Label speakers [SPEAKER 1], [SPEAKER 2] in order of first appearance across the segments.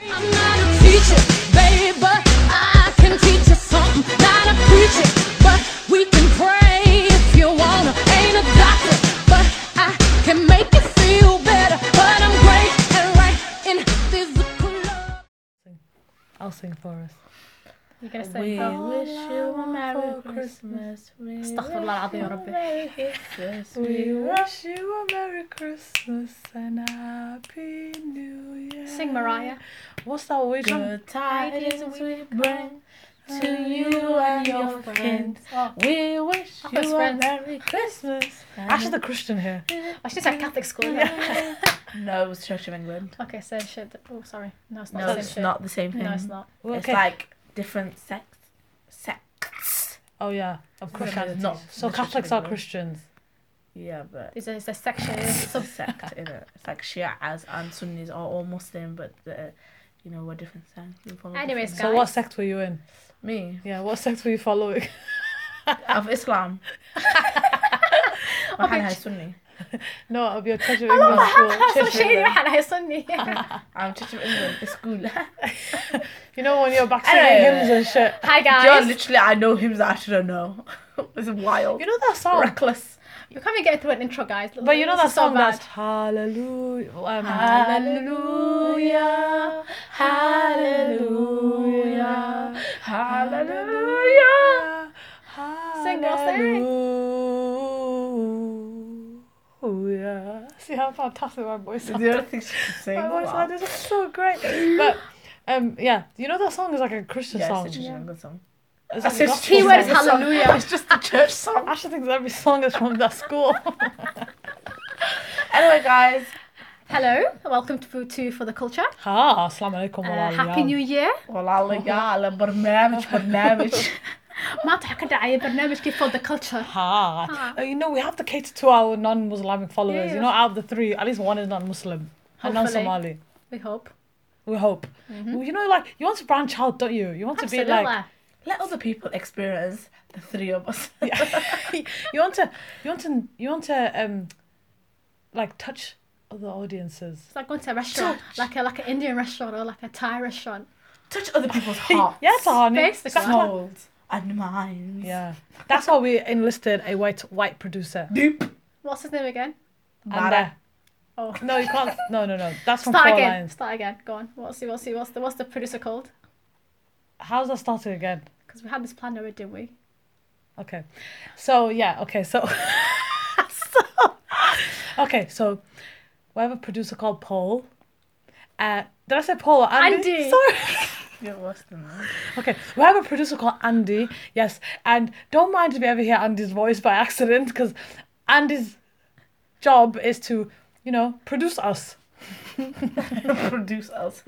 [SPEAKER 1] I'm not a teacher, baby, but I can teach you something. Not a preacher, but we can pray if you wanna. Ain't a doctor, but I can make you feel better. But I'm great and right in physical love.
[SPEAKER 2] I'll sing for us.
[SPEAKER 3] You're gonna say
[SPEAKER 2] We
[SPEAKER 3] oh.
[SPEAKER 2] wish you a Merry Christmas. We
[SPEAKER 3] استغفر الله العظيم يا ربي.
[SPEAKER 2] Merry Christmas. We wish you a Merry Christmas and a Happy New Year.
[SPEAKER 3] Sing Mariah.
[SPEAKER 2] What's that we Good tidings we bring to you and your friends.
[SPEAKER 3] Oh.
[SPEAKER 2] We wish
[SPEAKER 3] thought
[SPEAKER 2] you
[SPEAKER 3] it was
[SPEAKER 2] a
[SPEAKER 3] friends.
[SPEAKER 2] Merry Christmas. Actually, the Christian here.
[SPEAKER 3] I should say Catholic school. Yeah.
[SPEAKER 4] No, it was Church of England.
[SPEAKER 3] okay, same shit. Oh, sorry. No, it's not.
[SPEAKER 4] No,
[SPEAKER 3] the same
[SPEAKER 4] it's
[SPEAKER 3] shit.
[SPEAKER 4] not the same thing.
[SPEAKER 3] No, it's not.
[SPEAKER 4] It's like different sex. Sects.
[SPEAKER 2] Oh yeah, of Christians.
[SPEAKER 4] it's not
[SPEAKER 2] So
[SPEAKER 4] the Christian
[SPEAKER 2] Catholics are
[SPEAKER 4] people.
[SPEAKER 2] Christians.
[SPEAKER 4] Yeah, but
[SPEAKER 3] It's a, it's a section.
[SPEAKER 4] it's a
[SPEAKER 3] Sub-
[SPEAKER 4] sect, is it? It's like Shias and Sunnis are all Muslim, but the, you know we're different sects. We follow
[SPEAKER 3] Anyways,
[SPEAKER 4] different-
[SPEAKER 2] So what sect were you in?
[SPEAKER 4] me
[SPEAKER 2] Yeah, what sect were you following?
[SPEAKER 4] of Islam.
[SPEAKER 3] Okay,
[SPEAKER 4] I'm Sunni.
[SPEAKER 2] No, of your Church of England school.
[SPEAKER 3] so
[SPEAKER 2] Church of
[SPEAKER 3] she
[SPEAKER 2] England.
[SPEAKER 3] راح على سني
[SPEAKER 4] I'm Church of England. It's cool.
[SPEAKER 2] You know when you're back singing
[SPEAKER 4] Anyway.
[SPEAKER 2] hymns and shit.
[SPEAKER 3] Hi
[SPEAKER 4] John,
[SPEAKER 3] guys.
[SPEAKER 4] literally, I know hymns that I shouldn't know. it's wild.
[SPEAKER 2] You know that song,
[SPEAKER 4] Reckless.
[SPEAKER 3] You can't even get through an intro, guys.
[SPEAKER 2] but you know
[SPEAKER 3] This
[SPEAKER 2] that
[SPEAKER 3] is so
[SPEAKER 2] song that's
[SPEAKER 3] bad.
[SPEAKER 2] Hallelujah. Um,
[SPEAKER 4] Hallelujah, hallelujah, hallelujah.
[SPEAKER 3] Sing, girl,
[SPEAKER 2] sing. Hallelujah. See how fantastic my voice
[SPEAKER 4] The
[SPEAKER 2] sounds.
[SPEAKER 4] other thing she could sing.
[SPEAKER 2] My voice
[SPEAKER 4] wow.
[SPEAKER 2] sounded so great. But um, yeah, you know that song is like a Christian
[SPEAKER 4] Yeah,
[SPEAKER 2] song.
[SPEAKER 4] it's a Church of England song.
[SPEAKER 2] It's
[SPEAKER 4] I
[SPEAKER 2] like a
[SPEAKER 4] said
[SPEAKER 2] gospel
[SPEAKER 3] Keyword is
[SPEAKER 2] song.
[SPEAKER 3] hallelujah.
[SPEAKER 4] It's just the church song.
[SPEAKER 2] Ashley thinks every song is from that school.
[SPEAKER 4] Anyway, guys,
[SPEAKER 3] Hello, welcome to Food 2 for the culture.
[SPEAKER 2] ha, assalamu alaikum.
[SPEAKER 3] Uh, happy New Year.
[SPEAKER 4] والله على برنامج برنامج.
[SPEAKER 3] ما تحكي داعي برنامج كيف for the culture.
[SPEAKER 2] Ha. Uh, You know, we have to cater to our non Muslim followers. You
[SPEAKER 3] Yeah, yeah.
[SPEAKER 2] know, out of the three, at least one is non Muslim and non Somali.
[SPEAKER 3] We hope.
[SPEAKER 2] We hope.
[SPEAKER 3] Mm-hmm.
[SPEAKER 2] Well, You know, like, you want to branch out, don't you? You want to be like.
[SPEAKER 4] Let other people experience the three of us.
[SPEAKER 2] you want to. You want to. You want to, um, like, touch other audiences.
[SPEAKER 3] It's like going to a restaurant, like a like an Indian restaurant or like a Thai restaurant.
[SPEAKER 4] Touch other people's hearts.
[SPEAKER 2] Yes, honey.
[SPEAKER 3] Basically.
[SPEAKER 2] That's what-
[SPEAKER 4] Souls and minds.
[SPEAKER 2] Yeah. That's why we enlisted a white white producer.
[SPEAKER 4] Deep.
[SPEAKER 3] What's his name again?
[SPEAKER 2] And, uh,
[SPEAKER 3] Oh.
[SPEAKER 2] no, you can't. No, no, no. That's from
[SPEAKER 3] Start
[SPEAKER 2] Four
[SPEAKER 3] again.
[SPEAKER 2] Lions.
[SPEAKER 3] Start again. Go on. What's the what's the what's the what's the producer called?
[SPEAKER 2] How's that starting again?
[SPEAKER 3] Because we had this plan already, didn't we?
[SPEAKER 2] Okay. So yeah, okay, so, so- okay, so we have a producer called Paul. Uh did I say Paul or Andy?
[SPEAKER 3] Andy.
[SPEAKER 2] Sorry.
[SPEAKER 4] You're worse than that.
[SPEAKER 2] Okay. We have a producer called Andy, yes. And don't mind if you ever hear Andy's voice by accident, because Andy's job is to, you know, produce us.
[SPEAKER 4] Produce us.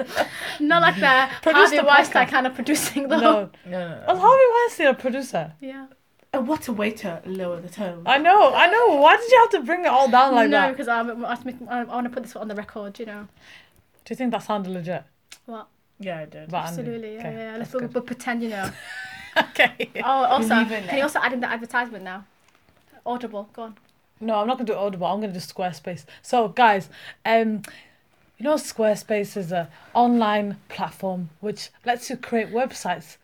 [SPEAKER 3] Not like the
[SPEAKER 2] Produce
[SPEAKER 3] Harvey
[SPEAKER 2] the
[SPEAKER 3] Weinstein
[SPEAKER 2] podcast.
[SPEAKER 3] kind of producing though.
[SPEAKER 2] No.
[SPEAKER 4] No, no,
[SPEAKER 2] Was Harvey Weinstein a producer?
[SPEAKER 3] Yeah.
[SPEAKER 4] And what a way to lower the tone.
[SPEAKER 2] I know, I know. Why did you have to bring it all down like
[SPEAKER 3] no,
[SPEAKER 2] that?
[SPEAKER 3] because I, I, I want to put this on the record. You know.
[SPEAKER 2] Do you think that sounded legit?
[SPEAKER 3] Well,
[SPEAKER 4] Yeah, I did.
[SPEAKER 2] About Andy?
[SPEAKER 3] absolutely. Yeah,
[SPEAKER 2] Okay,
[SPEAKER 3] yeah. Let's
[SPEAKER 2] that's
[SPEAKER 3] but,
[SPEAKER 2] good.
[SPEAKER 3] but pretend, you know.
[SPEAKER 2] Okay.
[SPEAKER 3] Oh, also,
[SPEAKER 4] Believe in
[SPEAKER 3] can
[SPEAKER 4] it.
[SPEAKER 3] you also add in the advertisement now? Audible. Go on.
[SPEAKER 2] No, I'm not gonna do Audible. I'm gonna do Squarespace. So guys, um, you know Squarespace is a online platform which lets you create websites,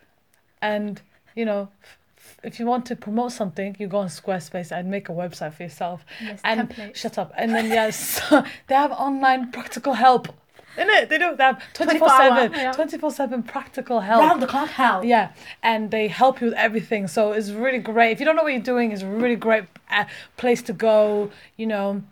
[SPEAKER 2] and you know, f- f- if you want to promote something, you go on Squarespace and make a website for yourself.
[SPEAKER 3] Yes,
[SPEAKER 2] and
[SPEAKER 3] templates.
[SPEAKER 2] shut up. And then yes, they have online practical help. In it, they do. They have 24
[SPEAKER 3] hour,
[SPEAKER 2] 7
[SPEAKER 3] yeah.
[SPEAKER 2] 24 7 practical help.
[SPEAKER 4] Round the clock hell.
[SPEAKER 2] Yeah, and they help you with everything. So it's really great. If you don't know what you're doing, it's a really great uh, place to go. You know,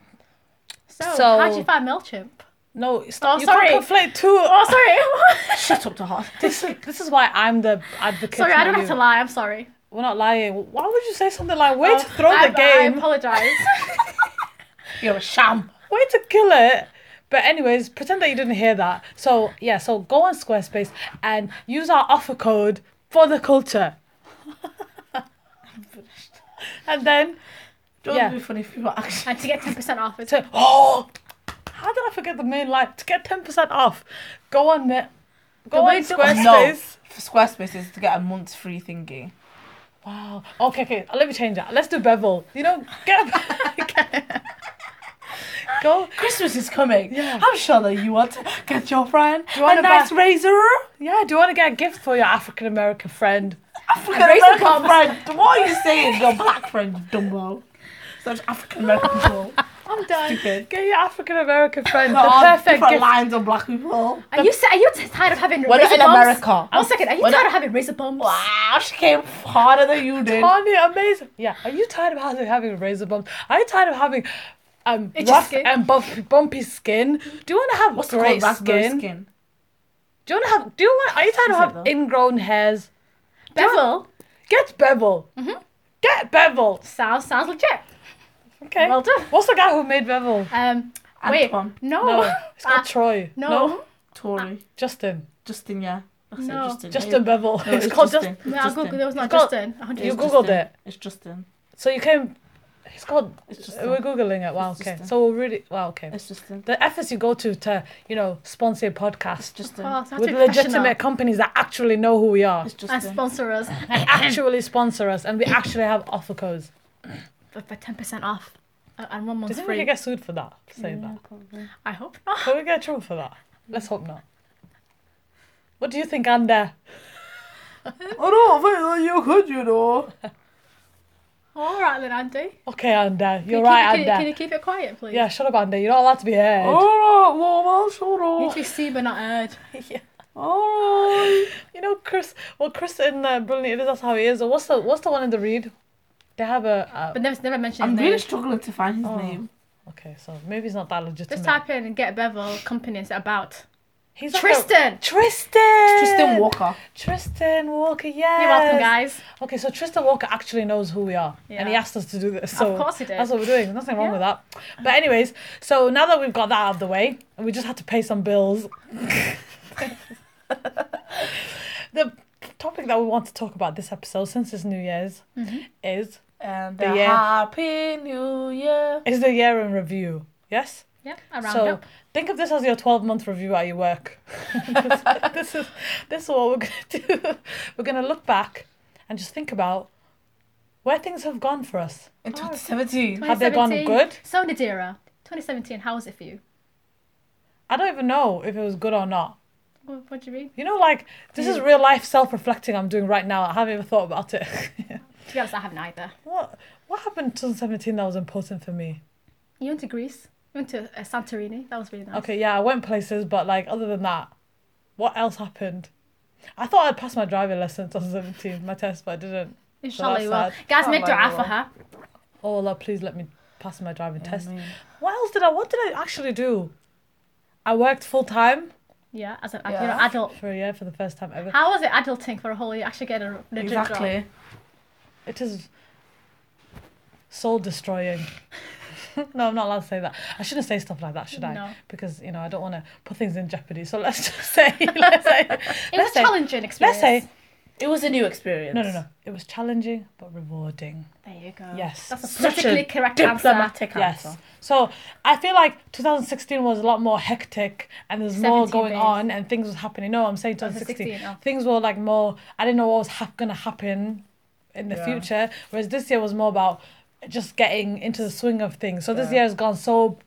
[SPEAKER 3] So,
[SPEAKER 2] So-
[SPEAKER 3] how'd you find Mailchimp?
[SPEAKER 2] no, stop.
[SPEAKER 3] Oh,
[SPEAKER 2] you
[SPEAKER 3] sorry.
[SPEAKER 2] can't conflate two.
[SPEAKER 3] Oh, sorry.
[SPEAKER 4] Shut up to heart.
[SPEAKER 2] This is this is why I'm the advocate.
[SPEAKER 3] sorry, I
[SPEAKER 2] not
[SPEAKER 3] don't
[SPEAKER 2] you.
[SPEAKER 3] have to Oh, lie. I'm sorry.
[SPEAKER 2] We're not lying. Why would you say something like way to throw
[SPEAKER 3] I,
[SPEAKER 2] the
[SPEAKER 3] I
[SPEAKER 2] game,
[SPEAKER 3] apologize.
[SPEAKER 4] You're a sham.
[SPEAKER 2] way to kill it? But anyways, pretend that you didn't hear that. So yeah, so go on Squarespace and use our offer code for the culture. and then
[SPEAKER 4] Don't
[SPEAKER 2] Yeah.
[SPEAKER 4] be funny if you were actually.
[SPEAKER 3] and to get 10% off, it's
[SPEAKER 2] to oh how did I forget the main line? To get ten percent off, go on net go
[SPEAKER 3] The
[SPEAKER 2] on
[SPEAKER 3] way
[SPEAKER 4] No.
[SPEAKER 3] to-
[SPEAKER 2] Squarespace.
[SPEAKER 4] For Squarespace is to get a month's free thingy.
[SPEAKER 2] Wow. Okay, okay. Let me change that. Let's do Bevel. You know, get get, go.
[SPEAKER 4] Christmas is coming.
[SPEAKER 2] Yeah.
[SPEAKER 4] I'm sure that you want to get your friend
[SPEAKER 2] you want
[SPEAKER 4] a
[SPEAKER 2] to
[SPEAKER 4] nice razor.
[SPEAKER 2] Yeah, do you want to get a gift for your African American friend?
[SPEAKER 4] African American friend. What are you saying? Your black friend, you Dumbo. Such African American people.
[SPEAKER 2] I'm done.
[SPEAKER 4] Stupid.
[SPEAKER 2] Get your African American friend
[SPEAKER 4] There
[SPEAKER 2] the
[SPEAKER 4] are
[SPEAKER 2] perfect
[SPEAKER 4] different
[SPEAKER 2] gift.
[SPEAKER 4] lines of black people.
[SPEAKER 3] Are you sa- are you t- tired of having
[SPEAKER 4] We're not
[SPEAKER 3] razor
[SPEAKER 4] in
[SPEAKER 3] bumps?
[SPEAKER 4] America.
[SPEAKER 3] One second, are you
[SPEAKER 4] We're
[SPEAKER 3] tired
[SPEAKER 4] not-
[SPEAKER 3] of having razor bumps?
[SPEAKER 4] Wow, she came harder than you did.
[SPEAKER 2] Honey, amazing. Yeah, are you tired of having, having razor bumps? Are you tired of having um
[SPEAKER 3] Itchy
[SPEAKER 2] rough
[SPEAKER 3] skin.
[SPEAKER 2] and bumpy, bumpy skin? Do you want to have
[SPEAKER 4] What's the
[SPEAKER 2] great
[SPEAKER 4] called
[SPEAKER 2] skin?
[SPEAKER 4] raspberry skin?
[SPEAKER 2] Do you want to have? Do you want? Are you tired
[SPEAKER 4] Is
[SPEAKER 2] of
[SPEAKER 4] it
[SPEAKER 2] having
[SPEAKER 4] though?
[SPEAKER 2] ingrown hairs?
[SPEAKER 3] Bevel.
[SPEAKER 2] Get bevel.
[SPEAKER 4] Mm-hmm.
[SPEAKER 2] Get bevel.
[SPEAKER 3] Sounds sounds legit.
[SPEAKER 2] Okay.
[SPEAKER 3] Well done.
[SPEAKER 2] What's the guy who made bevel?
[SPEAKER 3] Um, wait,
[SPEAKER 4] Antoine.
[SPEAKER 3] no,
[SPEAKER 2] No, it's not
[SPEAKER 3] Ah,
[SPEAKER 2] Troy.
[SPEAKER 3] no.
[SPEAKER 4] Tory.
[SPEAKER 2] Ah. Justin.
[SPEAKER 4] Justin, yeah. That's
[SPEAKER 3] No.
[SPEAKER 4] it, Justin.
[SPEAKER 2] Justin
[SPEAKER 4] It-
[SPEAKER 2] Bevel.
[SPEAKER 4] no,
[SPEAKER 2] it's, called Justin.
[SPEAKER 4] Justin.
[SPEAKER 3] No,
[SPEAKER 4] It's
[SPEAKER 3] I'll Google. There was not
[SPEAKER 2] It's called-
[SPEAKER 3] Justin. 100
[SPEAKER 2] You
[SPEAKER 4] It's
[SPEAKER 2] googled
[SPEAKER 4] Justin.
[SPEAKER 2] it?
[SPEAKER 4] It's Justin.
[SPEAKER 2] So you came. It's called.
[SPEAKER 4] It's Justin.
[SPEAKER 2] We're googling it. Wow.
[SPEAKER 4] It's
[SPEAKER 2] Okay.
[SPEAKER 4] Justin.
[SPEAKER 2] So we're really. Wow. Okay.
[SPEAKER 4] It's Justin.
[SPEAKER 2] the efforts you go to to you know sponsor your
[SPEAKER 4] It's
[SPEAKER 2] podcast
[SPEAKER 4] Justin.
[SPEAKER 3] Oh, so I have to
[SPEAKER 2] with
[SPEAKER 3] be professional
[SPEAKER 2] legitimate companies that actually know who we are
[SPEAKER 4] It's Justin.
[SPEAKER 3] and sponsor us
[SPEAKER 2] and actually sponsor us and we actually have offer codes.
[SPEAKER 3] for for 10% off uh, and one
[SPEAKER 2] Do you
[SPEAKER 3] month's
[SPEAKER 2] think we
[SPEAKER 3] free.
[SPEAKER 2] could get sued for that? For saying that.
[SPEAKER 3] I hope not.
[SPEAKER 2] Can we get in trouble for that? Let's hope not. What do you think, Ander?
[SPEAKER 4] I don't think that you could, you know.
[SPEAKER 3] All right then, Andy.
[SPEAKER 2] Okay, Ander,
[SPEAKER 3] Can
[SPEAKER 2] you're
[SPEAKER 3] you
[SPEAKER 2] right,
[SPEAKER 3] keep, it- can, you- can
[SPEAKER 2] Ander.
[SPEAKER 3] you keep it Oh. quiet, please?
[SPEAKER 2] Yeah, shut up, Ander. You're not allowed to be heard.
[SPEAKER 4] Alright, woman, shut
[SPEAKER 3] You
[SPEAKER 4] up.
[SPEAKER 3] two see but not heard.
[SPEAKER 4] Alright.
[SPEAKER 2] You know, Chris. Well, Chris in uh, Brilliant Idiots. That's how he is. Or what's the what's the one in the read? They have a.
[SPEAKER 3] But never, never mention
[SPEAKER 4] I'm
[SPEAKER 3] his name.
[SPEAKER 4] really struggling to find his
[SPEAKER 2] Oh.
[SPEAKER 4] name.
[SPEAKER 2] Uh, okay, so maybe it's not that legitimate.
[SPEAKER 3] Just type in and get Bevel company and say about.
[SPEAKER 2] He's like a-
[SPEAKER 3] Tristan!
[SPEAKER 2] Tristan.
[SPEAKER 4] Tristan Walker.
[SPEAKER 2] Tristan Walker, yes.
[SPEAKER 3] You're welcome, guys.
[SPEAKER 2] Okay, so Tristan Walker actually knows who we are, and he
[SPEAKER 3] Yeah.
[SPEAKER 2] asked us to do this. So
[SPEAKER 3] Of course he did.
[SPEAKER 2] That's what we're doing. There's nothing wrong with that. But anyways, so now that we've got that out of the way, and we just had to pay some bills. the topic that we want to talk about this episode, since it's New Year's,
[SPEAKER 3] Mm-hmm.
[SPEAKER 2] is
[SPEAKER 4] And
[SPEAKER 2] The
[SPEAKER 4] a
[SPEAKER 2] year.
[SPEAKER 4] happy new year.
[SPEAKER 2] is the year in review. Yes.
[SPEAKER 3] Yep, around
[SPEAKER 2] so
[SPEAKER 3] up.
[SPEAKER 2] think of this as your 12 month review at your work this, this is this is what we're going to do we're going to look back and just think about where things have gone for us
[SPEAKER 4] In 2017.
[SPEAKER 2] have they gone
[SPEAKER 3] 2017.
[SPEAKER 2] good?
[SPEAKER 3] So, Nadira, 2017, how was it for you?
[SPEAKER 2] i don't even know if it was good or not
[SPEAKER 3] What, what do you mean?
[SPEAKER 2] you know like this is real life self-reflecting i'm doing right now i haven't even thought about it
[SPEAKER 3] To be honest, I haven't either.
[SPEAKER 2] what what happened in 2017 that was important for me
[SPEAKER 3] You went to Greece. You went to uh, Santorini. That was really nice.
[SPEAKER 2] okay yeah i went places but like other than that what else happened i thought i'd passed my driving lesson in 2017 my test but i didn't
[SPEAKER 3] Inshallah,
[SPEAKER 2] that's
[SPEAKER 3] you will.
[SPEAKER 2] sad.
[SPEAKER 3] Guys,
[SPEAKER 4] Oh,
[SPEAKER 3] make
[SPEAKER 4] my
[SPEAKER 3] dua for
[SPEAKER 4] Lord.
[SPEAKER 3] her.
[SPEAKER 2] oh Allah, please let me pass my driving test.
[SPEAKER 4] Ameen.
[SPEAKER 2] What else did I? What did I actually do? I worked full time
[SPEAKER 3] Yeah, as an
[SPEAKER 4] Yeah.
[SPEAKER 3] you know, adult.
[SPEAKER 2] for a year for the first time ever.
[SPEAKER 3] How was it adulting for a whole year? Actually getting a legit job.
[SPEAKER 4] Exactly.
[SPEAKER 2] It is soul destroying. no, I'm not allowed to say that. I shouldn't say stuff like that, should I?
[SPEAKER 3] No.
[SPEAKER 2] Because you know I don't want to put things in jeopardy. So let's just say, let's say,
[SPEAKER 3] It
[SPEAKER 2] let's
[SPEAKER 3] was a
[SPEAKER 2] say,
[SPEAKER 3] challenging experience.
[SPEAKER 2] let's say,
[SPEAKER 4] It was a new experience.
[SPEAKER 2] no, no, no. It was challenging but rewarding.
[SPEAKER 3] There you go.
[SPEAKER 2] Yes.
[SPEAKER 3] That's a
[SPEAKER 4] Such a
[SPEAKER 3] politically correct answer.
[SPEAKER 4] Diplomatic
[SPEAKER 2] Yes.
[SPEAKER 4] answer.
[SPEAKER 2] So I feel like 2016 was a lot more hectic and there's more
[SPEAKER 3] 17
[SPEAKER 2] going
[SPEAKER 3] days.
[SPEAKER 2] on and things was happening. No, I'm saying 2016.
[SPEAKER 3] 16, oh.
[SPEAKER 2] Things were like more, I didn't know what was hap- going to happen in the
[SPEAKER 4] Yeah.
[SPEAKER 2] future. Whereas this year was more about just getting into the swing of things. So this
[SPEAKER 4] Yeah.
[SPEAKER 2] year has gone so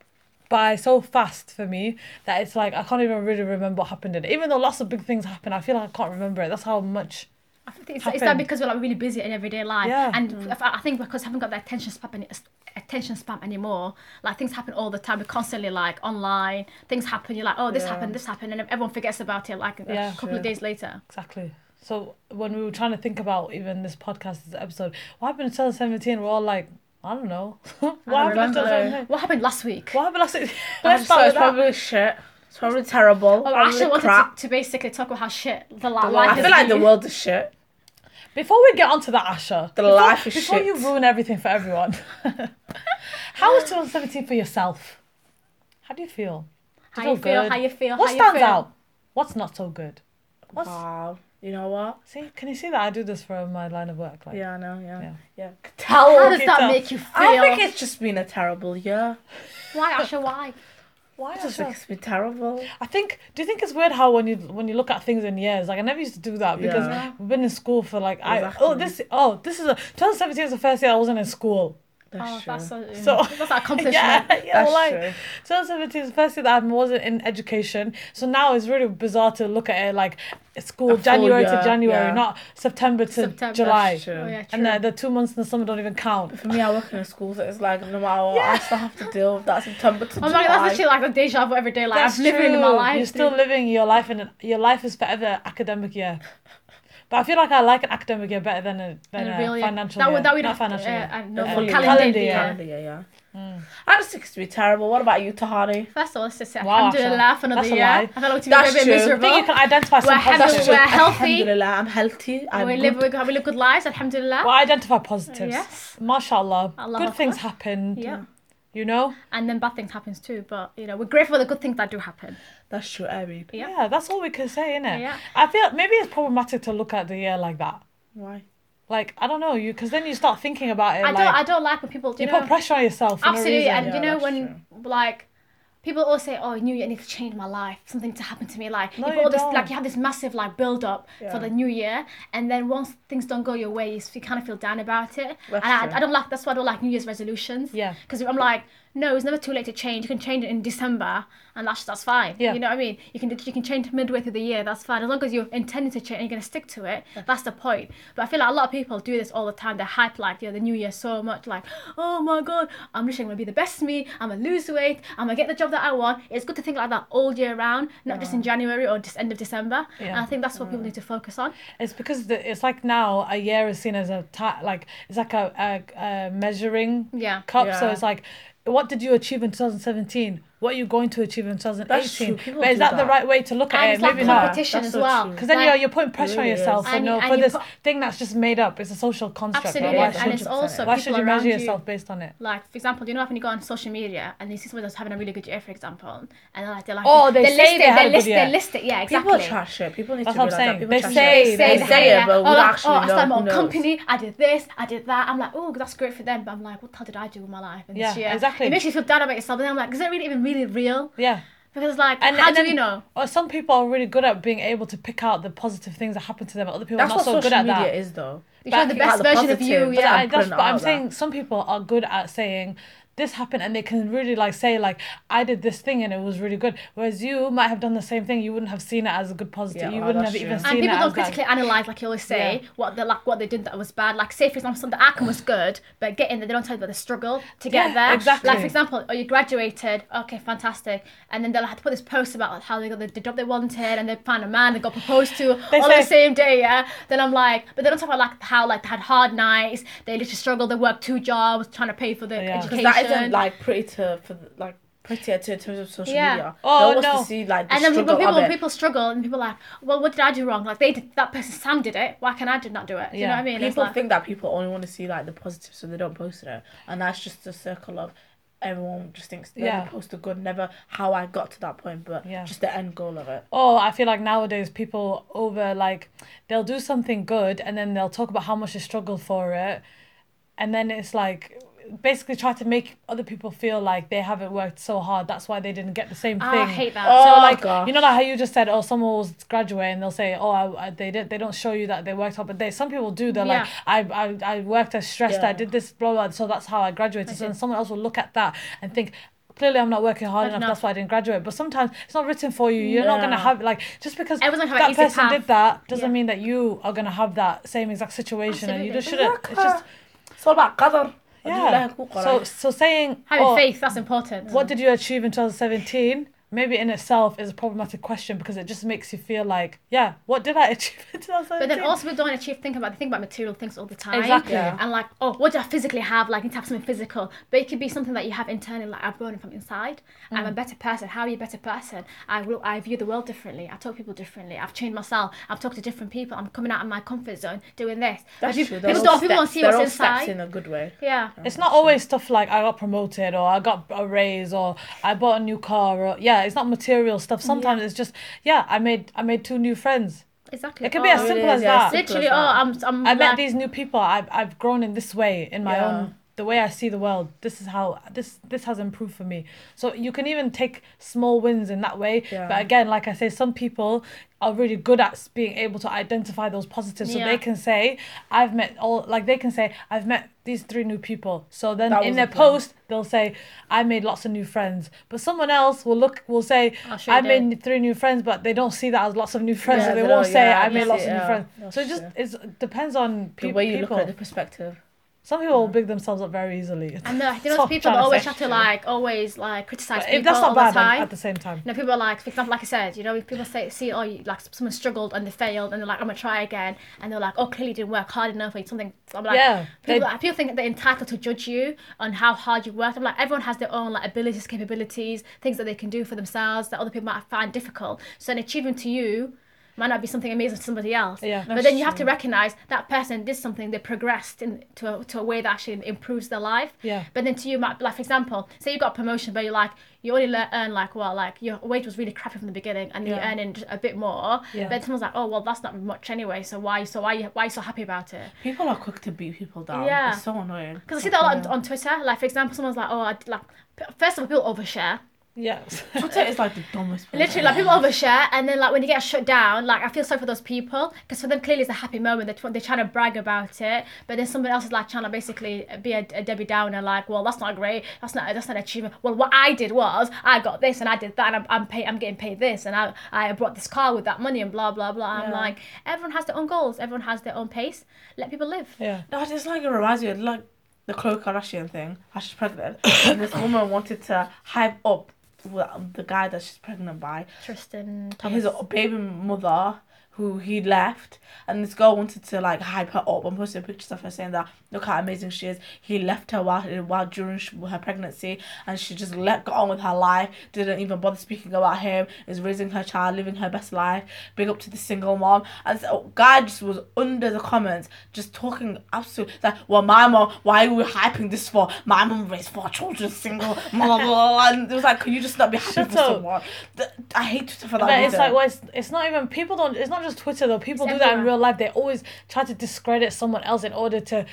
[SPEAKER 2] by so fast for me that it's like I can't even really remember what happened in it. Even though lots of big things happened, I feel like I can't remember it. That's how much.
[SPEAKER 3] I think it's, it's that
[SPEAKER 2] happened.
[SPEAKER 3] because we're like really busy in everyday life,
[SPEAKER 2] Yeah. Mm.
[SPEAKER 3] and I I think because we haven't got that attention span any- attention span anymore. Like things happen all the time. We're constantly like online. Things happen. You're like, oh, this
[SPEAKER 4] Yeah.
[SPEAKER 3] happened, this happened, and everyone forgets about it. Like
[SPEAKER 2] Yeah.
[SPEAKER 3] a couple
[SPEAKER 4] Sure.
[SPEAKER 3] of days later.
[SPEAKER 2] Exactly. So when we were trying to think about even this podcast this episode, what happened in 2017? We're all like, I don't know. what happened in
[SPEAKER 4] remember.
[SPEAKER 2] 2017?
[SPEAKER 3] What happened last week?
[SPEAKER 2] What happened last week?
[SPEAKER 4] Let's
[SPEAKER 2] Let's start with
[SPEAKER 4] it's
[SPEAKER 2] that.
[SPEAKER 4] probably shit. It's probably terrible.
[SPEAKER 3] Well, I
[SPEAKER 4] probably
[SPEAKER 3] actually
[SPEAKER 4] crap.
[SPEAKER 3] wanted to, to basically talk about how shit the, la-
[SPEAKER 2] The
[SPEAKER 3] life
[SPEAKER 2] life.
[SPEAKER 4] I
[SPEAKER 3] is.
[SPEAKER 4] feel like the
[SPEAKER 3] been.
[SPEAKER 4] world is shit.
[SPEAKER 2] Before we get onto that, Asha,
[SPEAKER 4] The
[SPEAKER 2] before,
[SPEAKER 4] life is
[SPEAKER 2] before
[SPEAKER 4] shit.
[SPEAKER 2] you ruin everything for everyone, how was 2017 for yourself? How do you feel?
[SPEAKER 3] How
[SPEAKER 2] feel
[SPEAKER 3] you feel?
[SPEAKER 2] good.
[SPEAKER 3] How you feel?
[SPEAKER 2] What
[SPEAKER 3] how
[SPEAKER 2] stands
[SPEAKER 3] you feel.
[SPEAKER 2] out? What's not so good? What's
[SPEAKER 4] Wow. You know what?
[SPEAKER 2] see? Can you see that I do this for my line of work? Like,
[SPEAKER 4] Yeah, I know. Yeah.
[SPEAKER 2] Yeah.
[SPEAKER 4] Yeah.
[SPEAKER 3] How
[SPEAKER 4] Tell.
[SPEAKER 3] does that
[SPEAKER 2] Peter.
[SPEAKER 3] make you feel?
[SPEAKER 4] I think it's just been a terrible year.
[SPEAKER 3] Why, Asha? Why?
[SPEAKER 2] why?
[SPEAKER 4] I just Oh,
[SPEAKER 2] Asha?
[SPEAKER 4] think it's been terrible.
[SPEAKER 2] I think. Do you think it's weird how when you when you look at things in years, like I never used to do that because
[SPEAKER 4] Yeah.
[SPEAKER 2] we've been in school for like I oh
[SPEAKER 4] Exactly.
[SPEAKER 2] this oh this is a 2017 is the first year I wasn't in school.
[SPEAKER 4] That's
[SPEAKER 3] oh,
[SPEAKER 4] true.
[SPEAKER 3] that's so,
[SPEAKER 2] So-
[SPEAKER 3] that's an accomplishment.
[SPEAKER 2] yeah, yeah,
[SPEAKER 4] That's
[SPEAKER 2] like
[SPEAKER 4] true.
[SPEAKER 2] 2017 is the first year that I wasn't in education. So now it's really bizarre to look at it like it's school
[SPEAKER 4] full
[SPEAKER 2] January to
[SPEAKER 4] year,
[SPEAKER 2] January,
[SPEAKER 4] yeah.
[SPEAKER 2] not September to
[SPEAKER 3] September.
[SPEAKER 2] July.
[SPEAKER 4] True.
[SPEAKER 3] Oh, yeah,
[SPEAKER 2] And
[SPEAKER 3] true.
[SPEAKER 2] the, the two months in the summer don't even count.
[SPEAKER 4] For me, I work in a school, so it's like no matter what, I still have to deal with that September to July.
[SPEAKER 3] I'm like, Oh that's literally like a deja vu every day. Like,
[SPEAKER 2] That's
[SPEAKER 3] I'm living
[SPEAKER 2] true.
[SPEAKER 3] my life.
[SPEAKER 2] You're still
[SPEAKER 3] dude.
[SPEAKER 2] living your life, and your life is forever academic year. But I feel like I like an academic year better than a, than
[SPEAKER 3] And
[SPEAKER 2] a
[SPEAKER 3] really-
[SPEAKER 2] financial
[SPEAKER 3] that
[SPEAKER 2] year.
[SPEAKER 3] would- that would
[SPEAKER 2] Not
[SPEAKER 3] have to-
[SPEAKER 2] financial
[SPEAKER 3] uh,
[SPEAKER 2] year.
[SPEAKER 3] uh, no,
[SPEAKER 2] Uh,
[SPEAKER 3] calendar
[SPEAKER 2] calendar
[SPEAKER 3] year.
[SPEAKER 2] year. Mm.
[SPEAKER 4] Calendar year, yeah. I just think it's be terrible. What about you, Tahani?
[SPEAKER 3] First of all, let's just say,
[SPEAKER 2] Wow,
[SPEAKER 3] alhamdulillah, for another
[SPEAKER 2] that's a
[SPEAKER 3] year.
[SPEAKER 2] lie.
[SPEAKER 3] I felt like to be
[SPEAKER 4] That's
[SPEAKER 3] a bit
[SPEAKER 4] true.
[SPEAKER 2] I think you
[SPEAKER 3] miserable.
[SPEAKER 2] can identify some
[SPEAKER 3] We're having-
[SPEAKER 2] positive.
[SPEAKER 3] we're healthy.
[SPEAKER 4] Alhamdulillah, I'm healthy. I'm
[SPEAKER 3] We
[SPEAKER 4] good.
[SPEAKER 3] live, we have- we live good lives, alhamdulillah.
[SPEAKER 2] Well, identify positives.
[SPEAKER 3] Yes.
[SPEAKER 2] Mashallah.
[SPEAKER 3] Allah
[SPEAKER 2] Good
[SPEAKER 3] Akbar.
[SPEAKER 2] things happened.
[SPEAKER 3] Yeah.
[SPEAKER 2] You know?
[SPEAKER 3] And then bad things happens too, but you know, we're grateful for the good things that do happen.
[SPEAKER 4] That's true, I mean.
[SPEAKER 3] Yeah.
[SPEAKER 2] Yeah, that's all we can say, innit?
[SPEAKER 3] Yeah.
[SPEAKER 2] I feel maybe it's problematic to look at the year like that.
[SPEAKER 4] Why?
[SPEAKER 2] Like, I don't know, you because then you start thinking about it.
[SPEAKER 3] I
[SPEAKER 2] like,
[SPEAKER 3] don't I don't like when people do
[SPEAKER 2] you
[SPEAKER 3] you
[SPEAKER 2] put
[SPEAKER 3] know,
[SPEAKER 2] pressure on yourself. For
[SPEAKER 3] absolutely
[SPEAKER 2] No reason.
[SPEAKER 3] and
[SPEAKER 4] Yeah,
[SPEAKER 3] you know
[SPEAKER 4] that's
[SPEAKER 3] when like people always say, Oh, new year I need to change my life, something to happen to me, like
[SPEAKER 2] No,
[SPEAKER 3] you've
[SPEAKER 2] you
[SPEAKER 3] all this
[SPEAKER 2] don't.
[SPEAKER 3] like you have this massive like build up
[SPEAKER 4] Yeah.
[SPEAKER 3] for the new year and then once things don't go your way you, s- you kind of feel down about it.
[SPEAKER 4] That's
[SPEAKER 3] and
[SPEAKER 4] true.
[SPEAKER 3] I, I don't like that's why I don't like New Year's resolutions.
[SPEAKER 2] Yeah.
[SPEAKER 3] Because I'm like, no, it's never too late to change. You can change it in December, and that's that's fine.
[SPEAKER 2] Yeah.
[SPEAKER 3] You know what I mean? You can you can change midway through the year. That's fine as long as you're intending to change and you're gonna stick to it. That's the point. But I feel like a lot of people do this all the time. They hype like you know, the New Year so much, like, oh my god, I'm literally gonna be the best me. I'm gonna lose weight. I'm gonna get the job that I want. It's good to think like that all year round, not just in January or just end of December. And
[SPEAKER 2] Yeah.
[SPEAKER 3] I think that's what people need to focus on.
[SPEAKER 2] It's because the, it's like now a year is seen as a ta- like it's like a, a, a measuring
[SPEAKER 3] Yeah.
[SPEAKER 2] cup. So
[SPEAKER 4] Yeah.
[SPEAKER 2] it's like, what did you achieve in 2017? What are you going to achieve in 2018?
[SPEAKER 4] People
[SPEAKER 2] But is
[SPEAKER 4] do
[SPEAKER 2] that, the
[SPEAKER 4] that.
[SPEAKER 2] right way to look
[SPEAKER 3] And
[SPEAKER 2] at
[SPEAKER 3] it's
[SPEAKER 2] it?
[SPEAKER 3] like
[SPEAKER 2] Maybe not.
[SPEAKER 3] competition
[SPEAKER 4] That's
[SPEAKER 3] as
[SPEAKER 4] so
[SPEAKER 3] well.
[SPEAKER 4] true.
[SPEAKER 2] Because then
[SPEAKER 3] Like-
[SPEAKER 2] you're, you're putting pressure on
[SPEAKER 4] really is.
[SPEAKER 2] yourself. So
[SPEAKER 3] And-
[SPEAKER 2] no,
[SPEAKER 3] and
[SPEAKER 2] for
[SPEAKER 3] you
[SPEAKER 2] this
[SPEAKER 3] put-
[SPEAKER 2] thing that's just made up, it's a social construct. right?
[SPEAKER 3] Absolutely,
[SPEAKER 2] Why
[SPEAKER 4] is.
[SPEAKER 3] and
[SPEAKER 2] should,
[SPEAKER 3] it's also
[SPEAKER 4] 100%.
[SPEAKER 2] why
[SPEAKER 3] people
[SPEAKER 2] should you
[SPEAKER 3] around
[SPEAKER 2] measure yourself based on it?
[SPEAKER 3] Like for example, you know when you go on social media and you see someone that's having a really good year, for example, and they're like, they're like,
[SPEAKER 2] Oh, they say
[SPEAKER 3] list it,
[SPEAKER 2] they had a good
[SPEAKER 3] list,
[SPEAKER 2] year.
[SPEAKER 3] they list it, yeah, exactly.
[SPEAKER 4] People trash it. People need
[SPEAKER 2] That's
[SPEAKER 4] to
[SPEAKER 2] what
[SPEAKER 4] realize
[SPEAKER 2] I'm
[SPEAKER 4] that.
[SPEAKER 2] saying.
[SPEAKER 4] People
[SPEAKER 2] They
[SPEAKER 4] trash
[SPEAKER 2] say
[SPEAKER 4] it.
[SPEAKER 2] they
[SPEAKER 4] they
[SPEAKER 2] had
[SPEAKER 4] say
[SPEAKER 3] yeah,
[SPEAKER 4] it, but we
[SPEAKER 3] oh, like,
[SPEAKER 4] actually
[SPEAKER 3] oh, I
[SPEAKER 4] know.
[SPEAKER 3] started my
[SPEAKER 4] who
[SPEAKER 3] own
[SPEAKER 4] knows?
[SPEAKER 3] company. I did this, I did that. I'm like, oh, that's great for them, but I'm like, what the hell did I do with my life? And
[SPEAKER 2] Yeah,
[SPEAKER 3] this year?
[SPEAKER 2] exactly.
[SPEAKER 3] It makes you feel down about yourself. And then I'm like, is that really even really real?
[SPEAKER 2] Yeah.
[SPEAKER 3] Because like,
[SPEAKER 2] And,
[SPEAKER 3] how
[SPEAKER 2] and
[SPEAKER 3] do
[SPEAKER 2] then-
[SPEAKER 3] you know?
[SPEAKER 2] Or some people are really good at being able to pick out the positive things that happen to them, but other people
[SPEAKER 4] That's
[SPEAKER 2] are
[SPEAKER 4] what
[SPEAKER 2] not so
[SPEAKER 4] social
[SPEAKER 2] good at
[SPEAKER 4] media
[SPEAKER 2] that.
[SPEAKER 4] is, though.
[SPEAKER 3] You show
[SPEAKER 2] Back-
[SPEAKER 3] the
[SPEAKER 4] like
[SPEAKER 3] best
[SPEAKER 4] the
[SPEAKER 3] version of you,
[SPEAKER 4] positive,
[SPEAKER 3] yeah.
[SPEAKER 4] but
[SPEAKER 2] I,
[SPEAKER 4] I'm
[SPEAKER 2] that's
[SPEAKER 4] putting
[SPEAKER 2] but
[SPEAKER 4] it out
[SPEAKER 2] I'm
[SPEAKER 4] there.
[SPEAKER 2] saying some people are good at saying this happened and they can really like say like I did this thing and it was really good. Whereas you might have done the same thing, you wouldn't have seen it as a good positive.
[SPEAKER 4] Yeah,
[SPEAKER 2] you
[SPEAKER 4] oh,
[SPEAKER 2] wouldn't have
[SPEAKER 4] that's
[SPEAKER 2] even
[SPEAKER 4] true.
[SPEAKER 2] seen
[SPEAKER 3] and
[SPEAKER 2] it
[SPEAKER 3] people
[SPEAKER 2] as
[SPEAKER 3] don't
[SPEAKER 2] that.
[SPEAKER 3] critically analyze like you always say what they like what they did that was bad like say for example the outcome was good but getting there they don't tell you about the struggle to get
[SPEAKER 2] Yeah,
[SPEAKER 3] there
[SPEAKER 2] exactly.
[SPEAKER 3] like for example oh you graduated okay fantastic and then they'll have to put this post about how they got the, the job they wanted and they found a man they got proposed to
[SPEAKER 2] They
[SPEAKER 3] all
[SPEAKER 2] say-
[SPEAKER 3] on the same day yeah then I'm like but they don't talk about like how like they had hard nights they literally struggled they worked two jobs trying to pay for their
[SPEAKER 2] Yeah. 'Cause
[SPEAKER 3] education
[SPEAKER 4] Because that isn't like pretty to for the- like prettier to in terms of social
[SPEAKER 3] Yeah.
[SPEAKER 4] media.
[SPEAKER 2] Oh,
[SPEAKER 4] no. one
[SPEAKER 2] no.
[SPEAKER 4] wants to see like the
[SPEAKER 3] and then people,
[SPEAKER 4] struggle
[SPEAKER 3] people,
[SPEAKER 4] of it.
[SPEAKER 3] people struggle, and people are like, well, what did I do wrong? Like they did, that person Sam did it. Why can I did not do it? Do You know
[SPEAKER 2] Yeah.
[SPEAKER 3] what I mean? It's
[SPEAKER 4] People
[SPEAKER 3] like-
[SPEAKER 4] think that people only want to see like the positive, so they don't post it, and that's just the circle of everyone just thinks they
[SPEAKER 2] Yeah.
[SPEAKER 4] only post the good, never how I got to that point, but
[SPEAKER 2] Yeah.
[SPEAKER 4] just the end goal of it.
[SPEAKER 2] Oh, I feel like nowadays people over like they'll do something good and then they'll talk about how much they struggled for it, and then it's like basically try to make other people feel like they haven't worked so hard. That's why they didn't get the same
[SPEAKER 3] Ah, I
[SPEAKER 2] thing.
[SPEAKER 3] hate that.
[SPEAKER 2] So
[SPEAKER 4] Oh,
[SPEAKER 2] like
[SPEAKER 4] gosh.
[SPEAKER 2] you know like how you just said oh someone was graduating and they'll say oh I, I, they did they don't show you that they worked hard but they some people do they're
[SPEAKER 3] Yeah.
[SPEAKER 2] like I, I I worked I stressed I
[SPEAKER 4] Yeah.
[SPEAKER 2] did this blah blah so that's how I graduated so
[SPEAKER 3] see.
[SPEAKER 2] then someone else will look at that and think. Clearly, I'm not working hard
[SPEAKER 3] Hard
[SPEAKER 2] enough.
[SPEAKER 3] enough.
[SPEAKER 2] That's why I didn't graduate. But sometimes it's not written for you. You're not gonna
[SPEAKER 4] Yeah.
[SPEAKER 2] have like just because
[SPEAKER 3] Everyone's gonna
[SPEAKER 2] that
[SPEAKER 3] have an easy
[SPEAKER 2] person
[SPEAKER 3] path.
[SPEAKER 2] did that doesn't
[SPEAKER 3] Yeah.
[SPEAKER 2] mean that you are gonna have that same exact situation, and you just
[SPEAKER 3] Absolutely.
[SPEAKER 2] shouldn't. It's just
[SPEAKER 4] it's all about qadr.
[SPEAKER 2] yeah. So so saying
[SPEAKER 3] Having
[SPEAKER 2] oh,
[SPEAKER 3] faith, that's important.
[SPEAKER 2] what did you achieve in 2017 maybe in itself is a problematic question because it just makes you feel like yeah what did i achieve in 2017
[SPEAKER 3] but then also we don't achieve think about they think about material things all the time.
[SPEAKER 2] Exactly.
[SPEAKER 4] Yeah.
[SPEAKER 3] And like, oh, what do I physically have? Like, you need to have something physical, but it could be something that you have internally. Like, I've grown from inside. I'm
[SPEAKER 2] Mm.
[SPEAKER 3] a better person. How are you a better person? I will. I view the world differently. I talk to people differently. I've changed myself. I've talked to different people. I'm coming out of my comfort zone doing this.
[SPEAKER 4] That's
[SPEAKER 3] But
[SPEAKER 4] true.
[SPEAKER 3] people,
[SPEAKER 4] They're
[SPEAKER 3] people
[SPEAKER 4] all
[SPEAKER 3] don't. People don't
[SPEAKER 4] steps-
[SPEAKER 3] see
[SPEAKER 4] they're
[SPEAKER 3] what's
[SPEAKER 4] all
[SPEAKER 3] inside.
[SPEAKER 4] Steps in a good way.
[SPEAKER 3] yeah.
[SPEAKER 2] it's not always stuff like i got promoted or i got a raise or i bought a new car or yeah it's not material stuff sometimes it's just yeah i made i made two new friends
[SPEAKER 3] Exactly.
[SPEAKER 2] it can be as
[SPEAKER 3] Oh,
[SPEAKER 2] simple
[SPEAKER 4] is,
[SPEAKER 2] as
[SPEAKER 4] yeah,
[SPEAKER 2] that
[SPEAKER 4] it's
[SPEAKER 3] Literally, oh,
[SPEAKER 4] Simple as
[SPEAKER 3] I'm. I'm
[SPEAKER 2] i met
[SPEAKER 3] like-
[SPEAKER 2] these new people i've, I've grown in this way in
[SPEAKER 4] Um,
[SPEAKER 2] my
[SPEAKER 4] Yeah.
[SPEAKER 2] own the way I see the world, this is how this this has improved for me. So you can even take small wins in that way.
[SPEAKER 4] Yeah.
[SPEAKER 2] But again, like I say, some people are really good at s- being able to identify those positives. So
[SPEAKER 3] Yeah.
[SPEAKER 2] they can say, I've met all like they can say, I've met these three new people. So then
[SPEAKER 4] That
[SPEAKER 2] in
[SPEAKER 4] was
[SPEAKER 2] their
[SPEAKER 4] a plan.
[SPEAKER 2] post they'll say, I made lots of new friends. But someone else will look will say,
[SPEAKER 3] I sure
[SPEAKER 2] I
[SPEAKER 3] did.
[SPEAKER 2] made three new friends, but they don't see that as lots of new friends.
[SPEAKER 4] Yeah,
[SPEAKER 2] so they
[SPEAKER 4] they
[SPEAKER 2] won't
[SPEAKER 4] don't-
[SPEAKER 2] say
[SPEAKER 4] yeah,
[SPEAKER 2] I
[SPEAKER 4] you
[SPEAKER 2] made
[SPEAKER 4] see,
[SPEAKER 2] lots of new
[SPEAKER 4] yeah,
[SPEAKER 2] friends.
[SPEAKER 4] that's
[SPEAKER 2] So it just
[SPEAKER 4] true.
[SPEAKER 2] it's, it depends on
[SPEAKER 4] The
[SPEAKER 2] pe-
[SPEAKER 4] way you
[SPEAKER 2] people.
[SPEAKER 4] look at Mm. the perspective.
[SPEAKER 2] Some people will big themselves up very easily.
[SPEAKER 3] I know. You know,
[SPEAKER 2] So
[SPEAKER 3] those people
[SPEAKER 2] trying to
[SPEAKER 3] that always
[SPEAKER 2] say-
[SPEAKER 3] have to like always like criticize
[SPEAKER 2] But
[SPEAKER 3] people
[SPEAKER 2] if that's
[SPEAKER 3] all
[SPEAKER 2] not
[SPEAKER 3] the
[SPEAKER 2] bad
[SPEAKER 3] time.
[SPEAKER 2] at, at the same time.
[SPEAKER 3] You know, people are like, for example, like I said, you know, if people say, see, oh, you, like someone struggled and they failed, and they're like, I'm gonna try again, and they're like, oh, clearly you didn't work hard enough, or something. I'm like,
[SPEAKER 2] Yeah,
[SPEAKER 3] people,
[SPEAKER 2] they-
[SPEAKER 3] people think they're entitled to judge you on how hard you worked. I'm like, everyone has their own like abilities, capabilities, things that they can do for themselves that other people might find difficult. So an achievement to you might not be something amazing to somebody else.
[SPEAKER 2] Yeah.
[SPEAKER 3] but then you have to recognize that person did something, they progressed in to a, to a way that actually improves their life.
[SPEAKER 2] Yeah.
[SPEAKER 3] But then to you, might like for example, say you got a promotion, but you're like you only le- earn like well, like your wage was really crappy from the beginning, and you're
[SPEAKER 2] Yeah.
[SPEAKER 3] earning just a bit more.
[SPEAKER 2] Yeah.
[SPEAKER 3] But someone's like, oh well, that's not much anyway. So why so why you- why you so happy about it?
[SPEAKER 4] People are quick to beat people down.
[SPEAKER 3] Yeah.
[SPEAKER 4] It's so annoying.
[SPEAKER 3] Because I see that a lot on, on Twitter. Like for example, someone's like, oh, I did, like p- first of all, people overshare.
[SPEAKER 2] Yes.
[SPEAKER 4] Twitter is like the dumbest. place.
[SPEAKER 3] Literally, like people overshare, and then like when you get shut down, like I feel sorry for those people because for them clearly it's a happy moment. They're, tw- they're trying to brag about it, but then someone else is like trying to basically be a, a Debbie Downer, like, well, that's not great, that's not that's not an achievement. Well, what I did was I got this and I did that, and I'm I'm, pay- I'm getting paid this, and I I bought this car with that money, and blah blah blah. I'm
[SPEAKER 4] Yeah.
[SPEAKER 3] like, everyone has their own goals, everyone has their own pace. Let people live.
[SPEAKER 2] Yeah.
[SPEAKER 4] No, it's like it reminds me of like the Khloe Kardashian thing. How she's pregnant, and this woman wanted to hype up the the guy that she's pregnant by.
[SPEAKER 3] Tristan Thomas.
[SPEAKER 4] His baby mother, who he left, and this girl wanted to like hype her up and posted pictures of her saying that look how amazing she is. He left her while while during sh- her pregnancy, and she just let got on with her life. Didn't even bother speaking about him. Is raising her child, living her best life. Big up to the single mom. And so guy just was under the comments, just talking absolute like, well, my mom, why are we hyping this for? My mom raised four children, single, blah blah blah. And it was like, can you just not be happy
[SPEAKER 2] Shut
[SPEAKER 4] for
[SPEAKER 2] up.
[SPEAKER 4] someone? Th- I hate Twitter for that.
[SPEAKER 2] But it's
[SPEAKER 4] reason.
[SPEAKER 2] like well, it's, it's not even people don't. It's not just Twitter though. People
[SPEAKER 3] It's
[SPEAKER 2] do that in
[SPEAKER 3] everywhere.
[SPEAKER 2] real life. They always try to discredit someone else in order to.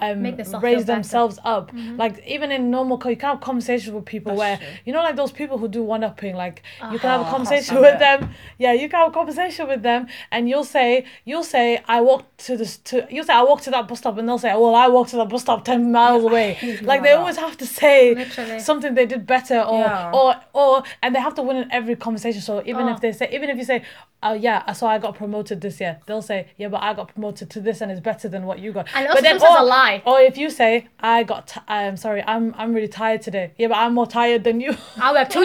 [SPEAKER 2] Um,
[SPEAKER 3] Make themselves feel
[SPEAKER 2] raise
[SPEAKER 3] better.
[SPEAKER 2] themselves up
[SPEAKER 4] Mm-hmm.
[SPEAKER 2] like even in normal co- you can have conversations with people where you know like those people who do one-upping like you can have
[SPEAKER 4] Ah,
[SPEAKER 2] a
[SPEAKER 4] can't
[SPEAKER 2] conversation
[SPEAKER 4] stand
[SPEAKER 2] with
[SPEAKER 4] it.
[SPEAKER 2] them yeah you can have a conversation with them and you'll say you'll say i walked to this to you'll say i walked to that bus stop and they'll say well i walked to that bus stop 10 miles away
[SPEAKER 4] people
[SPEAKER 2] like
[SPEAKER 4] like
[SPEAKER 2] they
[SPEAKER 4] that.
[SPEAKER 2] always have to say
[SPEAKER 3] Literally.
[SPEAKER 2] something they did better or
[SPEAKER 4] Yeah.
[SPEAKER 2] or or or and they have to win in every conversation. So even
[SPEAKER 3] Oh.
[SPEAKER 2] if they say, even if you say, oh yeah, so I got promoted this year, they'll say, yeah, but I got promoted to this and it's better than what you got.
[SPEAKER 3] And
[SPEAKER 2] but
[SPEAKER 3] also sometimes
[SPEAKER 2] or,
[SPEAKER 3] a lie.
[SPEAKER 2] Or if you say, I got, t- I'm sorry, I'm I'm really tired today. Yeah, but I'm more tired than you.
[SPEAKER 3] I work two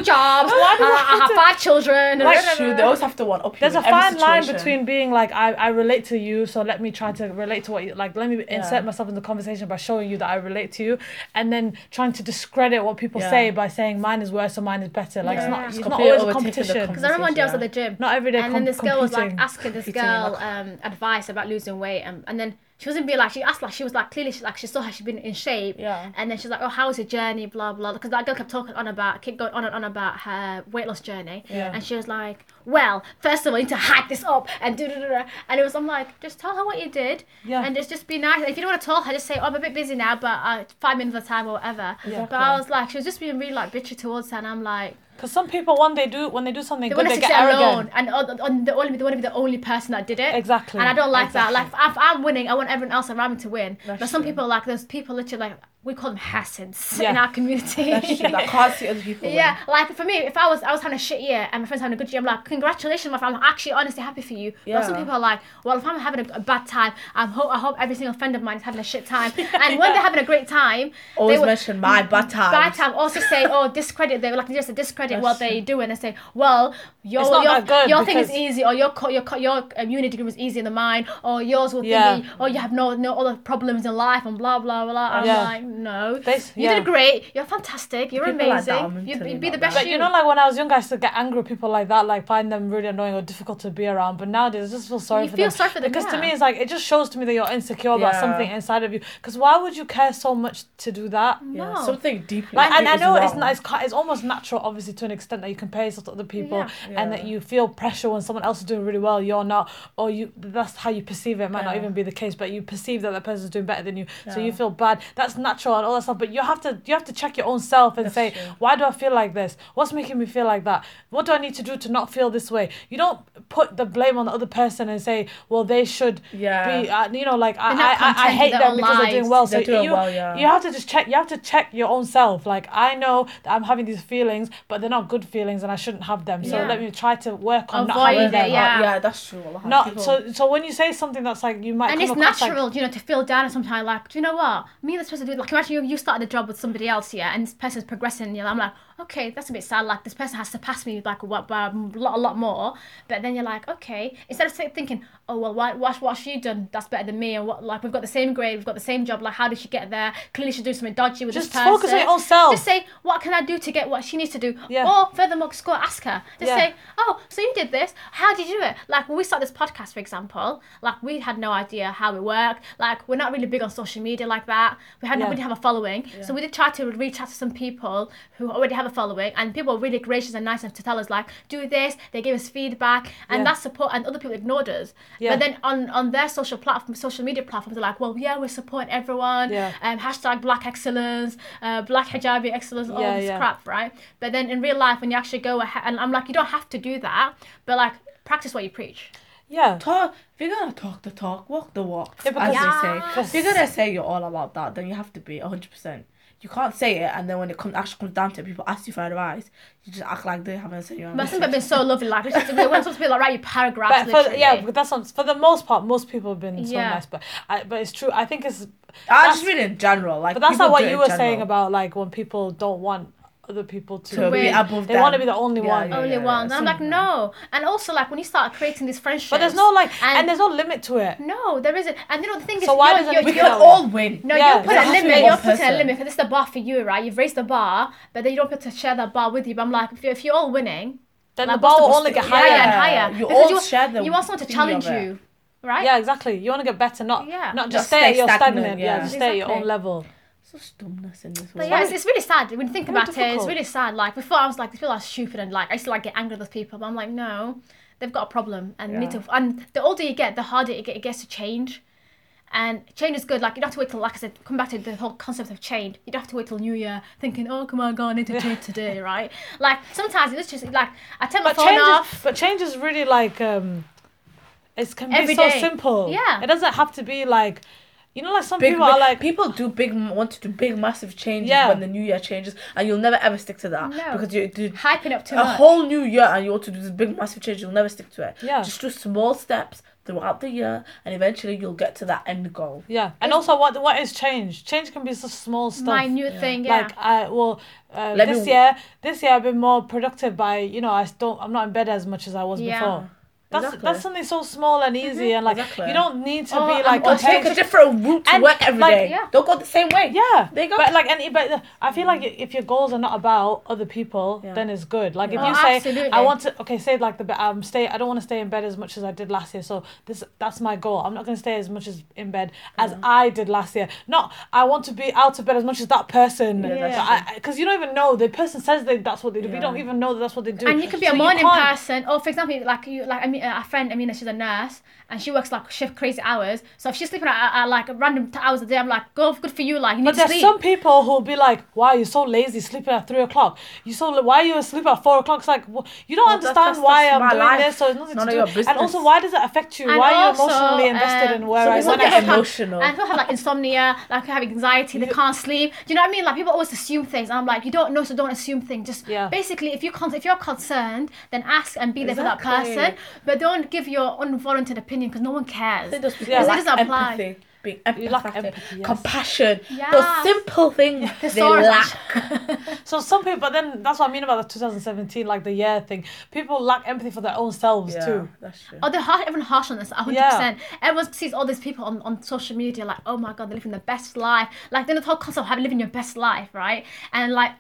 [SPEAKER 3] jobs.
[SPEAKER 2] Why do
[SPEAKER 3] uh,
[SPEAKER 2] I
[SPEAKER 3] I
[SPEAKER 2] have
[SPEAKER 3] have
[SPEAKER 2] to-
[SPEAKER 3] five children.
[SPEAKER 4] That's true. They always have to one up you
[SPEAKER 2] There's a
[SPEAKER 4] in every
[SPEAKER 2] fine line
[SPEAKER 4] situation.
[SPEAKER 2] between being like I, I relate to you, so let me try to relate to what you like. Let me insert myself in the conversation by showing you that I relate to you, and then trying to discredit what people
[SPEAKER 4] Yeah.
[SPEAKER 2] say by saying mine is worse or mine is better. Like
[SPEAKER 3] Yeah.
[SPEAKER 2] it's not
[SPEAKER 3] It's
[SPEAKER 2] it's not
[SPEAKER 4] completely
[SPEAKER 2] always a
[SPEAKER 4] overtaken the
[SPEAKER 2] competition.
[SPEAKER 3] Because I remember one day I was at the gym.
[SPEAKER 2] Not every day
[SPEAKER 3] And then
[SPEAKER 2] com-
[SPEAKER 3] this girl was like
[SPEAKER 2] competing.
[SPEAKER 3] asking this
[SPEAKER 2] Competing in
[SPEAKER 3] girl um, advice about losing weight, um, and then she wasn't being like she asked like she was like clearly she like she saw how she'd been in shape.
[SPEAKER 4] Yeah.
[SPEAKER 3] And then she's like, oh, how was your journey? Blah blah. Because that girl kept talking on about kept going on and on about her weight loss journey.
[SPEAKER 4] Yeah.
[SPEAKER 3] And she was like, well, first of all, you need to hype this up and do da da da. And it was I'm like, just tell her what you did.
[SPEAKER 2] Yeah.
[SPEAKER 3] And just just be nice. If you don't want to tell her, just say, oh, I'm a bit busy now, but uh, five minutes at a time or whatever. But I was like, she was just being really like bitchy towards her, and I'm like.
[SPEAKER 2] Because some people, when they do, when they do something
[SPEAKER 3] They
[SPEAKER 2] good,
[SPEAKER 3] want to
[SPEAKER 2] they
[SPEAKER 3] succeed
[SPEAKER 2] get arrogant.
[SPEAKER 3] alone, and on, on the only they want to be the only person that did it.
[SPEAKER 2] Exactly.
[SPEAKER 3] And I don't like that.
[SPEAKER 2] Exactly.
[SPEAKER 3] Like if I'm winning, I want everyone else around me to win.
[SPEAKER 4] That's
[SPEAKER 3] but some
[SPEAKER 4] true.
[SPEAKER 3] people like those people literally like we call them hassins in
[SPEAKER 2] Yeah.
[SPEAKER 3] our community.
[SPEAKER 4] That's true. That can't see other people.
[SPEAKER 3] Yeah, like for me, if I was I was having a shit year and my friends having a good year, I'm like, congratulations, my friend. I'm actually honestly happy for you. But some
[SPEAKER 4] Yeah.
[SPEAKER 3] people are like, well, if I'm having a, a bad time, I hope I hope every single friend of mine is having a shit time. And when they're having a great time,
[SPEAKER 4] Always
[SPEAKER 3] they will-
[SPEAKER 4] mention my bad times.
[SPEAKER 3] Bad time. Also say, oh, discredit. They were like just a discredit
[SPEAKER 4] That's
[SPEAKER 3] what they do, and they say, well, your
[SPEAKER 2] It's not
[SPEAKER 3] your,
[SPEAKER 2] that good
[SPEAKER 3] your thing is
[SPEAKER 2] because-
[SPEAKER 3] easy, or your co- your co- your um, uni degree was easier than mine, or yours will
[SPEAKER 2] Yeah.
[SPEAKER 3] thingy, or you have no no other problems in life, and blah blah blah. I'm
[SPEAKER 2] Yeah.
[SPEAKER 3] like, no,
[SPEAKER 2] They-
[SPEAKER 3] you
[SPEAKER 2] yeah.
[SPEAKER 3] did great. You're fantastic. You're
[SPEAKER 4] People like that,
[SPEAKER 3] amazing.
[SPEAKER 4] I'm
[SPEAKER 3] You'd be-
[SPEAKER 4] telling
[SPEAKER 3] be
[SPEAKER 4] you
[SPEAKER 3] the
[SPEAKER 4] about
[SPEAKER 3] best.
[SPEAKER 4] that.
[SPEAKER 2] But you know, like when I was younger, I used to get angry with people like that, like find them really annoying or difficult to be around. But nowadays, I just feel sorry
[SPEAKER 3] You
[SPEAKER 2] for
[SPEAKER 3] feel
[SPEAKER 2] them.
[SPEAKER 3] sorry for them,
[SPEAKER 2] because to
[SPEAKER 3] yeah.
[SPEAKER 2] me, it's like it just shows to me that you're insecure about
[SPEAKER 4] Yeah.
[SPEAKER 2] something inside of you. Because why would you care so much to do that?
[SPEAKER 4] Yeah,
[SPEAKER 3] No.
[SPEAKER 4] Something deeply.
[SPEAKER 2] Like, and I
[SPEAKER 4] is
[SPEAKER 2] know it's
[SPEAKER 4] wrong.
[SPEAKER 2] not, it's, ki- it's almost natural, obviously, to an extent that you compare yourself to other people
[SPEAKER 3] Yeah.
[SPEAKER 2] and that you feel pressure when someone else is doing really well, you're not, or you that's how you perceive it. It might not
[SPEAKER 4] Yeah.
[SPEAKER 2] even be the case, but you perceive that that person's doing better than you, so you
[SPEAKER 4] Yeah.
[SPEAKER 2] feel bad. That's natural and all that stuff, but you have to you have to check your own self and say, why do I feel like this? What's making me feel like that? What do I need to do to not feel this way? You don't put the blame on the other person and say, well, they should
[SPEAKER 4] Yeah.
[SPEAKER 2] be, uh, you know, like I,
[SPEAKER 3] They're not
[SPEAKER 2] I, I, I
[SPEAKER 3] content
[SPEAKER 2] hate
[SPEAKER 3] with their
[SPEAKER 2] them
[SPEAKER 3] own
[SPEAKER 2] because they're doing
[SPEAKER 3] lives.
[SPEAKER 2] well. So
[SPEAKER 4] They're doing
[SPEAKER 2] you
[SPEAKER 4] well, yeah.
[SPEAKER 2] you have to just check. You have to check your own self. Like I know that I'm having these feelings, but they're not good feelings, and I shouldn't have them. So
[SPEAKER 3] Yeah.
[SPEAKER 2] let me try to work on not
[SPEAKER 3] Avoid
[SPEAKER 2] having
[SPEAKER 3] it,
[SPEAKER 2] them.
[SPEAKER 3] yeah.
[SPEAKER 4] yeah, that's true. a lot of
[SPEAKER 2] Not
[SPEAKER 4] people-
[SPEAKER 2] so. So when you say something that's like you might
[SPEAKER 3] and
[SPEAKER 2] come
[SPEAKER 3] it's
[SPEAKER 2] across like-
[SPEAKER 3] natural, you know, to feel down and sometimes like, do you know what? Me and this person do like imagine you, you started a job with somebody else here and this person's progressing, you know, I'm like, okay, that's a bit sad. Like this person has surpassed me like what by a lot, a lot more. But then you're like, okay, instead of say- thinking, oh well, why, what what she done that's better than me, and what like we've got the same grade, we've got the same job. Like how did she get there? Clearly she's doing something dodgy with
[SPEAKER 2] Just
[SPEAKER 3] this person.
[SPEAKER 2] focus on your own self.
[SPEAKER 3] Just say, what can I do to get what she needs to do?
[SPEAKER 2] Yeah.
[SPEAKER 3] Or furthermore, score ask her. Just
[SPEAKER 2] Yeah.
[SPEAKER 3] say, oh, so you did this. How did you do it? Like, when we started this podcast, for example, like, we had no idea how it worked. Like, we're not really big on social media like that. We had
[SPEAKER 2] Yeah.
[SPEAKER 3] nobody have a following. So we did try to reach out to some people who already have a following, and people were really gracious and nice enough to tell us, like, do this. They gave us feedback, and
[SPEAKER 2] Yeah.
[SPEAKER 3] that support, and other people ignored us.
[SPEAKER 2] Yeah.
[SPEAKER 3] But then on, on their social platform, social media platforms, they're like, well, yeah, we're supporting everyone.
[SPEAKER 2] Yeah.
[SPEAKER 3] Um, hashtag black excellence, uh, black hijabi excellence, all
[SPEAKER 2] Yeah,
[SPEAKER 3] this
[SPEAKER 2] yeah.
[SPEAKER 3] crap crap, right? But then in real life, when you actually go ahead, and I'm like, you don't have to do that, but like, practice what you preach.
[SPEAKER 2] yeah.
[SPEAKER 4] talk. If you're gonna talk the talk, walk the walk.
[SPEAKER 2] Yeah, because-
[SPEAKER 4] as they
[SPEAKER 2] Yes.
[SPEAKER 4] say, if you're gonna say you're all about that, then you have to be hundred percent. You can't say it, and then when it comes actually comes down to it, people ask you for advice. You just act like they haven't said your
[SPEAKER 3] But
[SPEAKER 4] advice.
[SPEAKER 3] some have been so lovely, like, it's just, we're supposed to be like, write your paragraphs.
[SPEAKER 2] But for,
[SPEAKER 3] literally.
[SPEAKER 2] yeah, but that's not, for the most part, most people have been so
[SPEAKER 3] Yeah.
[SPEAKER 2] nice. But I, but it's true. I think it's.
[SPEAKER 4] I
[SPEAKER 2] that's-
[SPEAKER 4] just mean in general, like.
[SPEAKER 2] But that's
[SPEAKER 4] people
[SPEAKER 2] not
[SPEAKER 4] do
[SPEAKER 2] what
[SPEAKER 4] it
[SPEAKER 2] you
[SPEAKER 4] in
[SPEAKER 2] were
[SPEAKER 4] general.
[SPEAKER 2] saying about like when people don't want other people to,
[SPEAKER 4] To
[SPEAKER 3] be
[SPEAKER 4] above
[SPEAKER 2] They want to
[SPEAKER 4] them.
[SPEAKER 2] be the only
[SPEAKER 4] Yeah,
[SPEAKER 2] one.
[SPEAKER 4] yeah.
[SPEAKER 3] only one. And I'm like,
[SPEAKER 4] some-
[SPEAKER 3] no. And also, like, when you start creating these friendships.
[SPEAKER 2] But there's no like, and, there's no limit to it.
[SPEAKER 3] No, there isn't. And you know, the thing is,
[SPEAKER 2] So why
[SPEAKER 3] you're-
[SPEAKER 2] doesn't-
[SPEAKER 3] you're-
[SPEAKER 4] We
[SPEAKER 2] Because-
[SPEAKER 3] you're-
[SPEAKER 4] can all win.
[SPEAKER 3] No,
[SPEAKER 2] Yeah.
[SPEAKER 3] you put
[SPEAKER 2] It
[SPEAKER 3] a
[SPEAKER 4] has to be
[SPEAKER 3] limit.
[SPEAKER 4] one
[SPEAKER 3] You're putting a
[SPEAKER 4] person.
[SPEAKER 3] limit. 'cause This is the bar for you, right? You've raised the bar, but then you don't get to share that bar with you. But I'm like, if you're, if you're all winning,
[SPEAKER 2] Then
[SPEAKER 3] like,
[SPEAKER 2] the bar
[SPEAKER 3] what's
[SPEAKER 2] will
[SPEAKER 3] what's
[SPEAKER 2] only
[SPEAKER 3] the-
[SPEAKER 2] get
[SPEAKER 3] higher
[SPEAKER 2] higher.
[SPEAKER 3] and higher.
[SPEAKER 4] You
[SPEAKER 3] Because
[SPEAKER 4] all share the
[SPEAKER 3] You want someone to
[SPEAKER 4] thing of
[SPEAKER 3] challenge
[SPEAKER 4] it.
[SPEAKER 3] you, right?
[SPEAKER 2] Yeah, exactly. You want to get better, not
[SPEAKER 3] Yeah.
[SPEAKER 2] not just
[SPEAKER 4] Just
[SPEAKER 2] stay at
[SPEAKER 4] stay
[SPEAKER 2] your
[SPEAKER 4] stagnant,
[SPEAKER 2] stagnant. Yeah,
[SPEAKER 4] yeah.
[SPEAKER 2] just stay at your own
[SPEAKER 3] Exactly.
[SPEAKER 2] level.
[SPEAKER 4] Such dumbness in this
[SPEAKER 3] But
[SPEAKER 4] world.
[SPEAKER 3] yeah, it's, it's really sad when you think
[SPEAKER 2] Very
[SPEAKER 3] about it. It's
[SPEAKER 2] difficult.
[SPEAKER 3] really sad. Like before, I was like, these people are stupid, and like I used to like get angry with those people. But I'm like, no, they've got a problem, and you need
[SPEAKER 4] Yeah.
[SPEAKER 3] to. And the older you get, the harder it, get, it gets to change. And change is good. Like you don't have to wait till, like I said, come back to the whole concept of change. You don't have to wait till New Year, thinking, oh come on, God, I need to change today, right? Like sometimes it's just like I turn my
[SPEAKER 2] But
[SPEAKER 3] phone
[SPEAKER 2] change, is,
[SPEAKER 3] off.
[SPEAKER 2] but change is really like um, it can be
[SPEAKER 3] Every
[SPEAKER 2] so
[SPEAKER 3] day.
[SPEAKER 2] simple.
[SPEAKER 3] Yeah.
[SPEAKER 2] it doesn't have to be like, you know, like some
[SPEAKER 4] Big,
[SPEAKER 2] people are like
[SPEAKER 4] people do big want to do big massive changes
[SPEAKER 2] Yeah.
[SPEAKER 4] when the new year changes, and you'll never ever stick to that
[SPEAKER 3] No.
[SPEAKER 4] because you do
[SPEAKER 3] Hyping up too
[SPEAKER 4] a
[SPEAKER 3] much.
[SPEAKER 4] whole new year and you want to do this big massive change you'll never stick to it
[SPEAKER 2] Yeah.
[SPEAKER 4] just do small steps throughout the year and eventually you'll get to that end goal
[SPEAKER 2] Yeah, and also what what is change? Change can be such small stuff.
[SPEAKER 3] minute thing, yeah.
[SPEAKER 2] Like I well, uh,
[SPEAKER 4] Let me
[SPEAKER 2] this
[SPEAKER 4] w-
[SPEAKER 2] year this year I've been more productive by you know I don't I'm not in bed as much as I was
[SPEAKER 3] Yeah. Mm-hmm.
[SPEAKER 2] before. That's
[SPEAKER 4] Exactly.
[SPEAKER 2] that's something so small and easy and like
[SPEAKER 4] Exactly.
[SPEAKER 2] you don't need to
[SPEAKER 3] Or-
[SPEAKER 2] be like
[SPEAKER 3] or
[SPEAKER 4] or
[SPEAKER 2] comparing
[SPEAKER 4] take a different route to
[SPEAKER 2] And,
[SPEAKER 4] work every
[SPEAKER 2] like,
[SPEAKER 4] day.
[SPEAKER 3] yeah.
[SPEAKER 4] don't go the same way
[SPEAKER 2] Yeah,
[SPEAKER 4] There you go.
[SPEAKER 2] but like, and but I feel like if your goals are not about other people,
[SPEAKER 4] Yeah.
[SPEAKER 2] then it's good. Like if
[SPEAKER 3] Yeah.
[SPEAKER 2] you
[SPEAKER 3] Oh,
[SPEAKER 2] say,
[SPEAKER 3] absolutely.
[SPEAKER 2] I want to, okay, say like the bit, um stay. I don't want to stay in bed as much as I did last year. So this that's my goal. I'm not going to stay as much as in bed as I did last year. Not I want to be out of bed as much as that person.
[SPEAKER 4] Yeah,
[SPEAKER 2] Because
[SPEAKER 4] that's
[SPEAKER 2] you don't even know the person says they that's what they do. but We
[SPEAKER 4] Yeah.
[SPEAKER 2] don't even know that that's what they do.
[SPEAKER 3] And you could be
[SPEAKER 2] So
[SPEAKER 3] a morning
[SPEAKER 2] can't-
[SPEAKER 3] person, or for example, like you, like I mean, a friend, I mean, she's a nurse, and she works like shift crazy hours. So if she's sleeping at, at like random t- hours a day, I'm like, go, good for you, like you need
[SPEAKER 2] But
[SPEAKER 3] to
[SPEAKER 2] there's
[SPEAKER 3] sleep.
[SPEAKER 2] some people who'll be like, "Why you're so lazy sleeping at three o'clock? You so la- why are you asleep at four o'clock?" It's like wh- you don't
[SPEAKER 4] Well, that's-
[SPEAKER 2] understand
[SPEAKER 4] that's-
[SPEAKER 2] why
[SPEAKER 4] that's
[SPEAKER 2] I'm
[SPEAKER 4] my
[SPEAKER 2] doing
[SPEAKER 4] life.
[SPEAKER 2] this, so it's nothing
[SPEAKER 4] None
[SPEAKER 2] to
[SPEAKER 4] of
[SPEAKER 2] do.
[SPEAKER 4] your
[SPEAKER 2] And
[SPEAKER 4] business.
[SPEAKER 2] also, why does it affect you?
[SPEAKER 3] And
[SPEAKER 2] why
[SPEAKER 3] also,
[SPEAKER 2] are you emotionally invested
[SPEAKER 3] um,
[SPEAKER 2] in where I
[SPEAKER 4] people
[SPEAKER 2] when
[SPEAKER 4] get
[SPEAKER 2] I-
[SPEAKER 4] emotional.
[SPEAKER 3] And people have like insomnia, like who have anxiety, they can't sleep. Do you know what I mean? Like people always assume things. And I'm like, you don't know, so don't assume things. Just
[SPEAKER 2] Yeah.
[SPEAKER 3] basically, if you con- if you're concerned, then ask and be there for that
[SPEAKER 4] Exactly.
[SPEAKER 3] person. But don't give your unvolunteered opinion because no one cares.
[SPEAKER 4] They just-
[SPEAKER 2] Yeah.
[SPEAKER 4] they
[SPEAKER 3] Because it
[SPEAKER 4] lack
[SPEAKER 3] doesn't apply.
[SPEAKER 4] empathy, being
[SPEAKER 2] You lack
[SPEAKER 4] empathetic,
[SPEAKER 2] empathy, yes.
[SPEAKER 4] compassion,
[SPEAKER 3] Yes.
[SPEAKER 4] those simple things they
[SPEAKER 3] Thesaurus.
[SPEAKER 4] lack.
[SPEAKER 2] So some people, but then that's what I mean about the 2017, like the year thing. People lack empathy for their own selves too.
[SPEAKER 4] that's true.
[SPEAKER 3] Oh, they're harsh, everyone harsh on this, 100%.
[SPEAKER 2] Yeah.
[SPEAKER 3] Everyone sees all these people on, on social media, like, oh my god, they're living the best life. Like, then the whole concept of having living your best life, right? And like,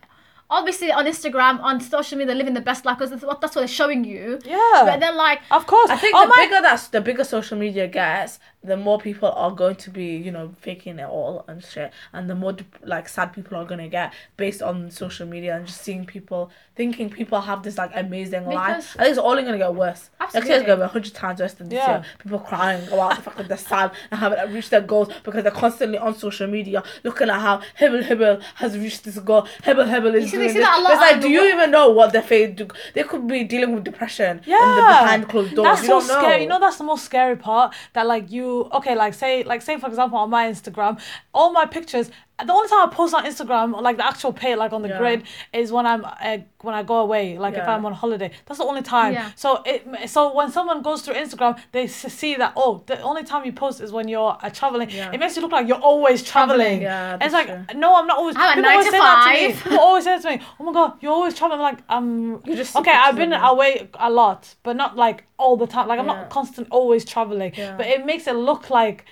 [SPEAKER 3] obviously on Instagram, on social media, they're living the best life because that's what, that's what they're showing you.
[SPEAKER 2] Yeah.
[SPEAKER 3] But then, like,
[SPEAKER 2] Of course,
[SPEAKER 4] I think
[SPEAKER 2] oh
[SPEAKER 4] the
[SPEAKER 2] my
[SPEAKER 4] bigger that's the bigger social media gets, the more people are going to be, you know, faking it all and shit, and the more dep- like sad people are gonna get based on social media and just seeing people thinking people have this like amazing life.
[SPEAKER 3] Because-
[SPEAKER 4] I think it's only gonna get worse. Next year's
[SPEAKER 3] Absolutely.
[SPEAKER 4] gonna be a hundred times worse than this
[SPEAKER 2] Yeah.
[SPEAKER 4] year. People crying about the fact that they're sad and haven't reached their goals because they're constantly on social media looking at how Hibble Hibble has reached this goal. Hibble Hibble is
[SPEAKER 3] see- they
[SPEAKER 4] doing
[SPEAKER 3] see
[SPEAKER 4] this.
[SPEAKER 3] that a lot
[SPEAKER 4] It's like,
[SPEAKER 3] on
[SPEAKER 4] do
[SPEAKER 3] the
[SPEAKER 4] you
[SPEAKER 3] wo-
[SPEAKER 4] even know what they're fa- do- They could be dealing with depression in the
[SPEAKER 2] Yeah.
[SPEAKER 4] behind closed doors.
[SPEAKER 2] That's
[SPEAKER 4] you
[SPEAKER 2] so
[SPEAKER 4] don't know.
[SPEAKER 2] scary. You know, that's the most scary part. That like you okay, like say like say for example on my Instagram, all my pictures. The only time I post on Instagram, like the actual pay, like on the
[SPEAKER 4] Yeah.
[SPEAKER 2] grid, is when I'm uh, when I go away, like if
[SPEAKER 4] Yeah.
[SPEAKER 2] I'm on holiday. That's the only time.
[SPEAKER 3] Yeah.
[SPEAKER 2] So it so when someone goes through Instagram, they s- see that oh, the only time you post is when you're uh, traveling.
[SPEAKER 4] Yeah.
[SPEAKER 2] It makes you look like you're always traveling.
[SPEAKER 3] Traveling,
[SPEAKER 4] yeah,
[SPEAKER 2] And it's like
[SPEAKER 4] that's
[SPEAKER 2] no, I'm not always.
[SPEAKER 3] I'm at
[SPEAKER 2] people always
[SPEAKER 3] nine
[SPEAKER 2] say
[SPEAKER 3] to
[SPEAKER 2] that to me.
[SPEAKER 3] five.
[SPEAKER 2] People always say that to me. Oh my god, you're always traveling. I'm like um,
[SPEAKER 4] You just see
[SPEAKER 2] okay.
[SPEAKER 4] pictures
[SPEAKER 2] I've
[SPEAKER 4] of
[SPEAKER 2] been
[SPEAKER 4] them.
[SPEAKER 2] away a lot, but not like all the time. Like I'm
[SPEAKER 4] Yeah.
[SPEAKER 2] not constant always traveling,
[SPEAKER 4] Yeah.
[SPEAKER 2] but it makes it look like.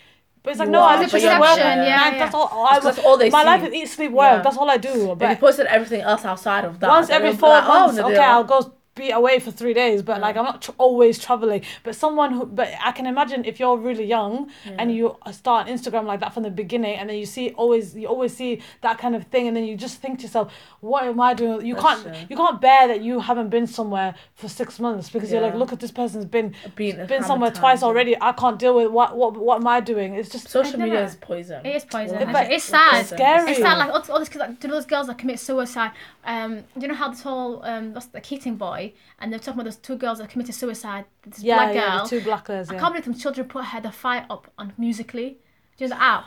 [SPEAKER 2] But it's like
[SPEAKER 4] You
[SPEAKER 2] no,
[SPEAKER 4] are,
[SPEAKER 2] I
[SPEAKER 4] It's a
[SPEAKER 2] literally just work.
[SPEAKER 4] perception,
[SPEAKER 3] yeah,
[SPEAKER 2] like,
[SPEAKER 3] yeah.
[SPEAKER 2] That's all. I,
[SPEAKER 4] 'cause that's all they
[SPEAKER 2] my
[SPEAKER 4] see.
[SPEAKER 2] life is eat, sleep, work.
[SPEAKER 4] Yeah.
[SPEAKER 2] That's all I do.
[SPEAKER 4] But
[SPEAKER 2] But
[SPEAKER 4] if you posted everything else outside of that.
[SPEAKER 2] once
[SPEAKER 4] then
[SPEAKER 2] every
[SPEAKER 4] it'll be
[SPEAKER 2] four
[SPEAKER 4] like, oh,
[SPEAKER 2] months,
[SPEAKER 4] no,
[SPEAKER 2] okay,
[SPEAKER 4] they are.
[SPEAKER 2] I'll go be away for three days. But like I'm not tr- always traveling. But someone who, but I can imagine if you're really young and you uh, start an Instagram like that from the beginning, and then you see always you always see that kind of thing, and then you just think to yourself, what am I doing? You
[SPEAKER 4] That's
[SPEAKER 2] can't
[SPEAKER 4] true.
[SPEAKER 2] you can't bear that you haven't been somewhere for six months because you're like,
[SPEAKER 4] Yeah.
[SPEAKER 2] look at this person's been
[SPEAKER 4] Been-
[SPEAKER 2] been
[SPEAKER 4] how
[SPEAKER 2] somewhere
[SPEAKER 4] many
[SPEAKER 2] twice
[SPEAKER 4] times, yeah.
[SPEAKER 2] already. I can't deal with what what what am I doing? It's just
[SPEAKER 4] Social
[SPEAKER 3] I
[SPEAKER 4] media
[SPEAKER 3] dunno.
[SPEAKER 4] is poison.
[SPEAKER 3] It is poison.
[SPEAKER 4] Well,
[SPEAKER 3] actually.
[SPEAKER 2] but
[SPEAKER 3] it's sad.
[SPEAKER 2] it's scary.
[SPEAKER 3] It's sad. Like all, all these kids, like, do you know those girls that commit suicide? Um, do you know how this whole um, what's the Keating boy? And they're talking about those two girls that committed suicide. This
[SPEAKER 2] yeah,
[SPEAKER 3] black girl.
[SPEAKER 2] yeah, the two black girls.
[SPEAKER 3] I
[SPEAKER 2] Yeah.
[SPEAKER 3] can't believe them children put her the fire up on musically. Just out.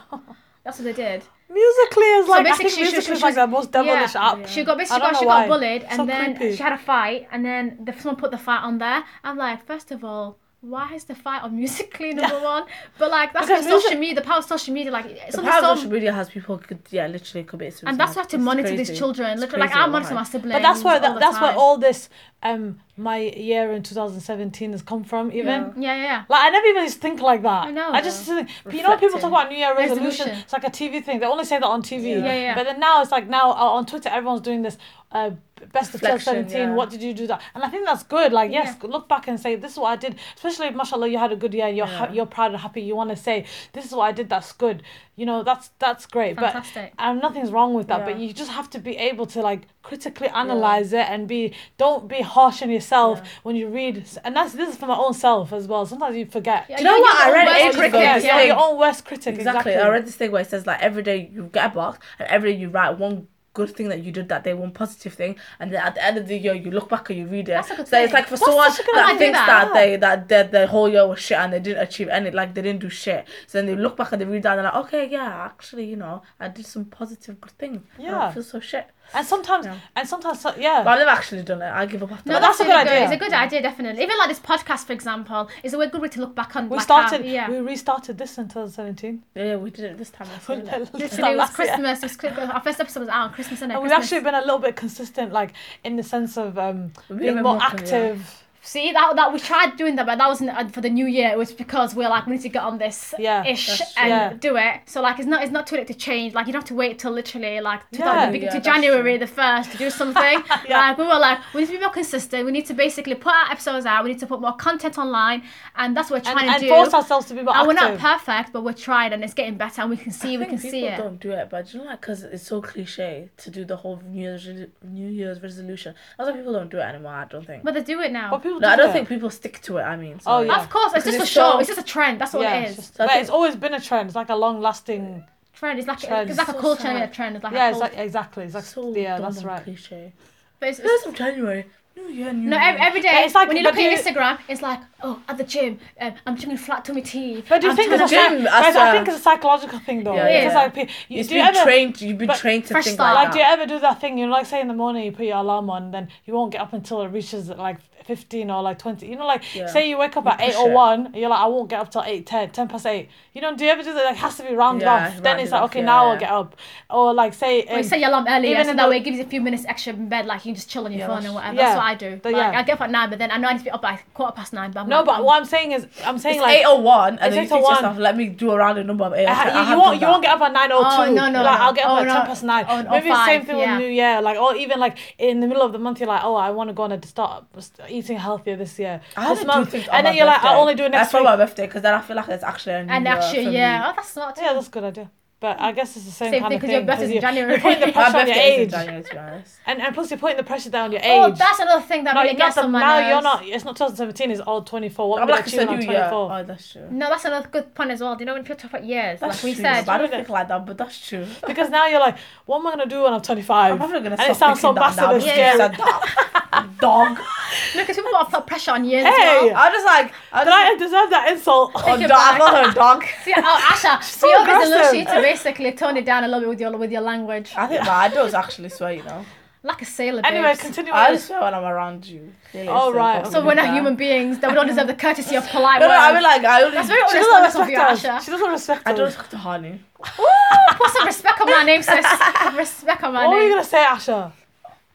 [SPEAKER 3] That's what they did.
[SPEAKER 2] Musically is like I
[SPEAKER 3] basically
[SPEAKER 2] think
[SPEAKER 3] she- she-
[SPEAKER 2] musically
[SPEAKER 3] she-
[SPEAKER 2] is like
[SPEAKER 3] she-
[SPEAKER 2] the most devilish
[SPEAKER 3] yeah.
[SPEAKER 2] app.
[SPEAKER 3] She got
[SPEAKER 2] I
[SPEAKER 3] basically
[SPEAKER 2] don't
[SPEAKER 3] got, she
[SPEAKER 2] know why.
[SPEAKER 3] got bullied and
[SPEAKER 2] So
[SPEAKER 3] then
[SPEAKER 2] creepy.
[SPEAKER 3] she had a fight and then the, someone put the fight on there. I'm like, first of all, why is the fight on musically number one? But like that's
[SPEAKER 2] Because
[SPEAKER 3] what social
[SPEAKER 2] music-
[SPEAKER 3] media, the power of social media, like it's
[SPEAKER 4] The
[SPEAKER 3] something
[SPEAKER 4] power of
[SPEAKER 3] so-
[SPEAKER 4] social media has people could yeah literally commit suicide.
[SPEAKER 3] and that's why I have to
[SPEAKER 4] It's
[SPEAKER 3] monitor
[SPEAKER 4] crazy.
[SPEAKER 3] these children.
[SPEAKER 4] It's
[SPEAKER 3] Literally, like
[SPEAKER 4] crazy
[SPEAKER 3] I
[SPEAKER 4] what
[SPEAKER 3] monitor my
[SPEAKER 4] happens.
[SPEAKER 3] siblings.
[SPEAKER 2] But that's where
[SPEAKER 3] all
[SPEAKER 2] that,
[SPEAKER 3] the
[SPEAKER 2] that's where
[SPEAKER 3] time.
[SPEAKER 2] all this um my year in 2017 has come from even.
[SPEAKER 4] Yeah.
[SPEAKER 3] Yeah, yeah, yeah.
[SPEAKER 2] Like I never even used to think like that.
[SPEAKER 3] I know.
[SPEAKER 2] I just think, but you know people talk
[SPEAKER 4] Reflecting.
[SPEAKER 2] about New Year resolution.
[SPEAKER 3] Resolution.
[SPEAKER 2] It's like a TV thing. They only say that on TV.
[SPEAKER 4] Yeah.
[SPEAKER 3] Yeah, yeah.
[SPEAKER 2] But then now it's like now uh, on Twitter everyone's doing this. Uh, best of
[SPEAKER 4] Reflection,
[SPEAKER 2] 2017.
[SPEAKER 4] yeah.
[SPEAKER 2] What did you do that? And I think that's good. Like yes, look back and say this is what I did. Especially if, mashallah you had a good year. And you're ha-
[SPEAKER 4] Yeah.
[SPEAKER 2] you're proud and happy. You want to say this is what I did. That's good. You know that's that's great.
[SPEAKER 3] Fantastic.
[SPEAKER 2] But um, nothing's wrong with that. But
[SPEAKER 4] Yeah.
[SPEAKER 2] you just have to be able to like critically analyze it and be don't be harsh on yourself
[SPEAKER 4] Yeah.
[SPEAKER 2] when you read. And that's this is for my own self as well. Sometimes you forget.
[SPEAKER 3] Yeah,
[SPEAKER 4] Do you know what?
[SPEAKER 3] you're
[SPEAKER 4] I read
[SPEAKER 3] the worst
[SPEAKER 4] ages ago
[SPEAKER 3] critic,
[SPEAKER 4] this
[SPEAKER 2] Yeah,
[SPEAKER 3] yeah.
[SPEAKER 4] thing.
[SPEAKER 2] your own worst critic.
[SPEAKER 4] Exactly. I read this thing where it says like every day you get a box and every day you write one good thing that you did that day, one positive thing, and then at the end of the year you look back and you read it.
[SPEAKER 3] That's a good
[SPEAKER 4] so it's
[SPEAKER 3] thing.
[SPEAKER 4] like for
[SPEAKER 2] That's
[SPEAKER 4] someone
[SPEAKER 2] such a good
[SPEAKER 4] that
[SPEAKER 3] idea.
[SPEAKER 4] thinks
[SPEAKER 3] Yeah.
[SPEAKER 4] that they that their, their whole year was shit and they didn't achieve any like they didn't do shit. So then they look back and they read that and they're like, Okay, yeah, actually, you know, I did some positive good things. and I
[SPEAKER 2] Yeah.
[SPEAKER 4] don't feel so shit.
[SPEAKER 2] And sometimes,
[SPEAKER 4] Yeah.
[SPEAKER 2] and sometimes, so- yeah.
[SPEAKER 4] But I've never actually done it. I give up after
[SPEAKER 3] No,
[SPEAKER 4] that.
[SPEAKER 2] that's
[SPEAKER 3] that's,
[SPEAKER 2] a
[SPEAKER 3] really
[SPEAKER 2] good idea.
[SPEAKER 3] It's a good idea, definitely. Even like this podcast, for example, is a way- good way to look back on.
[SPEAKER 2] we
[SPEAKER 3] like how-
[SPEAKER 2] started.
[SPEAKER 3] yeah.
[SPEAKER 2] We restarted this in 2017.
[SPEAKER 4] Yeah, yeah, we did it this time. I said it.
[SPEAKER 3] Literally, it was
[SPEAKER 2] Last year.
[SPEAKER 3] Christmas. It was Christmas. Our first episode was out on Christmas, and
[SPEAKER 2] And we've actually been a little bit consistent, like in the sense of um,
[SPEAKER 4] We've
[SPEAKER 2] being
[SPEAKER 4] been
[SPEAKER 2] more
[SPEAKER 4] more-
[SPEAKER 2] active.
[SPEAKER 3] See that that we tried doing that, but that wasn't uh, for the new year. It was because we are like we need to get on this
[SPEAKER 2] Yeah,
[SPEAKER 3] ish
[SPEAKER 4] that's
[SPEAKER 3] and
[SPEAKER 2] Yeah.
[SPEAKER 3] do it. So like it's not it's not too late to change. Like you don't have to wait till literally like to,
[SPEAKER 2] Yeah.
[SPEAKER 3] like, the big-
[SPEAKER 4] Yeah,
[SPEAKER 3] to
[SPEAKER 4] that's
[SPEAKER 3] January the first to do something.
[SPEAKER 2] Yeah.
[SPEAKER 3] Like we were like we need to be more consistent. We need to basically put our episodes out. We need to put more content online, and that's what we're
[SPEAKER 2] And,
[SPEAKER 3] trying
[SPEAKER 2] and
[SPEAKER 3] to do.
[SPEAKER 2] force ourselves to be more
[SPEAKER 3] and we're
[SPEAKER 2] active.
[SPEAKER 3] not perfect, but we're trying, and it's getting better. And we can see,
[SPEAKER 4] I
[SPEAKER 3] we can
[SPEAKER 4] think
[SPEAKER 3] see
[SPEAKER 4] people
[SPEAKER 3] it.
[SPEAKER 4] don't do it, but do you know, like, because it's so cliche to do the whole New Year's re- New Year's resolution. That's why people don't do it anymore. I don't think.
[SPEAKER 3] But they do it now.
[SPEAKER 2] But people
[SPEAKER 4] no,
[SPEAKER 2] do
[SPEAKER 4] I don't
[SPEAKER 2] it.
[SPEAKER 4] think people stick to it. I mean,
[SPEAKER 2] Oh,
[SPEAKER 4] sorry.
[SPEAKER 2] yeah.
[SPEAKER 3] Of course, it's
[SPEAKER 4] Because
[SPEAKER 3] just a
[SPEAKER 4] it's
[SPEAKER 3] show.
[SPEAKER 4] so-
[SPEAKER 3] It's just a trend. That's all
[SPEAKER 2] yeah,
[SPEAKER 3] it
[SPEAKER 2] it's
[SPEAKER 3] is.
[SPEAKER 2] just-
[SPEAKER 4] So I
[SPEAKER 2] but
[SPEAKER 4] think-
[SPEAKER 2] it's always been a trend. It's like a long lasting.
[SPEAKER 3] trend. It's like
[SPEAKER 2] Trend.
[SPEAKER 3] it's like a
[SPEAKER 4] So
[SPEAKER 3] culture
[SPEAKER 4] sad.
[SPEAKER 3] a trend. It's like
[SPEAKER 2] Yeah,
[SPEAKER 3] a
[SPEAKER 2] it's
[SPEAKER 3] culture.
[SPEAKER 2] like exactly. It's like
[SPEAKER 4] so
[SPEAKER 2] yeah,
[SPEAKER 4] dumb
[SPEAKER 2] that's
[SPEAKER 4] and
[SPEAKER 2] right.
[SPEAKER 4] cliche.
[SPEAKER 3] but it's, it's
[SPEAKER 4] First of January, New Year, New
[SPEAKER 3] No,
[SPEAKER 4] Year.
[SPEAKER 3] ev- every day.
[SPEAKER 2] But it's like-
[SPEAKER 3] when you
[SPEAKER 2] but
[SPEAKER 3] look at
[SPEAKER 2] do you-
[SPEAKER 3] Instagram, it's like, oh, at the gym, um, I'm drinking flat tummy tea.
[SPEAKER 2] But do you
[SPEAKER 3] I'm
[SPEAKER 2] think it's a
[SPEAKER 3] trying to-
[SPEAKER 4] gym
[SPEAKER 2] psych-
[SPEAKER 4] as
[SPEAKER 2] but I
[SPEAKER 4] well.
[SPEAKER 2] think it's a psychological thing though.
[SPEAKER 4] Yeah,
[SPEAKER 2] It's
[SPEAKER 3] yeah.
[SPEAKER 2] like pe- you,
[SPEAKER 4] You've
[SPEAKER 2] do you
[SPEAKER 4] been
[SPEAKER 2] ever
[SPEAKER 4] trained. You've been
[SPEAKER 2] but-
[SPEAKER 4] trained to
[SPEAKER 3] Fresh
[SPEAKER 4] think
[SPEAKER 3] start.
[SPEAKER 2] like,
[SPEAKER 4] like
[SPEAKER 2] do you
[SPEAKER 4] that.
[SPEAKER 2] ever do that thing? You know, like say in the morning you put your alarm on, then you won't get up until it reaches like fifteen or like twenty. You know, like
[SPEAKER 4] Yeah.
[SPEAKER 2] say you wake up
[SPEAKER 4] You
[SPEAKER 2] at eight
[SPEAKER 4] push
[SPEAKER 2] or
[SPEAKER 4] it.
[SPEAKER 2] one, you're like, I won't get up till 8, 10, 10 past eight. You know, do you ever do that? Like, has to be rounded
[SPEAKER 4] Yeah,
[SPEAKER 2] off. Then
[SPEAKER 4] rounded
[SPEAKER 2] it's like,
[SPEAKER 4] off,
[SPEAKER 2] okay,
[SPEAKER 4] yeah,
[SPEAKER 2] now I'll
[SPEAKER 4] yeah.
[SPEAKER 2] get up. Or like say,
[SPEAKER 3] Or you
[SPEAKER 2] um,
[SPEAKER 3] set your alarm earlier,
[SPEAKER 2] even
[SPEAKER 3] so
[SPEAKER 2] though-
[SPEAKER 3] that way it gives you a few minutes extra in bed, like you can just chill on your
[SPEAKER 4] Yeah,
[SPEAKER 3] phone
[SPEAKER 4] that's-
[SPEAKER 3] and whatever.
[SPEAKER 2] yeah.
[SPEAKER 3] That's what I do.
[SPEAKER 2] But
[SPEAKER 3] like,
[SPEAKER 2] yeah.
[SPEAKER 3] I get up at nine, but then I know I need to be up by quarter past nine. But I'm
[SPEAKER 2] no,
[SPEAKER 3] like, "Mm,
[SPEAKER 2] but
[SPEAKER 3] I'm-
[SPEAKER 2] what I'm saying is, I'm saying
[SPEAKER 4] It's
[SPEAKER 2] like.
[SPEAKER 4] eight oh one,
[SPEAKER 2] it's
[SPEAKER 4] and then
[SPEAKER 2] eight
[SPEAKER 4] you
[SPEAKER 2] oh
[SPEAKER 4] think to
[SPEAKER 2] one.
[SPEAKER 4] yourself, "Let me do a round a number of eight.
[SPEAKER 2] I ha-
[SPEAKER 4] Okay, I
[SPEAKER 2] you,
[SPEAKER 4] have
[SPEAKER 2] you won't
[SPEAKER 4] done
[SPEAKER 2] you
[SPEAKER 4] that.
[SPEAKER 2] won't get up at nine or
[SPEAKER 3] Oh,
[SPEAKER 2] two.
[SPEAKER 3] no, no,
[SPEAKER 2] like,
[SPEAKER 3] no.
[SPEAKER 2] I'll get up
[SPEAKER 3] Oh,
[SPEAKER 2] at
[SPEAKER 3] no.
[SPEAKER 2] ten past nine.
[SPEAKER 3] Oh, or
[SPEAKER 2] Maybe the same
[SPEAKER 3] five,
[SPEAKER 2] thing
[SPEAKER 3] yeah.
[SPEAKER 2] with New Year, like or even like in the middle of the month, you're like, oh, I want to go on a start eat eating healthier this year.
[SPEAKER 4] I
[SPEAKER 2] this
[SPEAKER 4] only do
[SPEAKER 2] month.
[SPEAKER 4] things on
[SPEAKER 2] and
[SPEAKER 4] my
[SPEAKER 2] then you're like, I'll
[SPEAKER 4] birthday.
[SPEAKER 2] only do it next
[SPEAKER 4] That's for
[SPEAKER 2] week.
[SPEAKER 4] my birthday because then I feel like it's actually a new
[SPEAKER 3] And
[SPEAKER 4] year
[SPEAKER 3] actually,
[SPEAKER 4] for
[SPEAKER 3] yeah,
[SPEAKER 4] me.
[SPEAKER 3] oh, that's not.
[SPEAKER 2] Yeah, that's a good idea. But I guess it's the same,
[SPEAKER 3] Same
[SPEAKER 2] kind
[SPEAKER 3] thing,
[SPEAKER 2] of
[SPEAKER 3] 'cause
[SPEAKER 2] thing.
[SPEAKER 3] your birthday's in
[SPEAKER 2] you're-
[SPEAKER 3] January.
[SPEAKER 2] You're putting the
[SPEAKER 3] My
[SPEAKER 4] My
[SPEAKER 2] pressure on your
[SPEAKER 4] birthday is in
[SPEAKER 2] age.
[SPEAKER 4] January, to be honest.
[SPEAKER 2] And, and plus, you're putting the pressure down on your age.
[SPEAKER 3] Oh, that's another thing that
[SPEAKER 2] no,
[SPEAKER 3] really
[SPEAKER 2] you're not
[SPEAKER 3] gets
[SPEAKER 2] the,
[SPEAKER 3] on my
[SPEAKER 2] now you're
[SPEAKER 3] nerves.
[SPEAKER 2] not. It's not 2017. It's all 24. What
[SPEAKER 4] I'm
[SPEAKER 2] would I
[SPEAKER 4] like, it's
[SPEAKER 2] achieve
[SPEAKER 4] a
[SPEAKER 2] on
[SPEAKER 4] new year.
[SPEAKER 2] 24?
[SPEAKER 4] Oh, that's true.
[SPEAKER 3] No, that's another good point as well. Do you know when people talk about years,
[SPEAKER 4] That's
[SPEAKER 3] like we
[SPEAKER 4] true.
[SPEAKER 3] said,
[SPEAKER 4] but I don't think like that, but that's true.
[SPEAKER 2] Because now you're like, what am I gonna do when I'm 25?
[SPEAKER 4] I'm probably gonna
[SPEAKER 2] and it
[SPEAKER 4] stop
[SPEAKER 2] sounds so
[SPEAKER 4] thinking that
[SPEAKER 2] bastard
[SPEAKER 4] now
[SPEAKER 2] and
[SPEAKER 4] because
[SPEAKER 3] Yeah.
[SPEAKER 2] scary.
[SPEAKER 4] you said that. Dog.
[SPEAKER 3] no, because people want to put pressure on years.
[SPEAKER 2] Hey!
[SPEAKER 3] as well.
[SPEAKER 4] I just like I
[SPEAKER 2] But I
[SPEAKER 4] just
[SPEAKER 2] deserve that insult.
[SPEAKER 4] oh,
[SPEAKER 3] it
[SPEAKER 4] dog. I
[SPEAKER 3] back.
[SPEAKER 4] call her dog.
[SPEAKER 3] See, oh, Asha, so you're going
[SPEAKER 2] aggressive.
[SPEAKER 3] to to basically tone it down a little bit with your with your language,
[SPEAKER 4] I think my does actually swear, you know.
[SPEAKER 3] like a sailor.
[SPEAKER 2] anyway,
[SPEAKER 3] babes.
[SPEAKER 2] continue.
[SPEAKER 4] I
[SPEAKER 2] on.
[SPEAKER 4] just swear when I'm around you. Yeah, yeah,
[SPEAKER 2] Oh, right.
[SPEAKER 4] probably
[SPEAKER 3] so we're not
[SPEAKER 4] fair.
[SPEAKER 3] human beings. That we don't deserve the courtesy of polite
[SPEAKER 4] No, no,
[SPEAKER 3] words.
[SPEAKER 4] I mean like I only
[SPEAKER 3] That's very
[SPEAKER 2] she
[SPEAKER 3] honest
[SPEAKER 2] doesn't
[SPEAKER 3] honest of you,
[SPEAKER 2] respect us. She
[SPEAKER 3] Asha.
[SPEAKER 2] doesn't respect
[SPEAKER 4] I don't
[SPEAKER 2] us.
[SPEAKER 4] talk to honey.
[SPEAKER 3] Put some respect on my name, sis. Put respect on my
[SPEAKER 2] What were you
[SPEAKER 3] name.
[SPEAKER 2] gonna say, Asha?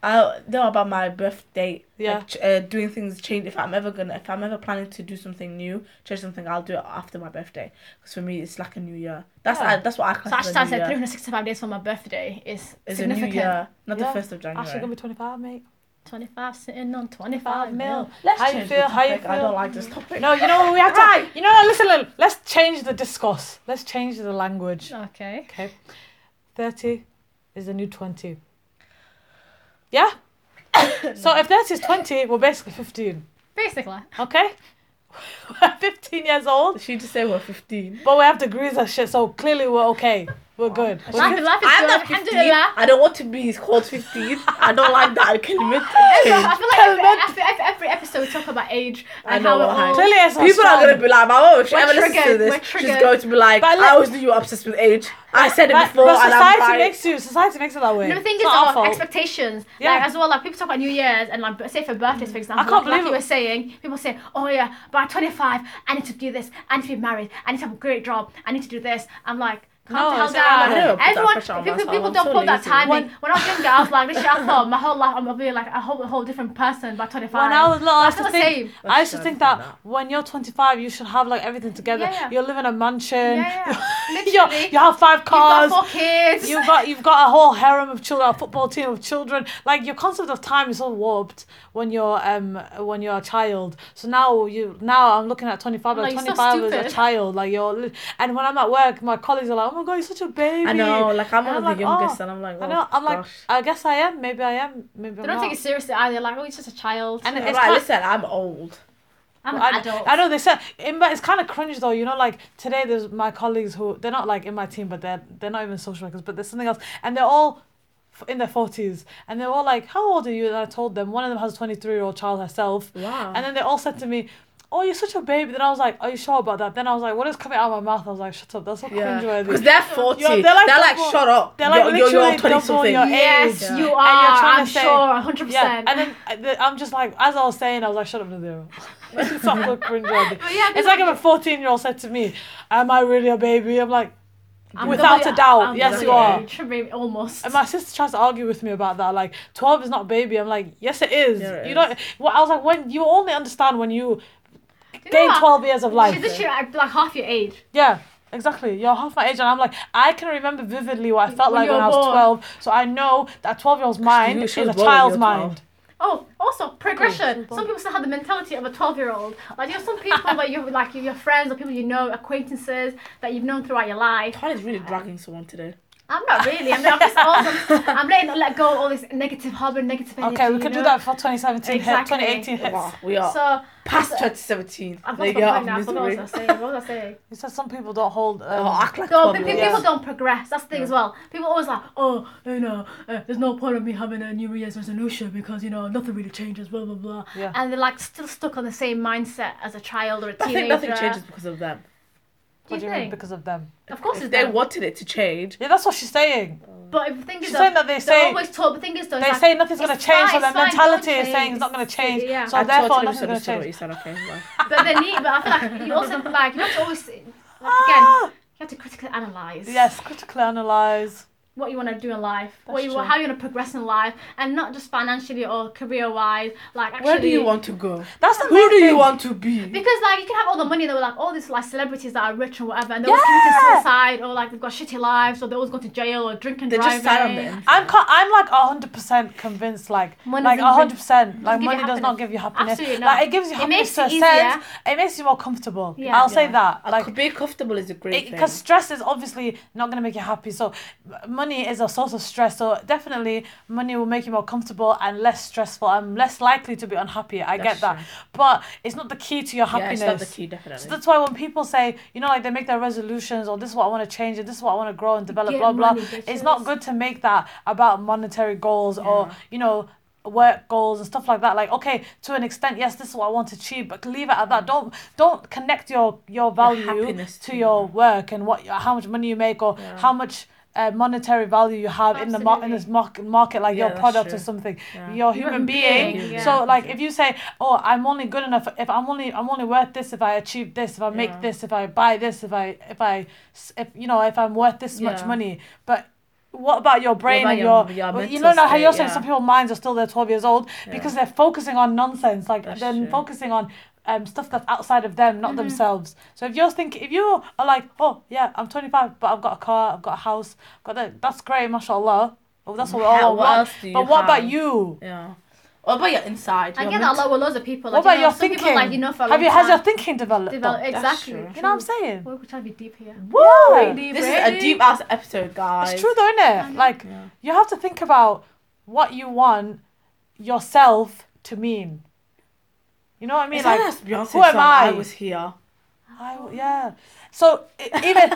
[SPEAKER 4] I know about my birthday.
[SPEAKER 2] Yeah.
[SPEAKER 4] Like, ch- uh, doing things change. If I'm ever gonna, if I'm ever planning to do something new, change something, I'll do it after my birthday. Because for me, it's like a new year. That's
[SPEAKER 2] Yeah.
[SPEAKER 4] I, that's what I
[SPEAKER 3] So
[SPEAKER 4] consider.
[SPEAKER 3] Asha said
[SPEAKER 4] a new year.
[SPEAKER 3] 365 days for my birthday is
[SPEAKER 4] It's a new
[SPEAKER 3] significant.
[SPEAKER 4] year, not
[SPEAKER 2] Yeah.
[SPEAKER 4] the first of January.
[SPEAKER 2] Asha, you're gonna be 25, mate.
[SPEAKER 3] 25 sitting on
[SPEAKER 2] 25
[SPEAKER 3] 25
[SPEAKER 2] mil.
[SPEAKER 3] mil.
[SPEAKER 4] Let's
[SPEAKER 2] How you
[SPEAKER 4] change
[SPEAKER 2] feel?
[SPEAKER 4] the
[SPEAKER 2] How you
[SPEAKER 4] topic. I
[SPEAKER 2] feel?
[SPEAKER 4] don't like this topic.
[SPEAKER 2] No, you know what we have to.
[SPEAKER 4] Right.
[SPEAKER 2] You know, what, listen. look, Let's change the discourse. Let's change the language.
[SPEAKER 3] Okay.
[SPEAKER 2] Okay. 30 is the new 20. Yeah? So if 30 is 20, we're basically 15.
[SPEAKER 3] Basically.
[SPEAKER 2] Okay? We're 15 years old,
[SPEAKER 4] She just said we're 15.
[SPEAKER 2] but we have degrees and shit, so clearly we're okay. We're good. We're
[SPEAKER 3] Life, life is
[SPEAKER 4] I'm
[SPEAKER 3] good.
[SPEAKER 4] not 15.
[SPEAKER 3] Alhamdulillah.
[SPEAKER 4] I don't want to be called 15. I don't like that. I can admit
[SPEAKER 3] I
[SPEAKER 4] it.
[SPEAKER 3] feel like every, every, every, every episode we talk about age
[SPEAKER 4] I
[SPEAKER 3] and
[SPEAKER 4] know
[SPEAKER 3] how
[SPEAKER 4] what
[SPEAKER 3] we're
[SPEAKER 4] I-
[SPEAKER 3] old.
[SPEAKER 2] Clearly it's not
[SPEAKER 4] People are
[SPEAKER 2] strong.
[SPEAKER 4] going to be like, my mom, if she
[SPEAKER 3] We're
[SPEAKER 4] ever listens to
[SPEAKER 3] triggered,
[SPEAKER 4] this,
[SPEAKER 3] we're
[SPEAKER 4] she's
[SPEAKER 3] triggered.
[SPEAKER 4] going to be like,
[SPEAKER 2] But
[SPEAKER 4] I
[SPEAKER 2] let-
[SPEAKER 4] always knew you were obsessed with age. I said it
[SPEAKER 2] But,
[SPEAKER 4] before,
[SPEAKER 2] but
[SPEAKER 4] and I'm
[SPEAKER 2] society
[SPEAKER 4] like,
[SPEAKER 2] makes you. Society makes it that way.
[SPEAKER 3] No, the thing
[SPEAKER 2] It's
[SPEAKER 3] is,
[SPEAKER 2] not our
[SPEAKER 3] though,
[SPEAKER 2] fault.
[SPEAKER 3] expectations.
[SPEAKER 2] Yeah.
[SPEAKER 3] Like as well, like people talk about New Year's and like say for birthdays, for example.
[SPEAKER 2] I can't
[SPEAKER 3] like,
[SPEAKER 2] believe
[SPEAKER 3] like you
[SPEAKER 2] it.
[SPEAKER 3] were saying, people say, "Oh yeah, by 25, I need to do this. I need to be married. I need to have a great job. I need to do that I'm like."
[SPEAKER 2] No,
[SPEAKER 3] Calm the hell
[SPEAKER 2] it's not
[SPEAKER 3] down.
[SPEAKER 4] like that. I don't put that
[SPEAKER 3] Everyone,
[SPEAKER 4] pressure on
[SPEAKER 3] people,
[SPEAKER 4] myself.
[SPEAKER 3] people
[SPEAKER 4] I'm
[SPEAKER 3] don't
[SPEAKER 4] so
[SPEAKER 3] put that
[SPEAKER 4] lazy.
[SPEAKER 3] timing.
[SPEAKER 2] When-
[SPEAKER 3] When, I was younger, I was like, this shit, I thought my whole life I'm gonna be like a whole, whole different person by 25.
[SPEAKER 2] When I was little, I used
[SPEAKER 3] That's
[SPEAKER 2] to
[SPEAKER 3] not
[SPEAKER 2] think,
[SPEAKER 3] the same.
[SPEAKER 2] I used to
[SPEAKER 4] That's
[SPEAKER 2] think
[SPEAKER 4] not
[SPEAKER 2] that,
[SPEAKER 4] that.
[SPEAKER 2] when you're 25, you should have like everything together.
[SPEAKER 3] Yeah.
[SPEAKER 2] You're living in a mansion.
[SPEAKER 3] Yeah, yeah.
[SPEAKER 2] You're-
[SPEAKER 3] Literally.
[SPEAKER 2] you have five
[SPEAKER 3] You've got
[SPEAKER 2] cars.
[SPEAKER 3] four kids.
[SPEAKER 2] You've got you've got a whole harem of children, a football team of children. Like your concept of time is all warped when you're um when you're a child. So now you now I'm looking at twenty five. Like
[SPEAKER 3] Like, you're so
[SPEAKER 2] twenty five was a
[SPEAKER 3] stupid.
[SPEAKER 2] child. Like you're li- and when I'm at work, my colleagues are like, oh my god, you're such a baby.
[SPEAKER 4] I know, like, I'm
[SPEAKER 2] And
[SPEAKER 4] one
[SPEAKER 2] I'm
[SPEAKER 4] of
[SPEAKER 2] like,
[SPEAKER 4] the youngest,
[SPEAKER 2] oh.
[SPEAKER 4] and I'm like,
[SPEAKER 2] I
[SPEAKER 4] oh,
[SPEAKER 2] know. I'm like, uh,
[SPEAKER 4] gosh.
[SPEAKER 2] I guess I am. Maybe I am. Maybe
[SPEAKER 3] they
[SPEAKER 2] I'm
[SPEAKER 3] don't
[SPEAKER 2] not.
[SPEAKER 3] take it seriously either. Like, oh, he's just a child.
[SPEAKER 2] And
[SPEAKER 4] Right,
[SPEAKER 2] it's kind
[SPEAKER 4] listen, I'm old.
[SPEAKER 3] I'm an
[SPEAKER 2] I,
[SPEAKER 3] adult.
[SPEAKER 2] I know they said, in, but it's kind of cringe though. You know, like today there's my colleagues who they're not like in my team, but they're they're not even social workers, but there's something else, and they're all f- in their forties, and they're all like, "How old are you?" And I told them one of them has a twenty three year old child herself,
[SPEAKER 4] Wow.
[SPEAKER 2] and then they all said to me. Oh, you're such a baby. Then I was like, Are you sure about that? Then I was like, What is coming out of my mouth? I was like, Shut up. That's so
[SPEAKER 4] Yeah.
[SPEAKER 2] cringeworthy.
[SPEAKER 4] Because they're 40.
[SPEAKER 2] Yeah,
[SPEAKER 4] they're
[SPEAKER 2] they're like
[SPEAKER 4] like,
[SPEAKER 2] double-
[SPEAKER 4] shut up.
[SPEAKER 2] they're like
[SPEAKER 4] You're- you're,
[SPEAKER 2] literally
[SPEAKER 4] you're 20
[SPEAKER 2] double
[SPEAKER 4] something.
[SPEAKER 2] your age.
[SPEAKER 3] yes, you
[SPEAKER 2] And you're
[SPEAKER 3] are.
[SPEAKER 2] trying to
[SPEAKER 3] I'm
[SPEAKER 2] say-
[SPEAKER 3] sure, 100.
[SPEAKER 2] Yeah,
[SPEAKER 3] percent
[SPEAKER 2] and then I- the- I'm just like, as I was saying, I was like, shut up, Nadira. it's not so cringeworthy.
[SPEAKER 3] yeah,
[SPEAKER 2] it's like if a 14 year old said to me, Am I really a baby? I'm like,
[SPEAKER 3] I'm
[SPEAKER 2] Without
[SPEAKER 3] double-
[SPEAKER 2] a doubt,
[SPEAKER 3] I'm
[SPEAKER 2] yes,
[SPEAKER 3] double
[SPEAKER 4] you
[SPEAKER 3] your
[SPEAKER 4] are.
[SPEAKER 3] age, maybe Almost.
[SPEAKER 2] and my sister tries to argue with me about that. Like, 12 is not a baby. I'm like, Yes, it is.
[SPEAKER 4] Yeah, it
[SPEAKER 2] you
[SPEAKER 4] is.
[SPEAKER 2] don't, well, I was like, when You only understand when you
[SPEAKER 3] You know
[SPEAKER 2] gain
[SPEAKER 3] what?
[SPEAKER 2] 12 years of
[SPEAKER 3] She's
[SPEAKER 2] life.
[SPEAKER 3] literally like, like half your age.
[SPEAKER 2] Yeah. Exactly, you're half my age, and I'm like, I can remember vividly what I felt
[SPEAKER 3] When
[SPEAKER 2] like
[SPEAKER 3] you
[SPEAKER 2] when
[SPEAKER 3] were
[SPEAKER 2] I was
[SPEAKER 3] born.
[SPEAKER 2] 12. So I know that 12 year old's mind
[SPEAKER 4] you-
[SPEAKER 2] is
[SPEAKER 4] she
[SPEAKER 2] a
[SPEAKER 4] was born when you
[SPEAKER 2] child's
[SPEAKER 4] were 12.
[SPEAKER 2] mind.
[SPEAKER 3] Oh, also progression.
[SPEAKER 2] Cool.
[SPEAKER 3] Some people still have the mentality of a twelve-year-old. Like you have some people that you like your friends or people you know, acquaintances that you've known throughout your life.
[SPEAKER 4] Tony's really dragging someone today.
[SPEAKER 3] I'm not really. I'm, I'm just also, I'm letting let go of all this negative harbor, negative energy.
[SPEAKER 2] Okay, we
[SPEAKER 3] you
[SPEAKER 2] can do
[SPEAKER 3] know?
[SPEAKER 2] that for 2017
[SPEAKER 3] Exactly.
[SPEAKER 2] hit, 2018 hits.
[SPEAKER 4] Wow, we are
[SPEAKER 3] So
[SPEAKER 4] past 2017.
[SPEAKER 3] I've
[SPEAKER 4] They
[SPEAKER 3] lost
[SPEAKER 4] get
[SPEAKER 3] my
[SPEAKER 4] out
[SPEAKER 3] point
[SPEAKER 4] of
[SPEAKER 3] now. I forgot what
[SPEAKER 4] misery.
[SPEAKER 3] I was saying. What was I saying?
[SPEAKER 2] You said some people don't hold. Um,
[SPEAKER 4] Oh, act like
[SPEAKER 3] No,
[SPEAKER 4] 12
[SPEAKER 3] pe-
[SPEAKER 4] years.
[SPEAKER 3] people don't progress. That's the thing as well. People always like, oh, you know, uh, there's no point of me having a New Year's resolution because you know nothing really changes. Blah blah blah.
[SPEAKER 2] Yeah.
[SPEAKER 3] And they're like still stuck on the same mindset as a child or a
[SPEAKER 4] I
[SPEAKER 3] teenager.
[SPEAKER 4] think nothing changes because of them.
[SPEAKER 3] Do
[SPEAKER 2] what
[SPEAKER 3] you
[SPEAKER 2] do you mean?
[SPEAKER 3] think?
[SPEAKER 2] Because of them.
[SPEAKER 3] Of course,
[SPEAKER 4] If
[SPEAKER 3] it's
[SPEAKER 4] they
[SPEAKER 3] them.
[SPEAKER 4] wanted it to change,
[SPEAKER 2] Yeah, that's what she's saying.
[SPEAKER 3] But if the thing is,
[SPEAKER 2] She's
[SPEAKER 3] though,
[SPEAKER 2] saying that they
[SPEAKER 3] they're
[SPEAKER 2] say
[SPEAKER 3] always taught. But the thing is, though,
[SPEAKER 2] they
[SPEAKER 3] it's like,
[SPEAKER 2] say nothing's going to
[SPEAKER 3] it's
[SPEAKER 2] change, so
[SPEAKER 3] fine,
[SPEAKER 2] their
[SPEAKER 3] it's fine,
[SPEAKER 2] mentality
[SPEAKER 3] don't
[SPEAKER 2] is saying it's not going to
[SPEAKER 3] change.
[SPEAKER 2] change.
[SPEAKER 3] Yeah.
[SPEAKER 2] So
[SPEAKER 4] I
[SPEAKER 2] therefore,
[SPEAKER 4] totally
[SPEAKER 2] nothing's going to
[SPEAKER 4] misunderstood what you said.
[SPEAKER 2] change.
[SPEAKER 4] Okay, well.
[SPEAKER 3] but then need. But I feel like you also
[SPEAKER 2] Ah!
[SPEAKER 3] like you have to always like, again. You have to critically analyze.
[SPEAKER 2] Yes, critically analyze.
[SPEAKER 3] what you want to do in life, what
[SPEAKER 4] That's
[SPEAKER 3] you,
[SPEAKER 4] true.
[SPEAKER 3] how you want to progress in life, and not just financially or career wise. Like actually,
[SPEAKER 4] Where do you want to go?
[SPEAKER 2] That's the
[SPEAKER 4] Who
[SPEAKER 2] main
[SPEAKER 4] do you
[SPEAKER 2] thing.
[SPEAKER 4] want to be?
[SPEAKER 3] Because like you can have all the money, there were like all these like celebrities that are rich and whatever, and they're always committing suicide or like they've got shitty lives or they always go to jail or drink and
[SPEAKER 4] They
[SPEAKER 3] driving.
[SPEAKER 4] just sat on the
[SPEAKER 2] I'm co- I'm like hundred percent convinced. Like
[SPEAKER 3] Money
[SPEAKER 2] like
[SPEAKER 3] doesn't
[SPEAKER 2] hundred percent. Like
[SPEAKER 3] give you
[SPEAKER 2] money does not
[SPEAKER 3] happiness.
[SPEAKER 2] give you happiness.
[SPEAKER 3] Absolutely not.
[SPEAKER 2] Like it gives you
[SPEAKER 3] It
[SPEAKER 2] happiness
[SPEAKER 3] makes
[SPEAKER 2] to a
[SPEAKER 3] it
[SPEAKER 2] sense.
[SPEAKER 3] easier.
[SPEAKER 2] It makes you more comfortable.
[SPEAKER 3] Yeah.
[SPEAKER 2] I'll say
[SPEAKER 4] Yeah.
[SPEAKER 2] that. Like
[SPEAKER 4] being comfortable is a great
[SPEAKER 2] because stress is obviously not going to make you happy so m- money is a source of stress so definitely money will make you more comfortable and less stressful and less likely to be unhappy i
[SPEAKER 4] That's
[SPEAKER 2] get that
[SPEAKER 4] true.
[SPEAKER 2] but it's not the key to your happiness so
[SPEAKER 4] definitely.
[SPEAKER 2] that's why when people say, you know, like they make their resolutions or this is what I want to change and this is what I want to grow and develop,
[SPEAKER 3] Get
[SPEAKER 2] blah, blah.
[SPEAKER 3] money,
[SPEAKER 2] it's not
[SPEAKER 3] bitches.
[SPEAKER 2] good to make that about monetary goals or, you know, work goals and stuff like that like okay to an extent yes this is what i want to achieve but leave it at that don't don't connect your your value
[SPEAKER 4] happiness
[SPEAKER 2] to
[SPEAKER 4] to
[SPEAKER 2] your work and what how much money you make or
[SPEAKER 4] Yeah.
[SPEAKER 2] how much uh, monetary value you have in the mar- in
[SPEAKER 3] Absolutely.
[SPEAKER 2] this market market like
[SPEAKER 4] Yeah,
[SPEAKER 2] your
[SPEAKER 4] that's
[SPEAKER 2] product or
[SPEAKER 4] true.
[SPEAKER 2] something
[SPEAKER 4] Yeah.
[SPEAKER 2] you're a
[SPEAKER 3] You're a
[SPEAKER 2] human being,
[SPEAKER 3] being,
[SPEAKER 4] yeah.
[SPEAKER 2] so like
[SPEAKER 4] Yeah.
[SPEAKER 2] if you say oh i'm only good enough if i'm only i'm only worth this if i achieve this if i make
[SPEAKER 4] Yeah.
[SPEAKER 2] this if i buy this if i if i s- if you know if i'm worth this much
[SPEAKER 4] Yeah.
[SPEAKER 2] money but what about your brain
[SPEAKER 4] about
[SPEAKER 2] and your,
[SPEAKER 4] your- your
[SPEAKER 2] well, you
[SPEAKER 4] mental
[SPEAKER 2] know now how you're
[SPEAKER 4] state,
[SPEAKER 2] saying
[SPEAKER 4] yeah.
[SPEAKER 2] some people's minds are still there 12 years old because they're focusing on nonsense like
[SPEAKER 4] That's
[SPEAKER 2] they're
[SPEAKER 4] true. Mm-hmm.
[SPEAKER 2] focusing on um, stuff that's outside of them not themselves so if you're thinking if you are like oh yeah i'm 25 but i've got a car i've got a house got that that's great mashallah oh, that's what we
[SPEAKER 4] How-
[SPEAKER 2] all
[SPEAKER 4] what
[SPEAKER 2] want.
[SPEAKER 4] else do you
[SPEAKER 2] but what about
[SPEAKER 4] have?
[SPEAKER 2] you
[SPEAKER 4] Yeah. What about your inside?
[SPEAKER 3] I
[SPEAKER 4] Your
[SPEAKER 3] get that a
[SPEAKER 4] mental-
[SPEAKER 3] lot with loads of people.
[SPEAKER 2] what
[SPEAKER 3] Like,
[SPEAKER 2] about
[SPEAKER 3] you know,
[SPEAKER 2] your
[SPEAKER 3] some
[SPEAKER 2] thinking?
[SPEAKER 3] People, like, you know, for a
[SPEAKER 2] Have
[SPEAKER 3] long
[SPEAKER 2] you has your
[SPEAKER 3] time,
[SPEAKER 2] thinking developed?
[SPEAKER 3] develop-
[SPEAKER 2] though?
[SPEAKER 3] exactly.
[SPEAKER 4] true.
[SPEAKER 2] You know what I'm saying?
[SPEAKER 3] We're trying to be deep
[SPEAKER 2] Mm.
[SPEAKER 3] here.
[SPEAKER 2] Yeah.
[SPEAKER 3] Deep,
[SPEAKER 4] This is a
[SPEAKER 3] really.
[SPEAKER 4] deep ass episode, guys.
[SPEAKER 2] It's true though, isn't it? Like
[SPEAKER 4] Yeah.
[SPEAKER 2] you have to think about what you want yourself to mean. You know what I mean?
[SPEAKER 4] It's
[SPEAKER 2] like
[SPEAKER 4] like, Beyonce
[SPEAKER 2] who am
[SPEAKER 4] song, I?
[SPEAKER 2] I?
[SPEAKER 4] was here.
[SPEAKER 2] I- yeah. So e- even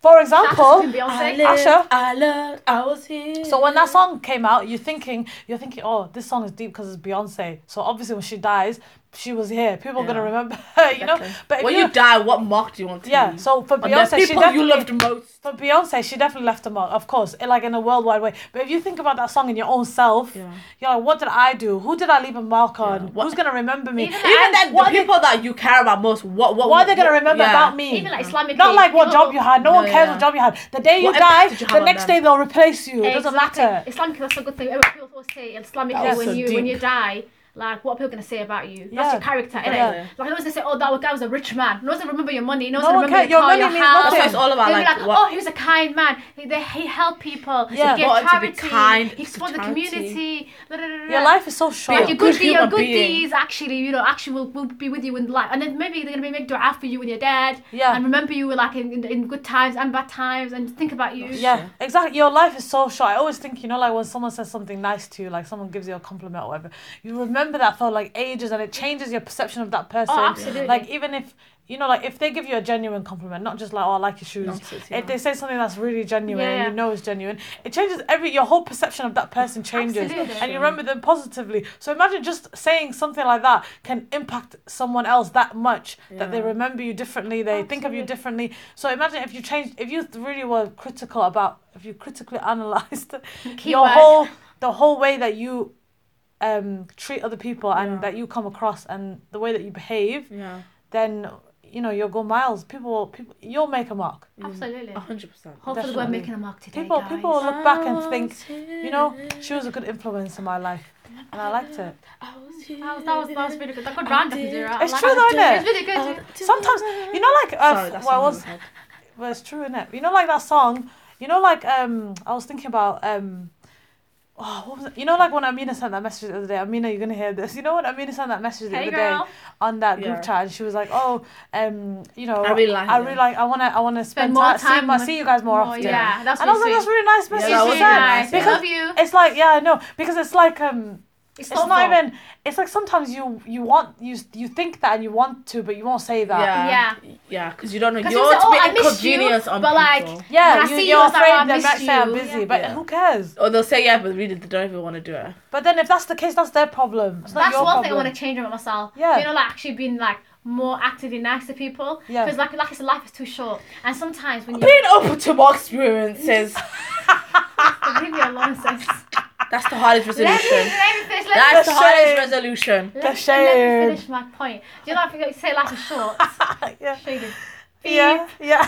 [SPEAKER 2] for example,
[SPEAKER 3] That's Beyonce.
[SPEAKER 4] I
[SPEAKER 3] Asha.
[SPEAKER 4] lived, I loved, I was here.
[SPEAKER 2] So when that song came out, you're thinking, you're thinking, oh, this song is deep because it's Beyonce. So obviously, when she dies, she was here. People are gonna
[SPEAKER 4] Yeah.
[SPEAKER 2] remember her, you know.
[SPEAKER 4] Exactly.
[SPEAKER 2] But if
[SPEAKER 4] when
[SPEAKER 2] you,
[SPEAKER 4] you die, what mark do you want to
[SPEAKER 2] yeah.
[SPEAKER 4] leave?
[SPEAKER 2] So for
[SPEAKER 4] On the
[SPEAKER 2] Beyonce, she
[SPEAKER 4] Mm. people
[SPEAKER 2] definitely
[SPEAKER 4] you loved most.
[SPEAKER 2] for Beyonce, she definitely left a mark, of course, in, like in a worldwide way. But if you think about that song in your own self,
[SPEAKER 4] Yeah.
[SPEAKER 2] you're like, what did I do? Who did I leave a mark on?
[SPEAKER 4] What-
[SPEAKER 2] Who's gonna remember me?
[SPEAKER 3] Even
[SPEAKER 4] Even
[SPEAKER 3] And
[SPEAKER 4] then, the
[SPEAKER 2] what are they-
[SPEAKER 4] people that you care about most, what what,
[SPEAKER 2] what are they gonna
[SPEAKER 4] what-
[SPEAKER 2] remember
[SPEAKER 4] yeah.
[SPEAKER 2] about me?
[SPEAKER 3] Even like Islamic.
[SPEAKER 2] Not like what job you had. No,
[SPEAKER 4] No,
[SPEAKER 2] one cares
[SPEAKER 4] yeah.
[SPEAKER 2] what job you had. The day you
[SPEAKER 4] What
[SPEAKER 2] die,
[SPEAKER 4] impact did you have
[SPEAKER 2] the
[SPEAKER 4] on
[SPEAKER 2] next
[SPEAKER 4] them?
[SPEAKER 2] day they'll replace you. It doesn't
[SPEAKER 3] Exactly.
[SPEAKER 2] matter.
[SPEAKER 3] Islamic, that's a good thing. Everyone- People always say Islamic
[SPEAKER 4] That was
[SPEAKER 3] when
[SPEAKER 4] so
[SPEAKER 3] you when
[SPEAKER 4] deep.
[SPEAKER 3] you die. Like what are people gonna say about you?
[SPEAKER 2] Yeah.
[SPEAKER 3] That's your character, innit?
[SPEAKER 4] Yeah.
[SPEAKER 3] Like no one's gonna say, "Oh, that guy was a rich man." No one's gonna remember your money. No one's
[SPEAKER 2] No
[SPEAKER 3] gonna
[SPEAKER 2] one
[SPEAKER 3] remember
[SPEAKER 2] cares. Your
[SPEAKER 3] your car,
[SPEAKER 2] money
[SPEAKER 3] your
[SPEAKER 2] means
[SPEAKER 3] house.
[SPEAKER 2] nothing.
[SPEAKER 4] That's what it's all about.
[SPEAKER 3] They'll be
[SPEAKER 4] Like,
[SPEAKER 3] like,
[SPEAKER 4] what,
[SPEAKER 3] "Oh, he was a kind man. He, they, he helped people.
[SPEAKER 2] Yeah.
[SPEAKER 3] He gave
[SPEAKER 4] Important to be
[SPEAKER 3] charity.
[SPEAKER 4] kind
[SPEAKER 3] he
[SPEAKER 4] to
[SPEAKER 3] supported the
[SPEAKER 4] charity.
[SPEAKER 3] community." Da, da, da, da.
[SPEAKER 2] Your life is so short.
[SPEAKER 3] Like
[SPEAKER 4] a
[SPEAKER 3] your
[SPEAKER 4] good
[SPEAKER 3] good, de- your
[SPEAKER 4] human
[SPEAKER 3] good
[SPEAKER 4] being.
[SPEAKER 3] deeds actually, you know, actually will, will be with you in life, and then maybe they're gonna make dua for you when you're dead,
[SPEAKER 2] Yeah.
[SPEAKER 3] and remember you like in, in, in good times and bad times, and think about you.
[SPEAKER 2] Yeah, exactly. Your life is so short. I always think, you know, like when someone says something nice to you, like someone gives you a compliment or whatever, you remember that for like ages and it changes your perception of that person.
[SPEAKER 3] Oh, absolutely.
[SPEAKER 2] Like, even if, you know, like if they give you a genuine compliment, not just like, oh, I like your shoes,
[SPEAKER 4] Nonsense,
[SPEAKER 2] if they say something that's really genuine
[SPEAKER 3] Yeah.
[SPEAKER 2] and you know is genuine, it changes every, your whole perception of that person changes
[SPEAKER 3] Absolutely.
[SPEAKER 2] and you remember them positively. So imagine just saying something like that can impact someone else that much that they
[SPEAKER 4] Yeah.
[SPEAKER 2] remember you differently, they think of you
[SPEAKER 3] Absolutely.
[SPEAKER 2] differently. So imagine if you changed, if you th- really were critical about, if you critically analyzed your
[SPEAKER 3] Keyword.
[SPEAKER 2] whole, the whole way that you um, treat other people and
[SPEAKER 4] Yeah.
[SPEAKER 2] that you come across and the way that you behave,
[SPEAKER 4] Yeah,
[SPEAKER 2] then you know you'll go miles. People, people, you'll make a mark.
[SPEAKER 3] Mm. Absolutely.
[SPEAKER 4] hundred percent.
[SPEAKER 3] Hopefully we're
[SPEAKER 2] Oh, Definitely.
[SPEAKER 3] making a mark today,
[SPEAKER 2] People,
[SPEAKER 3] guys.
[SPEAKER 2] people will look back and think, you know, she was a good influence in my life, and I liked it.
[SPEAKER 3] That was, that was, that was really good. That good round up you did, right?
[SPEAKER 2] It's
[SPEAKER 3] I like
[SPEAKER 2] true
[SPEAKER 3] it.
[SPEAKER 2] though, Oh, innit?
[SPEAKER 3] It's really good.
[SPEAKER 2] Sometimes you know, like uh,
[SPEAKER 4] Sorry, that's
[SPEAKER 2] well,
[SPEAKER 4] what
[SPEAKER 2] was, well, it's true, innit? You know, like that song. You know, like um, I was thinking about um, oh, what was it? You know, like when Amina sent that message the other day. Amina, you're gonna hear this. You know when Amina sent that message the
[SPEAKER 3] Hey,
[SPEAKER 2] other
[SPEAKER 3] girl.
[SPEAKER 2] day on that group
[SPEAKER 4] Yeah.
[SPEAKER 2] chat, and she was like, oh, um, you know,
[SPEAKER 4] I really like
[SPEAKER 2] I
[SPEAKER 4] it.
[SPEAKER 2] really like, I wanna, I wanna spend,
[SPEAKER 3] more
[SPEAKER 2] time, see,
[SPEAKER 3] time
[SPEAKER 2] my,
[SPEAKER 3] with-
[SPEAKER 2] see you guys more
[SPEAKER 3] Oh,
[SPEAKER 2] often.
[SPEAKER 3] yeah, that's
[SPEAKER 2] And I was like,
[SPEAKER 3] really
[SPEAKER 2] that's a really nice message.
[SPEAKER 4] that
[SPEAKER 2] to
[SPEAKER 4] was
[SPEAKER 2] send.
[SPEAKER 4] really nice,
[SPEAKER 3] I
[SPEAKER 4] yeah.
[SPEAKER 2] Because
[SPEAKER 3] love you.
[SPEAKER 2] it's like, yeah, I know, because it's like um it's
[SPEAKER 3] thoughtful.
[SPEAKER 2] not even it's like sometimes you you want you you think that and you want to but you won't say that
[SPEAKER 4] Yeah,
[SPEAKER 3] Yeah.
[SPEAKER 4] yeah, because you don't know.
[SPEAKER 3] Because
[SPEAKER 4] You
[SPEAKER 3] you say,
[SPEAKER 4] want
[SPEAKER 3] "Oh, I
[SPEAKER 4] to be
[SPEAKER 3] missed you,"
[SPEAKER 4] inconvenience on
[SPEAKER 3] but like,
[SPEAKER 4] people.
[SPEAKER 2] Yeah,
[SPEAKER 3] When I
[SPEAKER 2] you,
[SPEAKER 3] see you,
[SPEAKER 2] you're
[SPEAKER 3] I was like,
[SPEAKER 2] afraid
[SPEAKER 3] "Oh, I
[SPEAKER 2] they might
[SPEAKER 3] missed
[SPEAKER 2] say I'm
[SPEAKER 3] you."
[SPEAKER 2] busy,
[SPEAKER 3] Yeah.
[SPEAKER 2] but
[SPEAKER 4] Yeah.
[SPEAKER 2] who cares?
[SPEAKER 4] Or they'll say yeah, but really they don't even want to do it.
[SPEAKER 2] But then if that's the case, that's their problem. It's not
[SPEAKER 3] That's
[SPEAKER 2] your
[SPEAKER 3] one
[SPEAKER 2] problem.
[SPEAKER 3] thing I want to change about myself.
[SPEAKER 2] Yeah.
[SPEAKER 3] You know, like actually being like more actively nice to people.
[SPEAKER 2] Yeah.
[SPEAKER 3] Because like, like I said, life is too short. And sometimes when you
[SPEAKER 4] Being open to more experiences.
[SPEAKER 3] leave me alone, sis.
[SPEAKER 4] That's the hardest
[SPEAKER 3] Let me,
[SPEAKER 4] resolution.
[SPEAKER 3] let me finish. Let me
[SPEAKER 4] That's the
[SPEAKER 2] Shame.
[SPEAKER 4] hardest resolution.
[SPEAKER 3] Let,
[SPEAKER 2] The
[SPEAKER 3] me- let
[SPEAKER 2] shade.
[SPEAKER 3] me finish my point. Do you know if you say life is short?
[SPEAKER 2] yeah.
[SPEAKER 3] Shaded.
[SPEAKER 2] Yeah, yeah.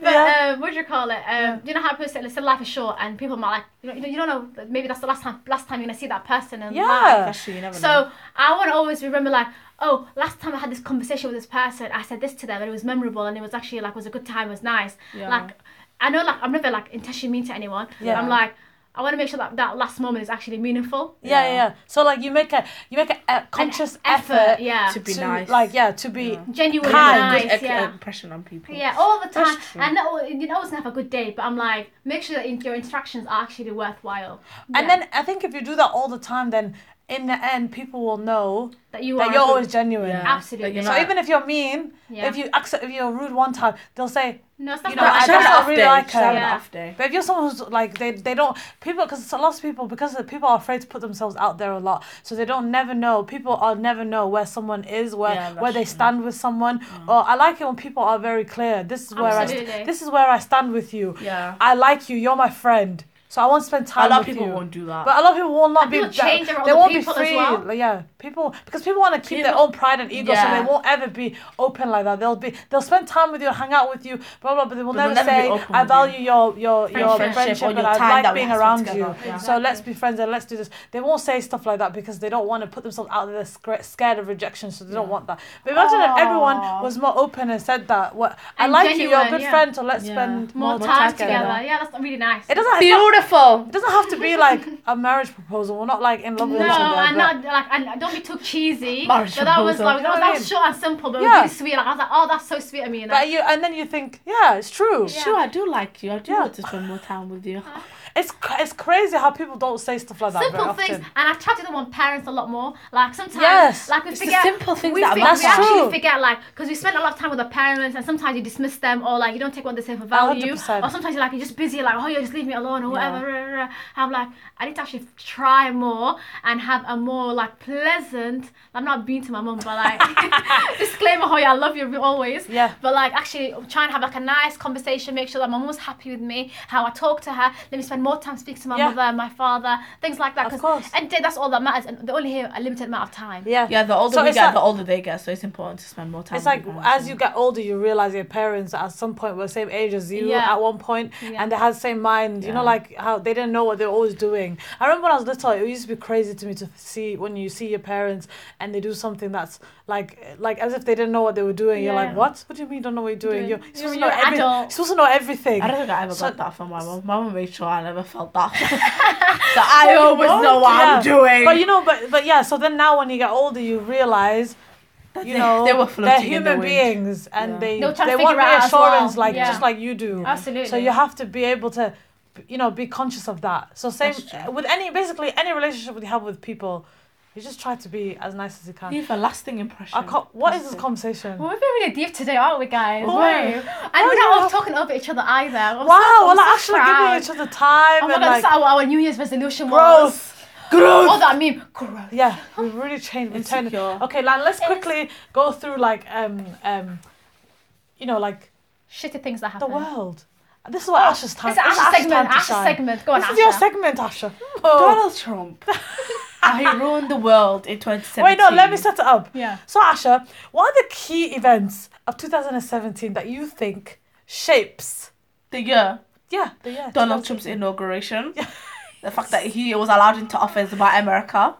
[SPEAKER 3] But
[SPEAKER 4] Yeah.
[SPEAKER 3] uh, what do you call it? Um, You know how people say, "Listen, life is short," and people might like, you know, you know, you don't know. that Maybe that's the last time, last time you're gonna see that person in
[SPEAKER 4] Yeah.
[SPEAKER 3] life.
[SPEAKER 4] Actually, you never know.
[SPEAKER 3] So I want to always remember, like, oh, last time I had this conversation with this person, I said this to them, and it was memorable, and it was actually like was a good time, it was nice.
[SPEAKER 4] Yeah.
[SPEAKER 3] Like, I know, like, I'm never like intentionally mean to anyone.
[SPEAKER 4] Yeah.
[SPEAKER 3] I'm like, I want to make sure that that last moment is actually meaningful.
[SPEAKER 2] yeah, yeah. So like you make a you make a, a conscious effort,
[SPEAKER 3] effort, yeah.
[SPEAKER 4] To be nice.
[SPEAKER 2] like yeah, to be
[SPEAKER 3] Genuine,
[SPEAKER 2] Kind,
[SPEAKER 3] and
[SPEAKER 4] good
[SPEAKER 3] nice,
[SPEAKER 4] ex-
[SPEAKER 3] yeah.
[SPEAKER 2] uh,
[SPEAKER 4] impression on people.
[SPEAKER 3] Yeah, all the
[SPEAKER 4] That's
[SPEAKER 3] time.
[SPEAKER 4] true.
[SPEAKER 3] And not all, you know, always have a good day, but I'm like, make sure that in- your interactions are actually worthwhile.
[SPEAKER 2] And
[SPEAKER 3] Yeah.
[SPEAKER 2] then I think if you do that all the time, then in the end, people will know
[SPEAKER 3] that you
[SPEAKER 2] that
[SPEAKER 3] are
[SPEAKER 2] you're
[SPEAKER 3] a good-
[SPEAKER 2] always genuine.
[SPEAKER 4] Yeah.
[SPEAKER 3] Absolutely.
[SPEAKER 4] Like, you're
[SPEAKER 2] So
[SPEAKER 4] not-
[SPEAKER 2] even if you're mean,
[SPEAKER 3] Yeah.
[SPEAKER 2] if you accept, if you're rude one time, they'll say.
[SPEAKER 3] no, it's not
[SPEAKER 2] you
[SPEAKER 3] you
[SPEAKER 2] know,
[SPEAKER 4] But
[SPEAKER 2] I-
[SPEAKER 4] she's having an
[SPEAKER 2] that's what I
[SPEAKER 4] off
[SPEAKER 2] really
[SPEAKER 4] day.
[SPEAKER 2] like um,
[SPEAKER 4] She's having an
[SPEAKER 3] her.
[SPEAKER 4] off day.
[SPEAKER 2] But if you're someone who's like they they don't people because a lot of people because the people are afraid to put themselves out there a lot, so they don't never know. People are never know where someone is, where
[SPEAKER 4] Yeah,
[SPEAKER 2] where they
[SPEAKER 4] that's true. Mm.
[SPEAKER 2] stand with someone. Or I like it when people are very clear. This is where I
[SPEAKER 3] Absolutely.
[SPEAKER 2] st- this is where I stand with you.
[SPEAKER 4] Yeah.
[SPEAKER 2] I like you. You're my friend. So I won't spend time.
[SPEAKER 4] A lot of
[SPEAKER 2] with
[SPEAKER 4] people
[SPEAKER 2] you.
[SPEAKER 4] won't do that.
[SPEAKER 2] But a lot of people will not
[SPEAKER 3] And
[SPEAKER 2] be.
[SPEAKER 3] people
[SPEAKER 2] that-
[SPEAKER 3] change around
[SPEAKER 2] they
[SPEAKER 3] the
[SPEAKER 2] won't be
[SPEAKER 3] people as
[SPEAKER 2] free.
[SPEAKER 3] well.
[SPEAKER 2] like, Yeah, people because people want to keep their
[SPEAKER 4] People-
[SPEAKER 2] own pride and ego, so
[SPEAKER 4] Yeah.
[SPEAKER 2] they won't ever be open like that. They'll be they'll spend time with you, hang out with you, blah blah. But they will
[SPEAKER 4] But
[SPEAKER 2] never,
[SPEAKER 4] they'll never be
[SPEAKER 2] say,
[SPEAKER 4] open
[SPEAKER 2] "I
[SPEAKER 4] with you.
[SPEAKER 2] value your your your
[SPEAKER 3] Friendship.
[SPEAKER 2] friendship,
[SPEAKER 4] Or
[SPEAKER 2] and
[SPEAKER 4] your time
[SPEAKER 2] I like
[SPEAKER 4] that we
[SPEAKER 2] being
[SPEAKER 4] have
[SPEAKER 2] around
[SPEAKER 4] spent
[SPEAKER 2] you."
[SPEAKER 4] together. Yeah.
[SPEAKER 2] So let's be friends and let's do this. They won't say stuff like that because they don't want to put themselves out there. They're sca- scared of rejection, so they don't want that. But imagine if everyone
[SPEAKER 4] Aw.
[SPEAKER 2] was more open and said that, "What I
[SPEAKER 3] And
[SPEAKER 2] like you, you're a
[SPEAKER 3] genuine,
[SPEAKER 2] good
[SPEAKER 3] yeah.
[SPEAKER 2] friend, so let's
[SPEAKER 4] Yeah.
[SPEAKER 2] spend
[SPEAKER 3] more, time together. Yeah, that's really nice.
[SPEAKER 2] It doesn't have to
[SPEAKER 5] Beautiful.
[SPEAKER 2] it doesn't have to be like a marriage proposal. We're not like in love with
[SPEAKER 3] No,
[SPEAKER 2] each other.
[SPEAKER 3] and
[SPEAKER 2] but-
[SPEAKER 3] not like and don't be too cheesy.
[SPEAKER 4] Marriage
[SPEAKER 3] but that was
[SPEAKER 4] proposal.
[SPEAKER 3] like that was, that was
[SPEAKER 2] You
[SPEAKER 3] short and simple, but
[SPEAKER 2] Yeah.
[SPEAKER 3] it was really sweet. Like I was like, oh, that's so sweet of me. You know?
[SPEAKER 2] But you and then you think, yeah, it's true.
[SPEAKER 3] Yeah.
[SPEAKER 4] Sure, I do like you. I do
[SPEAKER 2] Yeah.
[SPEAKER 4] want to spend more time with you.
[SPEAKER 2] It's cr- it's crazy how people don't say stuff like that.
[SPEAKER 3] simple
[SPEAKER 2] very
[SPEAKER 3] things,
[SPEAKER 2] often.
[SPEAKER 3] and I try to them on parents a lot more. Like sometimes,
[SPEAKER 2] Yes.
[SPEAKER 3] like we
[SPEAKER 4] It's the
[SPEAKER 3] forget
[SPEAKER 4] simple things
[SPEAKER 3] we,
[SPEAKER 4] that
[SPEAKER 3] fi-
[SPEAKER 4] matter.
[SPEAKER 3] we actually
[SPEAKER 2] True.
[SPEAKER 3] forget, like because we spend a lot of time with our parents, and sometimes you dismiss them or like you don't take what they say for value,
[SPEAKER 2] 100%.
[SPEAKER 3] or sometimes you're like you're just busy, like oh you just leave me alone or whatever. rah, rah, rah. I'm like I need to actually try more and have a more like pleasant. I'm not being to my mum, but like disclaimer, Hoya, I love you always.
[SPEAKER 2] Yeah.
[SPEAKER 3] But like actually trying to have like a nice conversation, make sure that my mum was happy with me, how I talk to her. Let me spend more time speaking to my
[SPEAKER 2] Yeah.
[SPEAKER 3] mother, and my father, things like that.
[SPEAKER 2] Of
[SPEAKER 3] 'cause
[SPEAKER 2] course.
[SPEAKER 3] and th- that's all that matters. And they're only here a limited amount of time.
[SPEAKER 2] Yeah.
[SPEAKER 4] Yeah, the older
[SPEAKER 2] So
[SPEAKER 4] we
[SPEAKER 2] it's
[SPEAKER 4] get,
[SPEAKER 2] like-
[SPEAKER 4] the older they get. So it's important to spend more time.
[SPEAKER 2] It's
[SPEAKER 4] with
[SPEAKER 2] like
[SPEAKER 4] your parents,
[SPEAKER 2] as
[SPEAKER 4] yeah.
[SPEAKER 2] you get older, you realize your parents at some point were the same age as you
[SPEAKER 3] Yeah.
[SPEAKER 2] at one point,
[SPEAKER 3] Yeah.
[SPEAKER 2] and they had the same mind. You know,
[SPEAKER 4] Yeah.
[SPEAKER 2] like how they didn't know what they were always doing. I remember when I was little, it used to be crazy to me to see when you see your parents and they do something that's like like as if they didn't know what they were doing. You're like,
[SPEAKER 3] Yeah.
[SPEAKER 2] what? What do you mean you don't know what you're doing?
[SPEAKER 3] Doing-
[SPEAKER 2] You're, supposed to
[SPEAKER 3] you're
[SPEAKER 2] know
[SPEAKER 3] an
[SPEAKER 2] every-
[SPEAKER 3] adult.
[SPEAKER 2] You're supposed to know everything.
[SPEAKER 4] I don't think I ever
[SPEAKER 2] So-
[SPEAKER 4] got that from my mom. My mom made sure I never felt that. so I always know what I'm
[SPEAKER 2] Oh, Yeah.
[SPEAKER 4] doing.
[SPEAKER 2] But you know, but but yeah. So then now, when you get older, you realize, you
[SPEAKER 4] they-
[SPEAKER 2] know,
[SPEAKER 4] they were
[SPEAKER 2] are
[SPEAKER 4] floating in the
[SPEAKER 2] human
[SPEAKER 4] wind.
[SPEAKER 2] beings, and
[SPEAKER 4] Yeah.
[SPEAKER 2] they
[SPEAKER 3] They were trying
[SPEAKER 2] they
[SPEAKER 3] to
[SPEAKER 2] want
[SPEAKER 3] figure it out as well.
[SPEAKER 2] reassurance, like
[SPEAKER 3] Yeah.
[SPEAKER 2] just like you do.
[SPEAKER 3] Absolutely.
[SPEAKER 2] So you have to be able to, you know, be conscious of that. So same
[SPEAKER 4] That's true.
[SPEAKER 2] with any basically any relationship you have with people, you just try to be as nice as you can.
[SPEAKER 4] leave a lasting impression.
[SPEAKER 2] I can't, what is this conversation?
[SPEAKER 3] Well, we've been really deep today, aren't we, guys?
[SPEAKER 2] Oh.
[SPEAKER 3] Wow. And we're
[SPEAKER 2] yeah.
[SPEAKER 3] not all talking over each other either. I'm
[SPEAKER 2] Wow,
[SPEAKER 3] so,
[SPEAKER 2] we're
[SPEAKER 3] I'm
[SPEAKER 2] like
[SPEAKER 3] so
[SPEAKER 2] actually
[SPEAKER 3] proud.
[SPEAKER 2] giving each other time
[SPEAKER 3] Oh my
[SPEAKER 2] and
[SPEAKER 3] god,
[SPEAKER 2] like
[SPEAKER 3] that's how our New Year's resolution was.
[SPEAKER 2] gross. Gross.
[SPEAKER 3] Oh, that I mean, gross.
[SPEAKER 2] Yeah, we've really changed. We've turned.
[SPEAKER 4] Insecure.
[SPEAKER 2] Okay, like, let's quickly go through like um um, you know, like
[SPEAKER 3] Shitty things that
[SPEAKER 2] the
[SPEAKER 3] happen.
[SPEAKER 2] world. This is what Asha's time.
[SPEAKER 3] Oh, It's an
[SPEAKER 2] this is
[SPEAKER 3] Asha
[SPEAKER 2] Ash's time
[SPEAKER 3] segment.
[SPEAKER 2] to
[SPEAKER 3] Asha
[SPEAKER 2] shine.
[SPEAKER 3] segment. Go on,
[SPEAKER 2] This is your
[SPEAKER 3] Asha.
[SPEAKER 2] segment, Asha.
[SPEAKER 4] Donald Trump. I ruined the world in 2017.
[SPEAKER 2] Wait, no, let me set it up.
[SPEAKER 3] Yeah.
[SPEAKER 2] So, Asha, what are the key events of 2017 that you think shapes?
[SPEAKER 4] the year.
[SPEAKER 2] Yeah, the year.
[SPEAKER 4] Donald
[SPEAKER 2] 2000
[SPEAKER 4] Trump's inauguration. The fact that he was allowed into office by America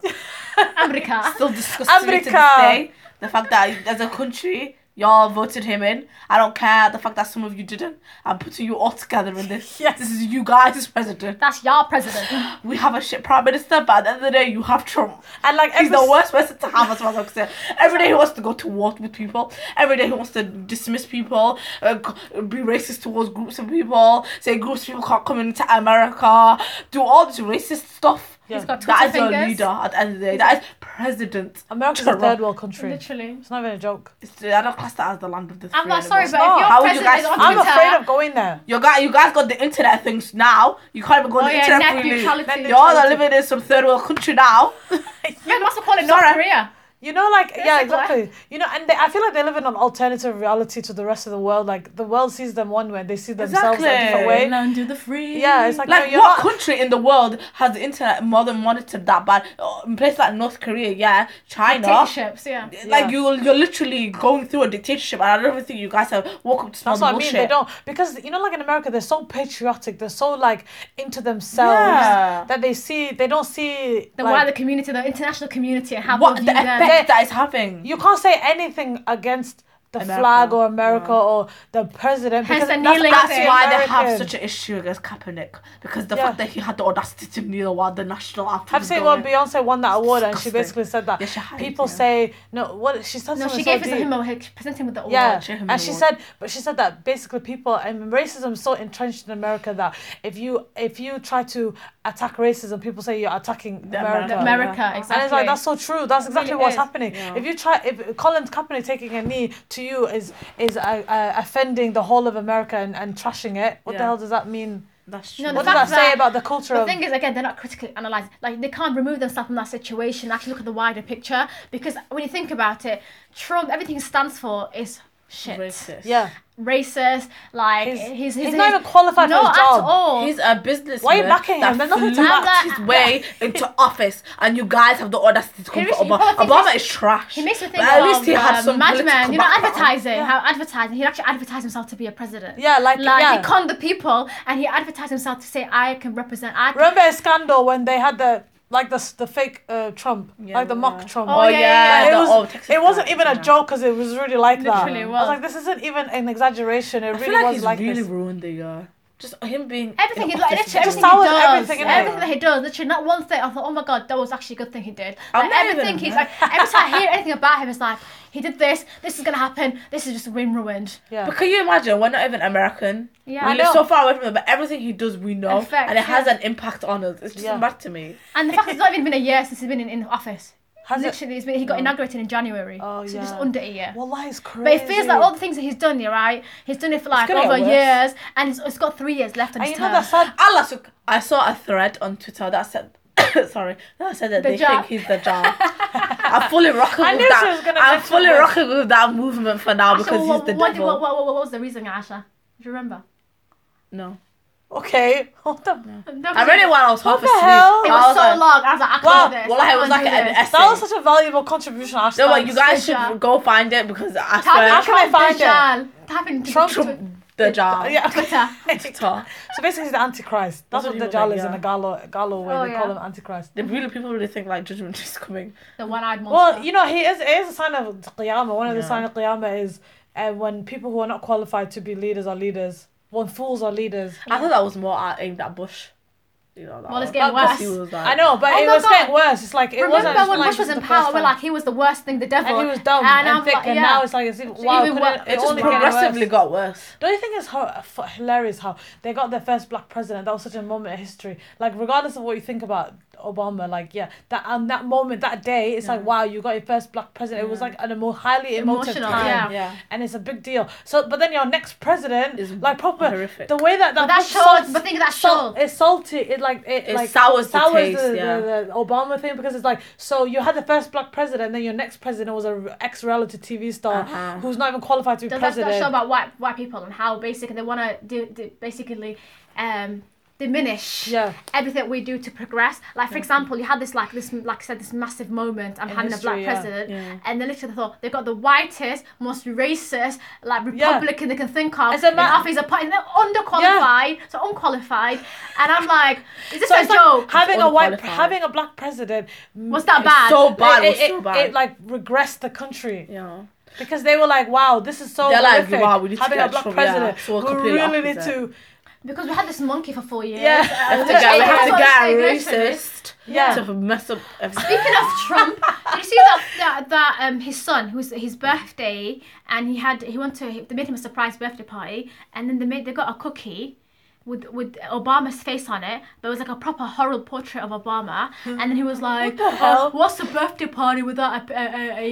[SPEAKER 3] America.
[SPEAKER 4] still disgusts me to this
[SPEAKER 2] America.
[SPEAKER 4] day. The fact that as a country y'all voted him in. I don't care the fact that some of you didn't. I'm putting you all together in this.
[SPEAKER 2] Yes.
[SPEAKER 4] This is you guys' president.
[SPEAKER 3] That's your president.
[SPEAKER 4] We have a shit prime minister, but at the end of the day, you have Trump.
[SPEAKER 2] And like
[SPEAKER 4] He's
[SPEAKER 2] every
[SPEAKER 4] the
[SPEAKER 2] s-
[SPEAKER 4] worst person to have as far as I'm concerned. Every day he wants to go to war with people. Every day he wants to dismiss people, uh, c- be racist towards groups of people, say groups of people can't come into America, do all this racist stuff.
[SPEAKER 2] Yeah. He's
[SPEAKER 3] got
[SPEAKER 4] that is
[SPEAKER 3] Twitter
[SPEAKER 4] your
[SPEAKER 3] fingers.
[SPEAKER 4] leader at the end of the day. That is president.
[SPEAKER 2] America's a
[SPEAKER 4] Trump.
[SPEAKER 2] third world country.
[SPEAKER 3] Literally.
[SPEAKER 2] It's not even a joke.
[SPEAKER 4] It's- I don't class that as the land of the.
[SPEAKER 3] I'm
[SPEAKER 4] free
[SPEAKER 3] like, sorry,
[SPEAKER 4] anymore.
[SPEAKER 3] but if
[SPEAKER 2] not.
[SPEAKER 3] your
[SPEAKER 4] How would you
[SPEAKER 3] president
[SPEAKER 4] guys
[SPEAKER 3] is on
[SPEAKER 4] feel?
[SPEAKER 2] I'm
[SPEAKER 3] Twitter,
[SPEAKER 2] afraid of going there.
[SPEAKER 4] You guys, you guys got the internet things now. You can't even go on
[SPEAKER 3] Oh,
[SPEAKER 4] the
[SPEAKER 3] yeah,
[SPEAKER 4] internet
[SPEAKER 3] net
[SPEAKER 4] freely.
[SPEAKER 3] neutrality.
[SPEAKER 4] Y'all are living in some third world country now.
[SPEAKER 3] Yeah, they must have called
[SPEAKER 4] Sorry.
[SPEAKER 3] it North Korea.
[SPEAKER 2] You know, like yeah,
[SPEAKER 3] like, what?
[SPEAKER 2] exactly. You know, and they, I feel like they live in an alternative reality to the rest of the world. Like the world sees them one way, they see themselves a different
[SPEAKER 4] Exactly.
[SPEAKER 2] way.
[SPEAKER 3] Land of the free.
[SPEAKER 2] Yeah, it's like, no,
[SPEAKER 4] Like,
[SPEAKER 2] you're
[SPEAKER 4] what
[SPEAKER 2] not-
[SPEAKER 4] country in the world has the internet more than monitored that bad? Oh, in places like North Korea, yeah, China.
[SPEAKER 3] Dictatorships, yeah.
[SPEAKER 4] Like
[SPEAKER 2] Yeah.
[SPEAKER 4] you, you're literally going through a dictatorship, and I don't even think you guys have woke up to smell
[SPEAKER 2] That's
[SPEAKER 4] the
[SPEAKER 2] what I mean.
[SPEAKER 4] bullshit.
[SPEAKER 2] They don't because you know, like in America, they're so patriotic. They're so like into themselves
[SPEAKER 4] Yeah.
[SPEAKER 2] that they see they don't see
[SPEAKER 3] The
[SPEAKER 2] like,
[SPEAKER 3] wider community, the international community, and how
[SPEAKER 4] what
[SPEAKER 3] people
[SPEAKER 4] the
[SPEAKER 3] view them.
[SPEAKER 4] effect that is having?
[SPEAKER 2] you can't say anything against the
[SPEAKER 4] America.
[SPEAKER 2] flag or America or the president
[SPEAKER 3] Hence
[SPEAKER 2] because
[SPEAKER 3] the
[SPEAKER 2] that's
[SPEAKER 3] kneeling
[SPEAKER 4] That's
[SPEAKER 3] thing.
[SPEAKER 4] why they have
[SPEAKER 2] American.
[SPEAKER 4] such an issue against Kaepernick because the
[SPEAKER 2] Yeah.
[SPEAKER 4] fact that he had the audacity to kneel while the national anthem.
[SPEAKER 2] I've
[SPEAKER 4] was
[SPEAKER 2] seen
[SPEAKER 4] going.
[SPEAKER 2] one Beyonce won that award and she
[SPEAKER 4] disgusting.
[SPEAKER 2] basically said that
[SPEAKER 4] Yeah, she had it,
[SPEAKER 2] people
[SPEAKER 4] yeah.
[SPEAKER 2] say no what she said
[SPEAKER 3] No,
[SPEAKER 2] something
[SPEAKER 3] she
[SPEAKER 2] so
[SPEAKER 3] gave us
[SPEAKER 2] deep.
[SPEAKER 3] him a presenting with the award.
[SPEAKER 2] yeah,
[SPEAKER 4] she had
[SPEAKER 2] and she
[SPEAKER 4] award.
[SPEAKER 2] said, but she said that basically people and racism is so entrenched in America that if you if you try to attack racism, people say you're attacking America.
[SPEAKER 4] America.
[SPEAKER 3] America, exactly.
[SPEAKER 2] And it's like that's so true. That's exactly
[SPEAKER 3] really
[SPEAKER 2] what's
[SPEAKER 3] is.
[SPEAKER 2] happening.
[SPEAKER 4] Yeah.
[SPEAKER 2] If you try, if Colin Kaepernick taking a knee to you is is uh, uh, offending the whole of America and, and trashing it, what the
[SPEAKER 4] Yeah.
[SPEAKER 2] hell does that mean?
[SPEAKER 4] That's
[SPEAKER 3] No,
[SPEAKER 4] true.
[SPEAKER 3] the
[SPEAKER 2] What does that
[SPEAKER 3] fact
[SPEAKER 2] say
[SPEAKER 3] that-
[SPEAKER 2] about the culture
[SPEAKER 3] The
[SPEAKER 2] of?
[SPEAKER 3] thing is, again, they're not critically analysed. Like, they can't remove themselves from that situation and actually look at the wider picture. Because when you think about it, Trump, everything he stands for is shit.
[SPEAKER 4] Racist.
[SPEAKER 2] yeah,
[SPEAKER 3] Racist, like,
[SPEAKER 2] He's-
[SPEAKER 3] he's, he's,
[SPEAKER 2] he's not even qualified for
[SPEAKER 3] no,
[SPEAKER 2] his job.
[SPEAKER 3] at all.
[SPEAKER 4] He's a businessman.
[SPEAKER 2] Why are you backing
[SPEAKER 4] that
[SPEAKER 2] him? There's nothing to
[SPEAKER 4] flew
[SPEAKER 3] back.
[SPEAKER 4] his way into office, and you guys have the audacity to come
[SPEAKER 3] He
[SPEAKER 4] for
[SPEAKER 3] really-
[SPEAKER 4] Obama.
[SPEAKER 3] he probably
[SPEAKER 4] Obama
[SPEAKER 3] thinks-
[SPEAKER 4] is trash.
[SPEAKER 3] He makes me think
[SPEAKER 4] But at
[SPEAKER 3] of um,
[SPEAKER 4] least he had some
[SPEAKER 3] madman,
[SPEAKER 4] political
[SPEAKER 3] you know,
[SPEAKER 4] background.
[SPEAKER 3] advertising, how advertising, he'd actually advertise himself to be a president.
[SPEAKER 2] Yeah, like-
[SPEAKER 3] like
[SPEAKER 2] yeah.
[SPEAKER 3] he conned the people and he advertised himself to say, I can represent, I can
[SPEAKER 2] remember a scandal when they had the like the s- the fake uh, Trump,
[SPEAKER 4] Yeah,
[SPEAKER 2] like the mock
[SPEAKER 4] yeah.
[SPEAKER 2] Trump.
[SPEAKER 3] Oh,
[SPEAKER 4] Oh
[SPEAKER 3] yeah, yeah,
[SPEAKER 4] yeah,
[SPEAKER 2] Like,
[SPEAKER 4] the
[SPEAKER 2] it, was,
[SPEAKER 4] old Texas
[SPEAKER 2] it wasn't
[SPEAKER 4] guy,
[SPEAKER 2] even a
[SPEAKER 4] yeah.
[SPEAKER 2] joke because it was really like that.
[SPEAKER 3] Literally, it
[SPEAKER 2] I was
[SPEAKER 3] was.
[SPEAKER 2] like, this isn't even an exaggeration. It
[SPEAKER 4] I
[SPEAKER 2] really
[SPEAKER 4] feel like
[SPEAKER 2] was
[SPEAKER 4] he's
[SPEAKER 2] like
[SPEAKER 4] really
[SPEAKER 2] this.
[SPEAKER 4] ruined the year. Just him being
[SPEAKER 3] Everything he
[SPEAKER 4] in
[SPEAKER 3] like,
[SPEAKER 4] office
[SPEAKER 3] literally,
[SPEAKER 4] is just-
[SPEAKER 3] everything
[SPEAKER 2] sours
[SPEAKER 3] he does,
[SPEAKER 2] everything, innit?
[SPEAKER 3] everything that he does, literally not one thing. I thought, oh my god, that was actually a good thing he did.
[SPEAKER 4] I'm
[SPEAKER 3] Like
[SPEAKER 4] not
[SPEAKER 3] everything
[SPEAKER 4] even-
[SPEAKER 3] he's like, every time I hear anything about him, it's like he did this. This is gonna happen. This is just been ruined.
[SPEAKER 2] Yeah.
[SPEAKER 4] But can you imagine? We're not even American.
[SPEAKER 3] Yeah,
[SPEAKER 4] we
[SPEAKER 3] I
[SPEAKER 4] live
[SPEAKER 2] know.
[SPEAKER 4] so far away from it, but everything he does, we know,
[SPEAKER 3] Affects,
[SPEAKER 4] and it has
[SPEAKER 3] yeah.
[SPEAKER 4] an impact on us. It's just
[SPEAKER 2] Yeah.
[SPEAKER 4] mad to me.
[SPEAKER 3] And the fact it's not even been a year since he's been in, in office.
[SPEAKER 2] Has it-
[SPEAKER 3] literally, it's been, he got inaugurated in January,
[SPEAKER 2] Oh,
[SPEAKER 3] so just
[SPEAKER 2] yeah.
[SPEAKER 3] under a year.
[SPEAKER 2] Wallah, it's crazy.
[SPEAKER 3] But it feels like all the things that he's done, yeah, right? He's done it for like
[SPEAKER 4] gonna get
[SPEAKER 3] over
[SPEAKER 4] worse.
[SPEAKER 3] years, and it's, it's got three years left on
[SPEAKER 2] And you
[SPEAKER 3] his
[SPEAKER 2] know
[SPEAKER 3] term.
[SPEAKER 2] that sad
[SPEAKER 4] Allah took. I saw a thread on Twitter that said, sorry, that said that they
[SPEAKER 3] Dajjal.
[SPEAKER 4] think he's the jar. I'm fully rocking
[SPEAKER 2] I
[SPEAKER 4] with
[SPEAKER 2] knew she
[SPEAKER 4] that.
[SPEAKER 2] was gonna
[SPEAKER 4] I'm
[SPEAKER 2] mention
[SPEAKER 4] fully
[SPEAKER 2] that.
[SPEAKER 4] rocking with that movement for now
[SPEAKER 3] Actually,
[SPEAKER 4] because
[SPEAKER 3] what,
[SPEAKER 4] he's the
[SPEAKER 3] what,
[SPEAKER 4] devil.
[SPEAKER 3] what, what, what was the reason, Asha? Do you remember?
[SPEAKER 4] No,
[SPEAKER 2] Okay, hold on.
[SPEAKER 4] I read it while I was half
[SPEAKER 2] the
[SPEAKER 4] asleep.
[SPEAKER 2] hell?
[SPEAKER 3] It
[SPEAKER 4] I
[SPEAKER 3] was so
[SPEAKER 4] like,
[SPEAKER 3] long. I was like, I can't
[SPEAKER 2] Wow,
[SPEAKER 3] do this.
[SPEAKER 4] Well,
[SPEAKER 3] I
[SPEAKER 4] it was
[SPEAKER 3] can't
[SPEAKER 4] like
[SPEAKER 3] do
[SPEAKER 4] an
[SPEAKER 3] this.
[SPEAKER 4] essay.
[SPEAKER 2] That was such a valuable contribution, Ash.
[SPEAKER 4] no, but
[SPEAKER 2] Thanks.
[SPEAKER 4] you guys
[SPEAKER 3] Dajjal.
[SPEAKER 4] should go find it because I
[SPEAKER 3] How
[SPEAKER 4] swear,
[SPEAKER 2] Tap
[SPEAKER 3] can I find
[SPEAKER 2] it?
[SPEAKER 3] it? Tap into
[SPEAKER 2] Trump-
[SPEAKER 3] Twitter.
[SPEAKER 4] the jar.
[SPEAKER 2] Yeah.
[SPEAKER 3] Twitter.
[SPEAKER 4] Twitter.
[SPEAKER 2] So basically, he's the Antichrist. That's
[SPEAKER 4] That's
[SPEAKER 2] what
[SPEAKER 4] what
[SPEAKER 2] the
[SPEAKER 4] he was
[SPEAKER 2] Dajjal
[SPEAKER 4] like,
[SPEAKER 2] is in
[SPEAKER 4] yeah.
[SPEAKER 2] the Gallo, Gallo way.
[SPEAKER 3] Oh,
[SPEAKER 2] they call
[SPEAKER 3] yeah.
[SPEAKER 2] him Antichrist.
[SPEAKER 4] They really, people really think like judgment is coming.
[SPEAKER 3] The one-eyed monster.
[SPEAKER 2] Well, you know, he is, it is a sign of Qiyamah. One of the
[SPEAKER 4] Yeah.
[SPEAKER 2] signs of Qiyamah is uh, when people who are not qualified to be leaders are leaders. When fools are leaders.
[SPEAKER 4] I thought that was more uh, aimed at Bush. You know, that
[SPEAKER 3] Well, it's
[SPEAKER 4] one.
[SPEAKER 3] getting
[SPEAKER 4] Because he
[SPEAKER 3] worse.
[SPEAKER 4] was like-
[SPEAKER 2] I know, but
[SPEAKER 3] Oh
[SPEAKER 2] it
[SPEAKER 3] my
[SPEAKER 2] was
[SPEAKER 3] God.
[SPEAKER 2] getting worse. It's like, it
[SPEAKER 3] Remember
[SPEAKER 2] wasn't
[SPEAKER 3] when
[SPEAKER 2] like
[SPEAKER 3] Bush was
[SPEAKER 2] the
[SPEAKER 3] in
[SPEAKER 2] first
[SPEAKER 3] power, we're
[SPEAKER 2] time.
[SPEAKER 3] like, he was the worst thing, the devil.
[SPEAKER 2] and he was dumb
[SPEAKER 3] And
[SPEAKER 2] and,
[SPEAKER 3] I'm
[SPEAKER 2] thick,
[SPEAKER 3] like,
[SPEAKER 2] and
[SPEAKER 3] yeah.
[SPEAKER 2] now it's like, it's even, wow,
[SPEAKER 3] even
[SPEAKER 2] couldn't-
[SPEAKER 3] worse.
[SPEAKER 2] it
[SPEAKER 4] It just
[SPEAKER 2] only getting
[SPEAKER 4] progressively
[SPEAKER 2] worse.
[SPEAKER 4] got worse.
[SPEAKER 2] Don't you think it's ho- f- hilarious how they got their first black president? That was such a moment in history. Like, regardless of what you think about Obama, like, yeah, that and that moment, that day, it's like, wow, you got your first black president. It was like an emo- highly emotive
[SPEAKER 3] Emotional,
[SPEAKER 2] time.
[SPEAKER 3] yeah.
[SPEAKER 4] Yeah.
[SPEAKER 2] And it's a big deal. So, but then your next president,
[SPEAKER 4] Is
[SPEAKER 2] like, proper,
[SPEAKER 4] horrific.
[SPEAKER 2] the way that that
[SPEAKER 3] But that
[SPEAKER 2] puts
[SPEAKER 3] shows-
[SPEAKER 2] salt-
[SPEAKER 3] but think of that
[SPEAKER 2] salt-
[SPEAKER 3] show.
[SPEAKER 2] It's salty. It like it,
[SPEAKER 4] It
[SPEAKER 2] like
[SPEAKER 4] sours the taste,
[SPEAKER 2] the,
[SPEAKER 4] yeah.
[SPEAKER 2] the, the Obama thing because it's like so you had the first black president, then your next president was a ex reality TV star
[SPEAKER 4] Uh-huh.
[SPEAKER 2] who's not even qualified to be
[SPEAKER 3] Does that,
[SPEAKER 2] president.
[SPEAKER 3] that show about white white people and how basically they want to do, do basically um, diminish
[SPEAKER 2] Yeah.
[SPEAKER 3] everything we do to progress. Like for example, you had this like this like I said this massive moment. I'm
[SPEAKER 2] In
[SPEAKER 3] having
[SPEAKER 2] history,
[SPEAKER 3] a black
[SPEAKER 2] yeah.
[SPEAKER 3] president,
[SPEAKER 4] Yeah.
[SPEAKER 3] and they literally thought they've got the whitest, most racist like
[SPEAKER 2] Yeah.
[SPEAKER 3] Republican they can think of.
[SPEAKER 2] It's a
[SPEAKER 3] in
[SPEAKER 2] ma-
[SPEAKER 3] office, appointing they're underqualified, so unqualified, and I'm like, is this
[SPEAKER 2] So
[SPEAKER 3] a
[SPEAKER 2] it's like
[SPEAKER 3] joke? Mm,
[SPEAKER 2] having a white,
[SPEAKER 4] Unqualified.
[SPEAKER 2] having a black president
[SPEAKER 3] Was that bad?
[SPEAKER 4] So bad. It,
[SPEAKER 2] It,
[SPEAKER 4] was so
[SPEAKER 2] it-
[SPEAKER 4] bad.
[SPEAKER 2] it, like regressed the country
[SPEAKER 4] yeah.
[SPEAKER 2] because they were like, "Wow, this is so
[SPEAKER 4] They're like,
[SPEAKER 2] horrific.
[SPEAKER 4] "Wow, we need to
[SPEAKER 2] having
[SPEAKER 4] get
[SPEAKER 2] a black
[SPEAKER 4] Trump, yeah,
[SPEAKER 2] president.
[SPEAKER 4] so we're
[SPEAKER 2] we
[SPEAKER 4] completely
[SPEAKER 2] really need
[SPEAKER 4] opposite."
[SPEAKER 2] to,
[SPEAKER 3] because we had this monkey for four years.
[SPEAKER 2] yeah,
[SPEAKER 4] We have to get,
[SPEAKER 3] Literally,
[SPEAKER 4] we
[SPEAKER 3] that's
[SPEAKER 4] have to
[SPEAKER 3] what
[SPEAKER 4] get
[SPEAKER 3] I'm saying, literally.
[SPEAKER 4] racist
[SPEAKER 2] Yeah.
[SPEAKER 4] to mess up everything.
[SPEAKER 3] Speaking of Trump, did you see that that, that um, his son, who was his birthday, and he had he went to they made him a surprise birthday party, and then they made they got a cookie. With, with Obama's face on it, but it was like a proper horrible portrait of Obama, and then he was like,
[SPEAKER 2] the hell?
[SPEAKER 3] "Oh, "What's a birthday party without a, a,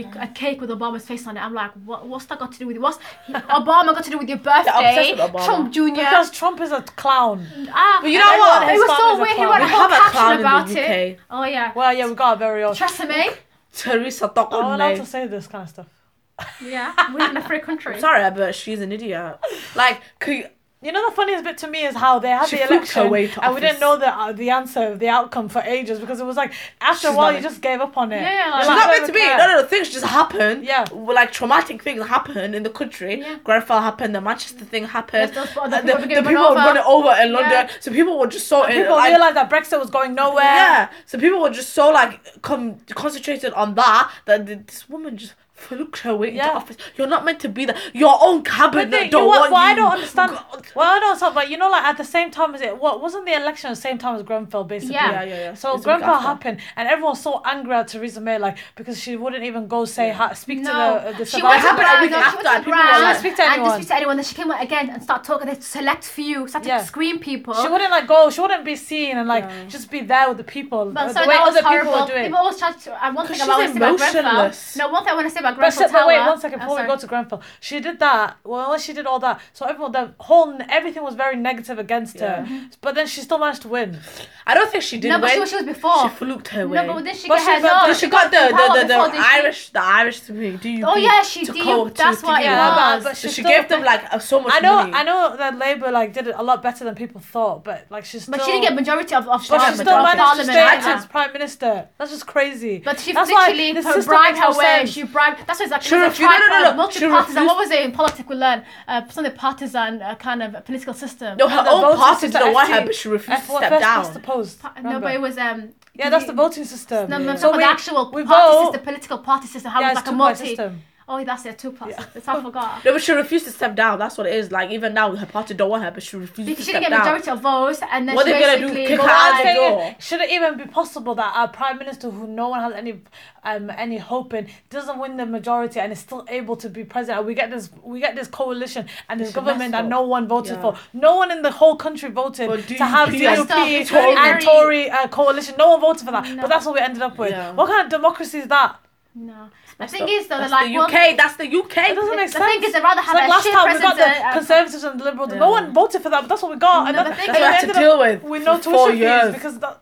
[SPEAKER 3] a, a cake with Obama's face on it?" I'm like, "What? What's that got to do with what's he, Obama got to do with your birthday?"
[SPEAKER 4] obsessed with Obama.
[SPEAKER 3] Trump Jr.
[SPEAKER 2] because Trump is a clown.
[SPEAKER 3] ah,
[SPEAKER 4] But you know
[SPEAKER 3] everyone-
[SPEAKER 4] what?
[SPEAKER 3] It
[SPEAKER 2] His
[SPEAKER 3] was
[SPEAKER 2] father's a
[SPEAKER 3] so weird. He
[SPEAKER 2] clown.
[SPEAKER 3] went a
[SPEAKER 4] We
[SPEAKER 3] whole
[SPEAKER 4] have a
[SPEAKER 3] caption
[SPEAKER 4] clown in the
[SPEAKER 3] about
[SPEAKER 4] UK.
[SPEAKER 3] it. Oh yeah.
[SPEAKER 2] Well, yeah, we got a very old.
[SPEAKER 3] Tresemme.
[SPEAKER 4] Teresa
[SPEAKER 2] Are we allowed to
[SPEAKER 4] Tokone.
[SPEAKER 2] say this kind of stuff?
[SPEAKER 3] Yeah, we live in a free country.
[SPEAKER 4] Sorry, but she's an idiot. Like, could you,
[SPEAKER 2] You know the funniest bit to me is how they had
[SPEAKER 4] She
[SPEAKER 2] the
[SPEAKER 4] flew
[SPEAKER 2] election
[SPEAKER 4] away to
[SPEAKER 2] and we didn't
[SPEAKER 4] office.
[SPEAKER 2] know the uh, the answer, the outcome for ages because it was like after a
[SPEAKER 4] She's
[SPEAKER 2] while
[SPEAKER 4] not
[SPEAKER 2] you
[SPEAKER 4] meant-
[SPEAKER 2] just gave up on it.
[SPEAKER 3] Yeah, yeah,
[SPEAKER 2] You're
[SPEAKER 3] like-
[SPEAKER 4] It's
[SPEAKER 3] Well,
[SPEAKER 2] like,
[SPEAKER 4] not
[SPEAKER 2] "I
[SPEAKER 4] meant to
[SPEAKER 2] don't
[SPEAKER 4] be.
[SPEAKER 2] care."
[SPEAKER 4] No, no, no. Things just happen.
[SPEAKER 2] Yeah.
[SPEAKER 4] Well, Like traumatic things happen in the country.
[SPEAKER 3] Yeah.
[SPEAKER 4] Grenfell happened. The Manchester thing happened.
[SPEAKER 3] Yes, those-
[SPEAKER 4] Uh,
[SPEAKER 3] the people were
[SPEAKER 4] the
[SPEAKER 3] getting
[SPEAKER 4] people
[SPEAKER 3] run
[SPEAKER 4] were running over in
[SPEAKER 3] Yeah.
[SPEAKER 4] London. So people were just so. in-
[SPEAKER 2] People
[SPEAKER 4] like-
[SPEAKER 2] realized that Brexit was going nowhere.
[SPEAKER 4] Yeah. So people were just so like com- concentrated on that that th- this woman just flew her way
[SPEAKER 2] Yeah.
[SPEAKER 4] into office. You're not meant to be there. Your own cabinet
[SPEAKER 2] But they, you
[SPEAKER 4] don't
[SPEAKER 2] know what,
[SPEAKER 4] want
[SPEAKER 2] what I
[SPEAKER 4] you.
[SPEAKER 2] don't understand.
[SPEAKER 4] God.
[SPEAKER 2] Well, I don't understand, but you know, like at the same time as it, what wasn't the election at the same time as Grenfell, basically?
[SPEAKER 4] Yeah,
[SPEAKER 3] Yeah.
[SPEAKER 4] yeah, yeah. It's a
[SPEAKER 2] So
[SPEAKER 4] week
[SPEAKER 2] Grenfell
[SPEAKER 4] after.
[SPEAKER 2] happened, and everyone was so angry at Theresa May, like because she wouldn't even go say hi, speak to
[SPEAKER 3] No,
[SPEAKER 2] the uh, the
[SPEAKER 3] she
[SPEAKER 2] survivors.
[SPEAKER 3] went
[SPEAKER 4] It
[SPEAKER 3] to
[SPEAKER 4] happened a
[SPEAKER 3] ground.
[SPEAKER 4] week after,
[SPEAKER 3] no, She went
[SPEAKER 4] and
[SPEAKER 3] to
[SPEAKER 4] people were
[SPEAKER 3] ground.
[SPEAKER 4] like-
[SPEAKER 2] She didn't speak to
[SPEAKER 3] and
[SPEAKER 2] anyone.
[SPEAKER 3] speak to anyone. Then she came out again and started talking. They select few, started
[SPEAKER 2] Yeah.
[SPEAKER 3] to screen people.
[SPEAKER 2] She wouldn't like go. She wouldn't be seen and like just be there with the people
[SPEAKER 3] But
[SPEAKER 2] uh,
[SPEAKER 3] so
[SPEAKER 2] the way
[SPEAKER 3] that was
[SPEAKER 2] other
[SPEAKER 3] horrible.
[SPEAKER 2] people
[SPEAKER 3] People,
[SPEAKER 2] are doing.
[SPEAKER 3] always try to. And one thing
[SPEAKER 4] she's
[SPEAKER 3] I want to say about Grenfell.
[SPEAKER 4] emotionless.
[SPEAKER 3] No, one thing I want to say about
[SPEAKER 2] But,
[SPEAKER 3] Grenfell
[SPEAKER 2] so- but
[SPEAKER 3] Tower.
[SPEAKER 2] wait, one second before we
[SPEAKER 3] sorry.
[SPEAKER 2] go to Grenfell, she did that. Well, once she did all that, so everyone, the whole everything was very negative against her. But then she still managed to win.
[SPEAKER 4] I don't think she did.
[SPEAKER 3] No, but she
[SPEAKER 4] win.
[SPEAKER 3] was- she was before.
[SPEAKER 4] She fluked her way.
[SPEAKER 3] No, but then she
[SPEAKER 2] But
[SPEAKER 3] got
[SPEAKER 2] she-
[SPEAKER 3] her.
[SPEAKER 2] but-
[SPEAKER 3] No,
[SPEAKER 2] but
[SPEAKER 4] she got the
[SPEAKER 3] power
[SPEAKER 4] the, the, the
[SPEAKER 3] before this-
[SPEAKER 4] Irish the Irish thing. Do you
[SPEAKER 3] Oh,
[SPEAKER 4] beat
[SPEAKER 3] yeah, she
[SPEAKER 4] to
[SPEAKER 3] did.
[SPEAKER 4] co- to-
[SPEAKER 3] That's
[SPEAKER 4] to
[SPEAKER 3] why
[SPEAKER 4] give
[SPEAKER 3] it
[SPEAKER 4] up.
[SPEAKER 2] was. But
[SPEAKER 4] So
[SPEAKER 2] she
[SPEAKER 4] she
[SPEAKER 2] still-
[SPEAKER 4] gave them like uh, so much
[SPEAKER 2] I know,
[SPEAKER 4] money.
[SPEAKER 2] I know that Labour like did it a lot better than people thought, but like she's still.
[SPEAKER 3] But she didn't get majority of of
[SPEAKER 2] But
[SPEAKER 4] Yeah,
[SPEAKER 2] she
[SPEAKER 3] of
[SPEAKER 2] still
[SPEAKER 4] majority.
[SPEAKER 2] managed to
[SPEAKER 3] parliament.
[SPEAKER 2] stay
[SPEAKER 4] Parliament.
[SPEAKER 2] as prime minister. That's just crazy.
[SPEAKER 3] But she
[SPEAKER 2] That's why
[SPEAKER 3] literally
[SPEAKER 2] the
[SPEAKER 3] her
[SPEAKER 2] system
[SPEAKER 3] bribed
[SPEAKER 2] makes no
[SPEAKER 3] her way.
[SPEAKER 2] sense.
[SPEAKER 3] She bribed. That's what it's like.
[SPEAKER 4] She
[SPEAKER 3] it's a
[SPEAKER 4] refused- no, no, no,
[SPEAKER 3] tripartite,
[SPEAKER 4] no. She
[SPEAKER 3] Multi-partisan.
[SPEAKER 4] refused-
[SPEAKER 3] What was it in politics we learned? Uh, something partisan uh, kind of political system.
[SPEAKER 4] No, her
[SPEAKER 2] The
[SPEAKER 4] own
[SPEAKER 2] voting
[SPEAKER 4] party
[SPEAKER 2] system,
[SPEAKER 4] didn't want her,
[SPEAKER 2] FT
[SPEAKER 4] but she refused to
[SPEAKER 2] F-
[SPEAKER 4] step
[SPEAKER 2] first past the
[SPEAKER 4] down.
[SPEAKER 2] post.
[SPEAKER 3] Pa- no,
[SPEAKER 2] remember?
[SPEAKER 3] but it was um.
[SPEAKER 2] yeah, that's the voting system.
[SPEAKER 3] No, no,
[SPEAKER 2] So
[SPEAKER 3] so the
[SPEAKER 2] we-
[SPEAKER 3] actual
[SPEAKER 2] we
[SPEAKER 3] party
[SPEAKER 2] vote-
[SPEAKER 3] system, political party system, how
[SPEAKER 2] Yeah,
[SPEAKER 3] it's
[SPEAKER 2] it's
[SPEAKER 3] like a
[SPEAKER 2] two-party
[SPEAKER 3] multi.
[SPEAKER 2] system.
[SPEAKER 3] Oh, that's it, two party system. I forgot.
[SPEAKER 4] No, but she refused to step down. That's what it is. Like even now, her party don't want her, but she refused
[SPEAKER 3] Because
[SPEAKER 4] to
[SPEAKER 3] she didn't
[SPEAKER 4] step
[SPEAKER 3] get
[SPEAKER 4] down.
[SPEAKER 3] majority of votes, and then
[SPEAKER 4] What
[SPEAKER 3] she
[SPEAKER 4] they gonna do,
[SPEAKER 3] basically
[SPEAKER 4] kick
[SPEAKER 3] go
[SPEAKER 4] her
[SPEAKER 2] But
[SPEAKER 4] out
[SPEAKER 2] I'm
[SPEAKER 4] the
[SPEAKER 3] out.
[SPEAKER 2] saying
[SPEAKER 4] door?
[SPEAKER 2] it- should it even be possible that our prime minister, who no one has any um any hope in, doesn't win the majority and is still able to be president? And we get this we get this coalition and this
[SPEAKER 4] should
[SPEAKER 2] government
[SPEAKER 4] mess
[SPEAKER 2] that
[SPEAKER 4] up.
[SPEAKER 2] no one voted
[SPEAKER 4] Yeah.
[SPEAKER 2] for. No one in the whole country voted
[SPEAKER 4] But
[SPEAKER 2] to have
[SPEAKER 4] DUP,
[SPEAKER 2] DUP
[SPEAKER 3] It's very,
[SPEAKER 2] and
[SPEAKER 3] very-
[SPEAKER 2] Tory uh, coalition. No one voted for that,
[SPEAKER 3] No.
[SPEAKER 2] but that's what we ended up with.
[SPEAKER 4] Yeah.
[SPEAKER 2] What kind of democracy is that?
[SPEAKER 3] No, the
[SPEAKER 4] That's
[SPEAKER 3] thing
[SPEAKER 4] the-
[SPEAKER 3] is though, they're
[SPEAKER 4] that's
[SPEAKER 3] like
[SPEAKER 4] the
[SPEAKER 3] well,
[SPEAKER 4] UK. that's the
[SPEAKER 2] It
[SPEAKER 4] UK.
[SPEAKER 2] doesn't make
[SPEAKER 3] the
[SPEAKER 2] sense.
[SPEAKER 3] thing is, I'd rather
[SPEAKER 2] It's
[SPEAKER 3] have
[SPEAKER 2] like
[SPEAKER 3] a
[SPEAKER 2] last
[SPEAKER 3] shit
[SPEAKER 2] time we got the
[SPEAKER 3] president, uh,
[SPEAKER 2] Conservatives and the Liberals.
[SPEAKER 4] Yeah.
[SPEAKER 2] No one voted for that, but that's what we got. and
[SPEAKER 3] No,
[SPEAKER 2] then-
[SPEAKER 3] the thing
[SPEAKER 2] and
[SPEAKER 3] is-
[SPEAKER 2] we
[SPEAKER 4] That's
[SPEAKER 2] ended
[SPEAKER 4] what I
[SPEAKER 2] up
[SPEAKER 4] have to deal with
[SPEAKER 2] with no
[SPEAKER 4] for four
[SPEAKER 2] tuition fees
[SPEAKER 4] years.
[SPEAKER 2] because that,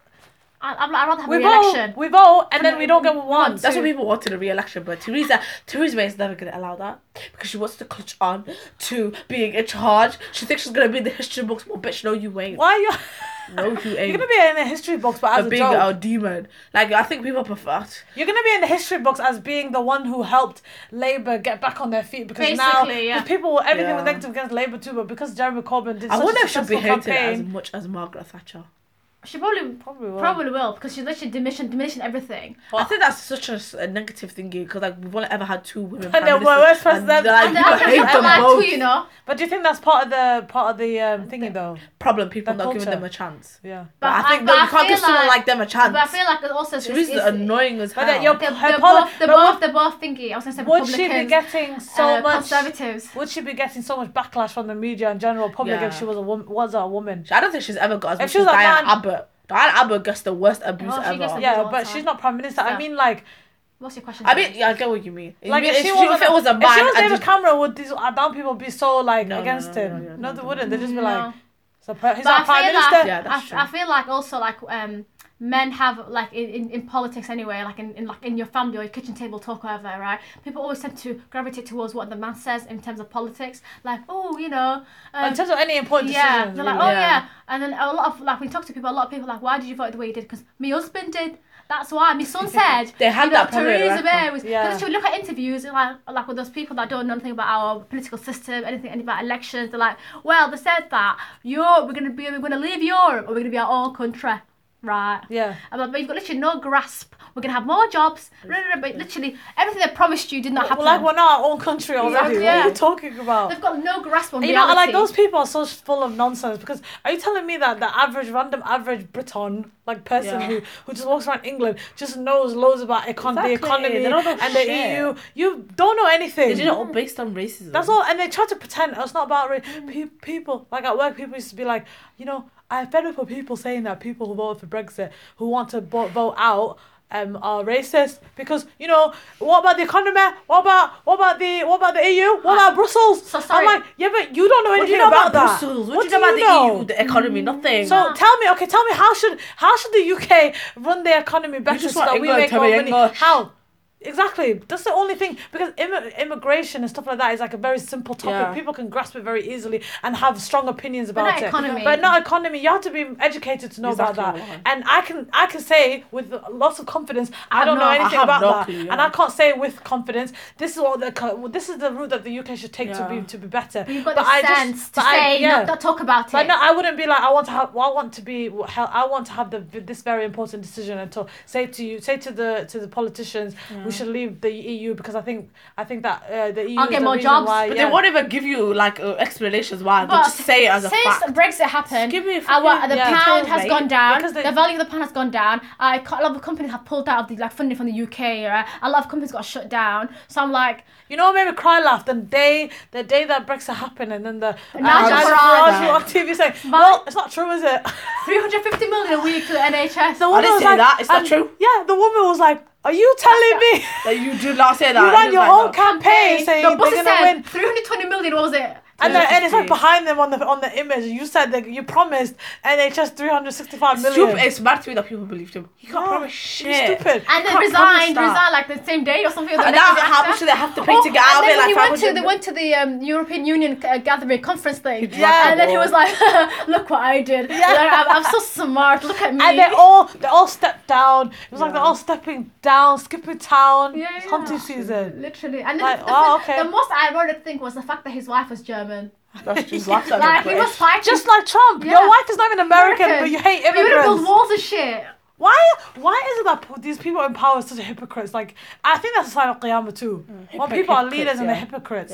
[SPEAKER 3] I- I'd, I'd rather have
[SPEAKER 2] we
[SPEAKER 3] a
[SPEAKER 2] vote,
[SPEAKER 3] re-election.
[SPEAKER 2] we vote, and then we don't get what we want.
[SPEAKER 4] That's what people wanted a re-election, but Theresa Theresa May is never gonna allow that because she wants to clutch on to being in charge. She thinks she's gonna be in the history books. Well, bitch, no, you ain't.
[SPEAKER 2] Why are you?
[SPEAKER 4] No, you
[SPEAKER 2] You're
[SPEAKER 4] ain't.
[SPEAKER 2] gonna be in the history books, but as
[SPEAKER 4] For
[SPEAKER 2] a
[SPEAKER 4] being
[SPEAKER 2] joke.
[SPEAKER 4] a demon. Like I think people prefer.
[SPEAKER 2] You're gonna be in the history books as being the one who helped Labour get back on their feet because now
[SPEAKER 3] Basically, yeah.
[SPEAKER 2] because people were everything was
[SPEAKER 4] Yeah.
[SPEAKER 2] negative against Labour too, but because Jeremy Corbyn did
[SPEAKER 4] I
[SPEAKER 2] such
[SPEAKER 4] wonder
[SPEAKER 2] a
[SPEAKER 4] if she'll be
[SPEAKER 2] successful
[SPEAKER 4] hated as
[SPEAKER 2] campaign,
[SPEAKER 4] much as Margaret Thatcher.
[SPEAKER 3] She probably
[SPEAKER 2] probably will.
[SPEAKER 3] probably will because she's literally diminishing diminishing everything.
[SPEAKER 4] I think that's such a, s- a negative thinking because like we've only ever had two women.
[SPEAKER 2] And
[SPEAKER 4] prime
[SPEAKER 2] they're
[SPEAKER 4] ministers,
[SPEAKER 2] worse presidents.
[SPEAKER 4] they're, like,
[SPEAKER 3] And then
[SPEAKER 4] people
[SPEAKER 3] I can
[SPEAKER 4] hate
[SPEAKER 3] feel
[SPEAKER 4] them
[SPEAKER 3] bad
[SPEAKER 4] both.
[SPEAKER 3] too, you know.
[SPEAKER 2] But do you think that's part of the part of the um, thingy though?
[SPEAKER 4] Problem people
[SPEAKER 2] Their
[SPEAKER 4] not giving
[SPEAKER 2] culture.
[SPEAKER 4] them a chance.
[SPEAKER 2] Yeah.
[SPEAKER 4] But, I think
[SPEAKER 3] but
[SPEAKER 4] no,
[SPEAKER 3] I
[SPEAKER 4] you can't give
[SPEAKER 3] feel
[SPEAKER 4] someone like them a chance.
[SPEAKER 3] But I feel like it also it's,
[SPEAKER 4] Teresa's
[SPEAKER 3] it's,
[SPEAKER 4] annoying as
[SPEAKER 2] But
[SPEAKER 4] hell.
[SPEAKER 2] that you're-
[SPEAKER 3] They're,
[SPEAKER 2] Her
[SPEAKER 3] they're
[SPEAKER 2] poli-
[SPEAKER 3] both they're
[SPEAKER 2] but what-
[SPEAKER 3] both they're both thingy. I was gonna say
[SPEAKER 2] Would she be
[SPEAKER 3] Republicans,
[SPEAKER 2] getting so
[SPEAKER 3] uh,
[SPEAKER 2] much?
[SPEAKER 3] conservatives.
[SPEAKER 2] Would she be getting so much backlash from the media and general public
[SPEAKER 4] Yeah.
[SPEAKER 2] if she was a woman? Was a woman?
[SPEAKER 4] I don't think she's ever got as
[SPEAKER 2] If
[SPEAKER 4] much
[SPEAKER 2] she was
[SPEAKER 4] as
[SPEAKER 2] like,
[SPEAKER 4] Diane
[SPEAKER 2] man-
[SPEAKER 4] Abbott. Diane Abbott gets the worst abuse
[SPEAKER 3] Oh, she gets
[SPEAKER 4] ever.
[SPEAKER 3] the-
[SPEAKER 2] Yeah,
[SPEAKER 3] All
[SPEAKER 2] but
[SPEAKER 3] time.
[SPEAKER 2] she's not prime minister. I
[SPEAKER 3] Yeah.
[SPEAKER 2] mean, like,
[SPEAKER 3] What's your question?
[SPEAKER 4] I mean, yeah, I get what you mean. You
[SPEAKER 2] like
[SPEAKER 4] mean
[SPEAKER 2] if, she
[SPEAKER 4] if,
[SPEAKER 2] was
[SPEAKER 4] if it was a man,
[SPEAKER 2] if she was
[SPEAKER 4] I
[SPEAKER 2] David
[SPEAKER 4] just-
[SPEAKER 2] Cameron, would these uh, down people be so like
[SPEAKER 4] No, no,
[SPEAKER 2] against
[SPEAKER 4] no,
[SPEAKER 2] him?
[SPEAKER 4] no,
[SPEAKER 2] No,
[SPEAKER 4] no, no,
[SPEAKER 2] they
[SPEAKER 4] no,
[SPEAKER 2] wouldn't. They'd just be
[SPEAKER 3] No.
[SPEAKER 2] like, "It's a pri- he's
[SPEAKER 3] But
[SPEAKER 2] our
[SPEAKER 3] I
[SPEAKER 2] prime
[SPEAKER 3] feel
[SPEAKER 2] minister."
[SPEAKER 3] like
[SPEAKER 4] Yeah,
[SPEAKER 3] I,
[SPEAKER 4] that's
[SPEAKER 3] f- I feel like also like um men have like in, in, in politics anyway, like in, in like in your family or your kitchen table talk, whatever, right? People always tend to gravitate towards what the man says in terms of politics, like oh, you know, um,
[SPEAKER 2] in terms of any important
[SPEAKER 3] yeah,
[SPEAKER 2] decisions.
[SPEAKER 3] they're
[SPEAKER 2] really.
[SPEAKER 3] like oh yeah.
[SPEAKER 4] yeah.
[SPEAKER 3] and then a lot of like when you talk to people, a lot of people are like why did you vote the way you did? Because my husband did. That's why my son said
[SPEAKER 4] They had
[SPEAKER 3] you know,
[SPEAKER 4] that probably at
[SPEAKER 3] Theresa May
[SPEAKER 4] Record.
[SPEAKER 3] was
[SPEAKER 2] Yeah.
[SPEAKER 3] because you look at interviews and like like with those people that don't know anything about our political system, anything, anything about elections. They're like, well, they said that Europe, we're gonna be, we're gonna leave Europe, or we're gonna be our own country, right?
[SPEAKER 2] Yeah.
[SPEAKER 3] I'm like, but you've got literally no grasp. We're gonna have more jobs. No, no, no, but literally everything they promised you did not happen.
[SPEAKER 2] Well, like we're not our own country already. What
[SPEAKER 3] Yeah.
[SPEAKER 2] are you talking about?
[SPEAKER 3] They've got no grasp on
[SPEAKER 2] You know,
[SPEAKER 3] reality.
[SPEAKER 2] like those people are so full of nonsense. Because are you telling me that the average, random, average Briton, like person
[SPEAKER 4] Yeah.
[SPEAKER 2] who, who just walks around England, just knows loads about econ-
[SPEAKER 4] Exactly.
[SPEAKER 2] the economy
[SPEAKER 4] They don't know
[SPEAKER 2] and the
[SPEAKER 4] shit.
[SPEAKER 2] EU? You don't know anything.
[SPEAKER 4] They did it all based on racism.
[SPEAKER 2] That's all, and they try to pretend it's not about race.
[SPEAKER 4] Mm.
[SPEAKER 2] Pe- people like at work, people used to be like, you know, I fed up with people saying that people who voted for Brexit, who want to bo- vote out, um, are racist because you know what about the economy? What about what about the what about the EU? What about Brussels?
[SPEAKER 3] So sorry.
[SPEAKER 2] I'm like, yeah, but you don't know
[SPEAKER 4] What do
[SPEAKER 2] anything
[SPEAKER 4] you know about,
[SPEAKER 2] that.
[SPEAKER 4] Brussels? What, do you know about the E EU, the economy? Nothing.
[SPEAKER 2] Mm. So tell me, okay, tell me how should how should the UK run their economy better
[SPEAKER 4] just
[SPEAKER 2] so
[SPEAKER 4] want
[SPEAKER 2] that we
[SPEAKER 4] England
[SPEAKER 2] make
[SPEAKER 4] to
[SPEAKER 2] more
[SPEAKER 4] be
[SPEAKER 2] money?
[SPEAKER 4] English.
[SPEAKER 2] How? Exactly. That's the only thing because Im- immigration and stuff like that is like a very simple topic.
[SPEAKER 4] Yeah.
[SPEAKER 2] People can grasp it very easily and have strong opinions
[SPEAKER 3] But
[SPEAKER 2] about
[SPEAKER 3] not
[SPEAKER 2] it.
[SPEAKER 3] economy.
[SPEAKER 2] But not economy. You have to be educated to know about
[SPEAKER 4] Exactly.
[SPEAKER 2] that. And I can I can say with lots of confidence I, don't
[SPEAKER 4] no-
[SPEAKER 2] know
[SPEAKER 4] I
[SPEAKER 2] anything
[SPEAKER 4] have
[SPEAKER 2] about
[SPEAKER 4] no
[SPEAKER 2] that,
[SPEAKER 4] clue,
[SPEAKER 2] and
[SPEAKER 4] yeah.
[SPEAKER 2] I can't say with confidence. This is what the co- this is the route that the UK should take to
[SPEAKER 4] Yeah.
[SPEAKER 2] be to be better.
[SPEAKER 3] You've got
[SPEAKER 2] But
[SPEAKER 3] the
[SPEAKER 2] I just-
[SPEAKER 3] sense to
[SPEAKER 2] but I-
[SPEAKER 3] say,
[SPEAKER 2] yeah.
[SPEAKER 3] not, not talk about
[SPEAKER 2] But
[SPEAKER 3] it.
[SPEAKER 2] no, I wouldn't be like I want to have. I want to be. I want to have the this very important decision and talk. Say to you, say to the to the politicians, we should leave the EU because I think I think that uh, the EU.
[SPEAKER 3] I'll
[SPEAKER 2] is
[SPEAKER 3] get
[SPEAKER 2] the
[SPEAKER 3] more
[SPEAKER 2] reason
[SPEAKER 3] jobs.
[SPEAKER 2] Why,
[SPEAKER 3] But
[SPEAKER 4] But
[SPEAKER 2] yeah.
[SPEAKER 4] they won't even give you like uh, explanations why. They
[SPEAKER 3] But
[SPEAKER 4] just say it as a
[SPEAKER 3] Since
[SPEAKER 4] fact.
[SPEAKER 3] Brexit happened,
[SPEAKER 4] Give me a
[SPEAKER 3] our-
[SPEAKER 4] fucking
[SPEAKER 3] the
[SPEAKER 2] yeah,
[SPEAKER 3] pound
[SPEAKER 4] details,
[SPEAKER 3] has
[SPEAKER 4] mate.
[SPEAKER 3] gone down.
[SPEAKER 2] Because they-
[SPEAKER 3] the value of the pound has gone down. I ca- a lot of companies have pulled out of the like funding from the UK. Right? A lot of companies got shut down. So I'm like,
[SPEAKER 2] You know what made me cry? Laugh the day the day that Brexit happened, and then the uh,
[SPEAKER 3] Nigel
[SPEAKER 2] Nigel
[SPEAKER 3] Farage.
[SPEAKER 2] Farage on TV saying, "Well, it's not true, is it?"
[SPEAKER 3] 350 million a week to the NHS.
[SPEAKER 2] The
[SPEAKER 4] didn't say that. It's not
[SPEAKER 2] and-
[SPEAKER 4] true.
[SPEAKER 2] Yeah, the woman was like, "Are you telling me
[SPEAKER 4] Like, you do not say that.
[SPEAKER 2] you ran
[SPEAKER 4] It's
[SPEAKER 2] your
[SPEAKER 4] like
[SPEAKER 2] own
[SPEAKER 4] that.
[SPEAKER 2] campaign saying
[SPEAKER 3] the
[SPEAKER 2] they're
[SPEAKER 3] bosses
[SPEAKER 2] gonna
[SPEAKER 3] said
[SPEAKER 2] win
[SPEAKER 3] 320 million. What was it?
[SPEAKER 2] And,
[SPEAKER 4] Yeah.
[SPEAKER 2] then, and it's like
[SPEAKER 4] Exactly.
[SPEAKER 2] behind them on the on the image. You said that you promised NHS 365 million.
[SPEAKER 4] Stupid. It's mad to me that people believed him. He can't
[SPEAKER 2] Yeah,
[SPEAKER 4] promise
[SPEAKER 2] You're
[SPEAKER 4] shit.
[SPEAKER 2] Stupid.
[SPEAKER 3] And then
[SPEAKER 4] Can't
[SPEAKER 3] resigned,
[SPEAKER 4] promise
[SPEAKER 3] resigned
[SPEAKER 4] that.
[SPEAKER 3] like the same day or something. or the
[SPEAKER 4] And
[SPEAKER 3] next day
[SPEAKER 4] now how
[SPEAKER 3] after.
[SPEAKER 4] much do they have to pay to get
[SPEAKER 3] Oh, and
[SPEAKER 4] out of
[SPEAKER 3] then
[SPEAKER 4] it? Like
[SPEAKER 3] he went to
[SPEAKER 4] 500
[SPEAKER 3] they went to the um, European Union uh, gathering conference thing.
[SPEAKER 2] Yeah.
[SPEAKER 3] And then he was like, "Look what I did! Like, I'm, I'm so smart. Look at me."
[SPEAKER 2] And they're all they all stepped down. It was like they're all stepping down, skipping town.
[SPEAKER 3] Yeah,
[SPEAKER 2] it's
[SPEAKER 3] yeah.
[SPEAKER 2] hunting season.
[SPEAKER 3] Literally, and then
[SPEAKER 2] Like,
[SPEAKER 3] the,
[SPEAKER 2] oh, okay.
[SPEAKER 3] the most ironic thing was the fact that his wife was German.
[SPEAKER 4] That's just laughed at
[SPEAKER 3] Like
[SPEAKER 4] him.
[SPEAKER 3] he was fighting.
[SPEAKER 2] Just like Trump,
[SPEAKER 3] Yeah.
[SPEAKER 2] your wife is not even American,
[SPEAKER 3] American.
[SPEAKER 2] but you hate
[SPEAKER 3] we would have built
[SPEAKER 2] immigrants.
[SPEAKER 3] walls and shit.
[SPEAKER 2] Why? Why is it that p- these people in power are such hypocrites? Like I think that's a sign of Qiyamah
[SPEAKER 3] Mm.
[SPEAKER 2] too. when
[SPEAKER 4] hypocrite-
[SPEAKER 2] people are leaders and they're hypocrites,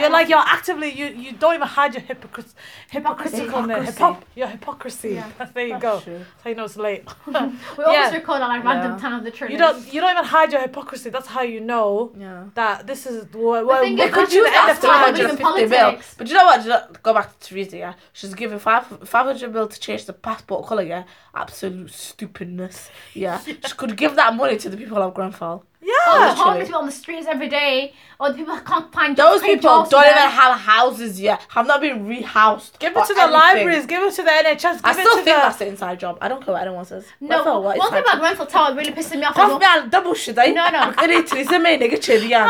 [SPEAKER 2] you're like you're actively you you don't even hide your hypocrites hypocriticalness.
[SPEAKER 4] Hypocrisy.
[SPEAKER 2] Hypocr- your hypocrisy.
[SPEAKER 3] Yeah.
[SPEAKER 2] there you go. So you know it's late.
[SPEAKER 3] We always
[SPEAKER 2] Yeah.
[SPEAKER 3] record at like random
[SPEAKER 4] Yeah.
[SPEAKER 3] times. Literally,
[SPEAKER 2] You don't you don't even hide your hypocrisy. That's how you know
[SPEAKER 4] Yeah.
[SPEAKER 2] that this is we're, we're,
[SPEAKER 3] thing
[SPEAKER 2] we're
[SPEAKER 3] is, we
[SPEAKER 2] reaching
[SPEAKER 3] choose
[SPEAKER 2] the end of
[SPEAKER 3] that style
[SPEAKER 2] time.
[SPEAKER 3] of doing politics.
[SPEAKER 4] But do you know what? Do you know, go back to Theresa, yeah? She's given five, 500 mil to change the passport colour, yeah? Absolute stupidness, yeah? She could give that money to the people of Grenfell.
[SPEAKER 3] All the
[SPEAKER 2] Yeah.
[SPEAKER 3] homeless people on the streets every day, or the people who can't find
[SPEAKER 4] Those
[SPEAKER 3] create
[SPEAKER 4] people
[SPEAKER 3] jobs for
[SPEAKER 4] don't even
[SPEAKER 3] them.
[SPEAKER 4] have houses yet, have not been rehoused.
[SPEAKER 2] Give
[SPEAKER 4] or
[SPEAKER 2] it to the
[SPEAKER 4] anything.
[SPEAKER 2] libraries, give it to the NHS, give
[SPEAKER 4] I
[SPEAKER 2] it
[SPEAKER 4] still
[SPEAKER 2] to
[SPEAKER 4] think
[SPEAKER 2] the
[SPEAKER 4] that's an inside job. I don't care what anyone says.
[SPEAKER 3] No,
[SPEAKER 4] Grenfell, what,
[SPEAKER 3] one
[SPEAKER 4] it's
[SPEAKER 3] thing
[SPEAKER 4] like-
[SPEAKER 3] about Grenfell Tower really pissing me off. is
[SPEAKER 4] Half
[SPEAKER 3] when-
[SPEAKER 4] me al double shit, eh?
[SPEAKER 3] No, no.
[SPEAKER 4] Kere Theresa May nigga chedi yan.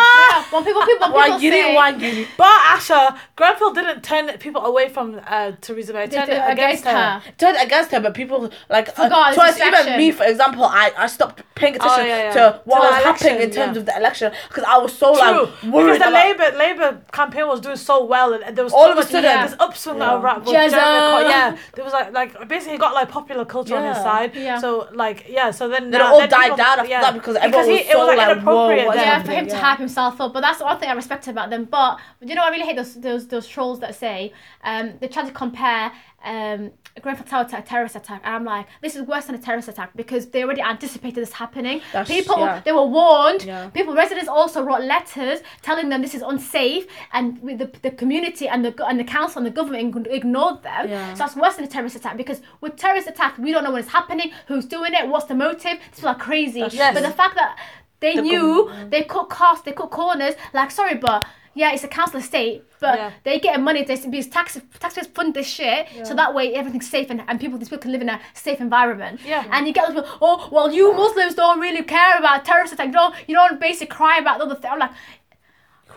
[SPEAKER 3] When people, people, people
[SPEAKER 4] Wan
[SPEAKER 3] say,
[SPEAKER 4] giri, wan giri.
[SPEAKER 2] But Asha, Grenfell didn't turn people away from uh, Theresa May.
[SPEAKER 3] they
[SPEAKER 2] Turned
[SPEAKER 3] do
[SPEAKER 2] it against her.
[SPEAKER 4] Turned against her, but people like uh,
[SPEAKER 3] Forgot, it's
[SPEAKER 4] towards even
[SPEAKER 3] distraction.
[SPEAKER 4] me, for example, I, I stopped paying attention
[SPEAKER 2] yeah,
[SPEAKER 4] Oh,
[SPEAKER 2] yeah.
[SPEAKER 4] to what
[SPEAKER 2] To the
[SPEAKER 4] was happening in
[SPEAKER 2] election,
[SPEAKER 4] terms
[SPEAKER 2] yeah.
[SPEAKER 4] of the election because I was so
[SPEAKER 2] True,
[SPEAKER 4] like worried
[SPEAKER 2] because the
[SPEAKER 4] about-
[SPEAKER 2] Labour Labour campaign was doing so well, and, and there was
[SPEAKER 4] All
[SPEAKER 2] so
[SPEAKER 4] of a
[SPEAKER 2] much-
[SPEAKER 4] sudden-
[SPEAKER 2] this upswing
[SPEAKER 4] Yeah.
[SPEAKER 2] around with
[SPEAKER 3] Jezza.
[SPEAKER 2] Jericho. Yeah, there was like like basically he got like popular culture on his
[SPEAKER 4] Yeah.
[SPEAKER 2] side.
[SPEAKER 3] Yeah.
[SPEAKER 2] So like yeah, so then
[SPEAKER 4] Then it
[SPEAKER 2] now-
[SPEAKER 4] all
[SPEAKER 2] then
[SPEAKER 4] died
[SPEAKER 2] people-
[SPEAKER 4] down after
[SPEAKER 2] yeah.
[SPEAKER 4] that because everyone
[SPEAKER 2] he-
[SPEAKER 4] was
[SPEAKER 2] it
[SPEAKER 4] so,
[SPEAKER 2] like,
[SPEAKER 4] like, whoa,
[SPEAKER 2] inappropriate.
[SPEAKER 4] what's
[SPEAKER 2] then.
[SPEAKER 3] Yeah, for him to
[SPEAKER 4] Yeah.
[SPEAKER 3] hype himself up. But that's the one thing I respect about them. But you know, I really hate those those those trolls that say um, they try to compare um, Grenfell Tower to a terrorist attack, and I'm like, this is worse than a terrorist attack because they already anticipated this happening.
[SPEAKER 4] That's-
[SPEAKER 3] people
[SPEAKER 4] yeah.
[SPEAKER 3] they were warned.
[SPEAKER 4] Yeah.
[SPEAKER 3] People residents also wrote letters telling them this is unsafe, and with the, the community and the go- and the council and the government ign- ignored them.
[SPEAKER 4] Yeah.
[SPEAKER 3] So that's worse than a terrorist attack because with terrorist attack we don't know what is happening, who's doing it, what's the motive. This are crazy.
[SPEAKER 2] Yes.
[SPEAKER 3] But the fact that they
[SPEAKER 4] The
[SPEAKER 3] knew they cut costs, they cut corners. Like, sorry, but yeah, it's a council estate, but
[SPEAKER 2] Yeah.
[SPEAKER 3] they get money. They these tax taxpayers fund this shit, so that way everything's safe and, and people these people can live in a safe environment.
[SPEAKER 2] Yeah.
[SPEAKER 3] And you get those people, oh well, you Muslims don't really care about terrorist attack. No, you don't basically cry about the other thing. I'm like,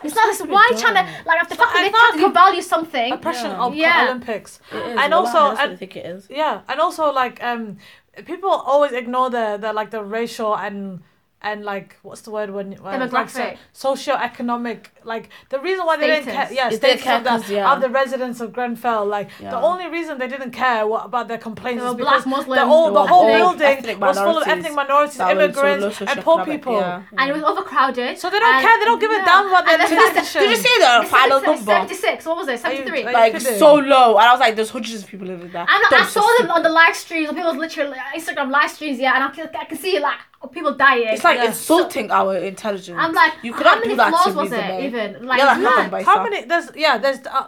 [SPEAKER 3] it's not this. Why China? Like, if the fact that
[SPEAKER 2] I
[SPEAKER 3] they
[SPEAKER 2] thought
[SPEAKER 3] think you value something,
[SPEAKER 2] Oppression
[SPEAKER 4] Yeah.
[SPEAKER 2] of
[SPEAKER 3] Yeah.
[SPEAKER 2] Olympics,
[SPEAKER 4] It is,
[SPEAKER 2] and
[SPEAKER 4] well,
[SPEAKER 2] also
[SPEAKER 4] I honestly
[SPEAKER 2] and,
[SPEAKER 4] think it is.
[SPEAKER 2] yeah, and also like um, people always ignore the the like the racial and and like what's the word when when it's like
[SPEAKER 3] Demographic.
[SPEAKER 2] socioeconomic like the reason why they didn't
[SPEAKER 3] Status.
[SPEAKER 2] care yeah
[SPEAKER 4] If they
[SPEAKER 2] status
[SPEAKER 4] care
[SPEAKER 2] of, the,
[SPEAKER 4] 'cause, yeah.
[SPEAKER 2] of the residents of Grenfell like the
[SPEAKER 4] Yeah.
[SPEAKER 2] only reason they didn't care what, about their complaints
[SPEAKER 3] They
[SPEAKER 2] is
[SPEAKER 3] were
[SPEAKER 2] because
[SPEAKER 3] black
[SPEAKER 2] the
[SPEAKER 3] Muslims,
[SPEAKER 2] whole
[SPEAKER 4] they
[SPEAKER 2] the
[SPEAKER 4] were
[SPEAKER 2] whole
[SPEAKER 4] big
[SPEAKER 2] building
[SPEAKER 4] ethnic
[SPEAKER 2] was full of
[SPEAKER 4] minorities
[SPEAKER 2] ethnic minorities
[SPEAKER 4] that were in so low
[SPEAKER 2] immigrants and poor
[SPEAKER 4] socioeconomic-
[SPEAKER 2] people
[SPEAKER 4] yeah.
[SPEAKER 3] and it was overcrowded.
[SPEAKER 2] so they don't
[SPEAKER 3] and-
[SPEAKER 2] care they don't give a
[SPEAKER 3] Yeah.
[SPEAKER 2] damn about
[SPEAKER 3] And
[SPEAKER 2] their
[SPEAKER 3] the fact that-
[SPEAKER 2] citizenship
[SPEAKER 4] Did you see the
[SPEAKER 3] It's
[SPEAKER 4] final
[SPEAKER 3] 76,
[SPEAKER 4] number?
[SPEAKER 3] 76, what was it? 73.
[SPEAKER 2] are you
[SPEAKER 4] Like
[SPEAKER 2] kidding?
[SPEAKER 4] so low, and I was like, "There's hundreds of people living there."
[SPEAKER 3] I'm not, I
[SPEAKER 4] That's
[SPEAKER 3] saw
[SPEAKER 4] just
[SPEAKER 3] them on the live streams, on people's literally Instagram live streams, yeah, and I can, I can see like people dying.
[SPEAKER 4] It's like
[SPEAKER 2] Yeah.
[SPEAKER 4] insulting our intelligence.
[SPEAKER 3] I'm like,
[SPEAKER 4] you
[SPEAKER 3] how
[SPEAKER 4] cannot
[SPEAKER 3] many
[SPEAKER 4] do that
[SPEAKER 3] floors
[SPEAKER 4] to
[SPEAKER 3] was
[SPEAKER 4] Theresa
[SPEAKER 3] it
[SPEAKER 4] May.
[SPEAKER 3] even? Like,
[SPEAKER 4] yeah, that
[SPEAKER 3] mad.
[SPEAKER 4] happened by
[SPEAKER 2] how
[SPEAKER 4] itself.
[SPEAKER 2] many there's yeah there's uh,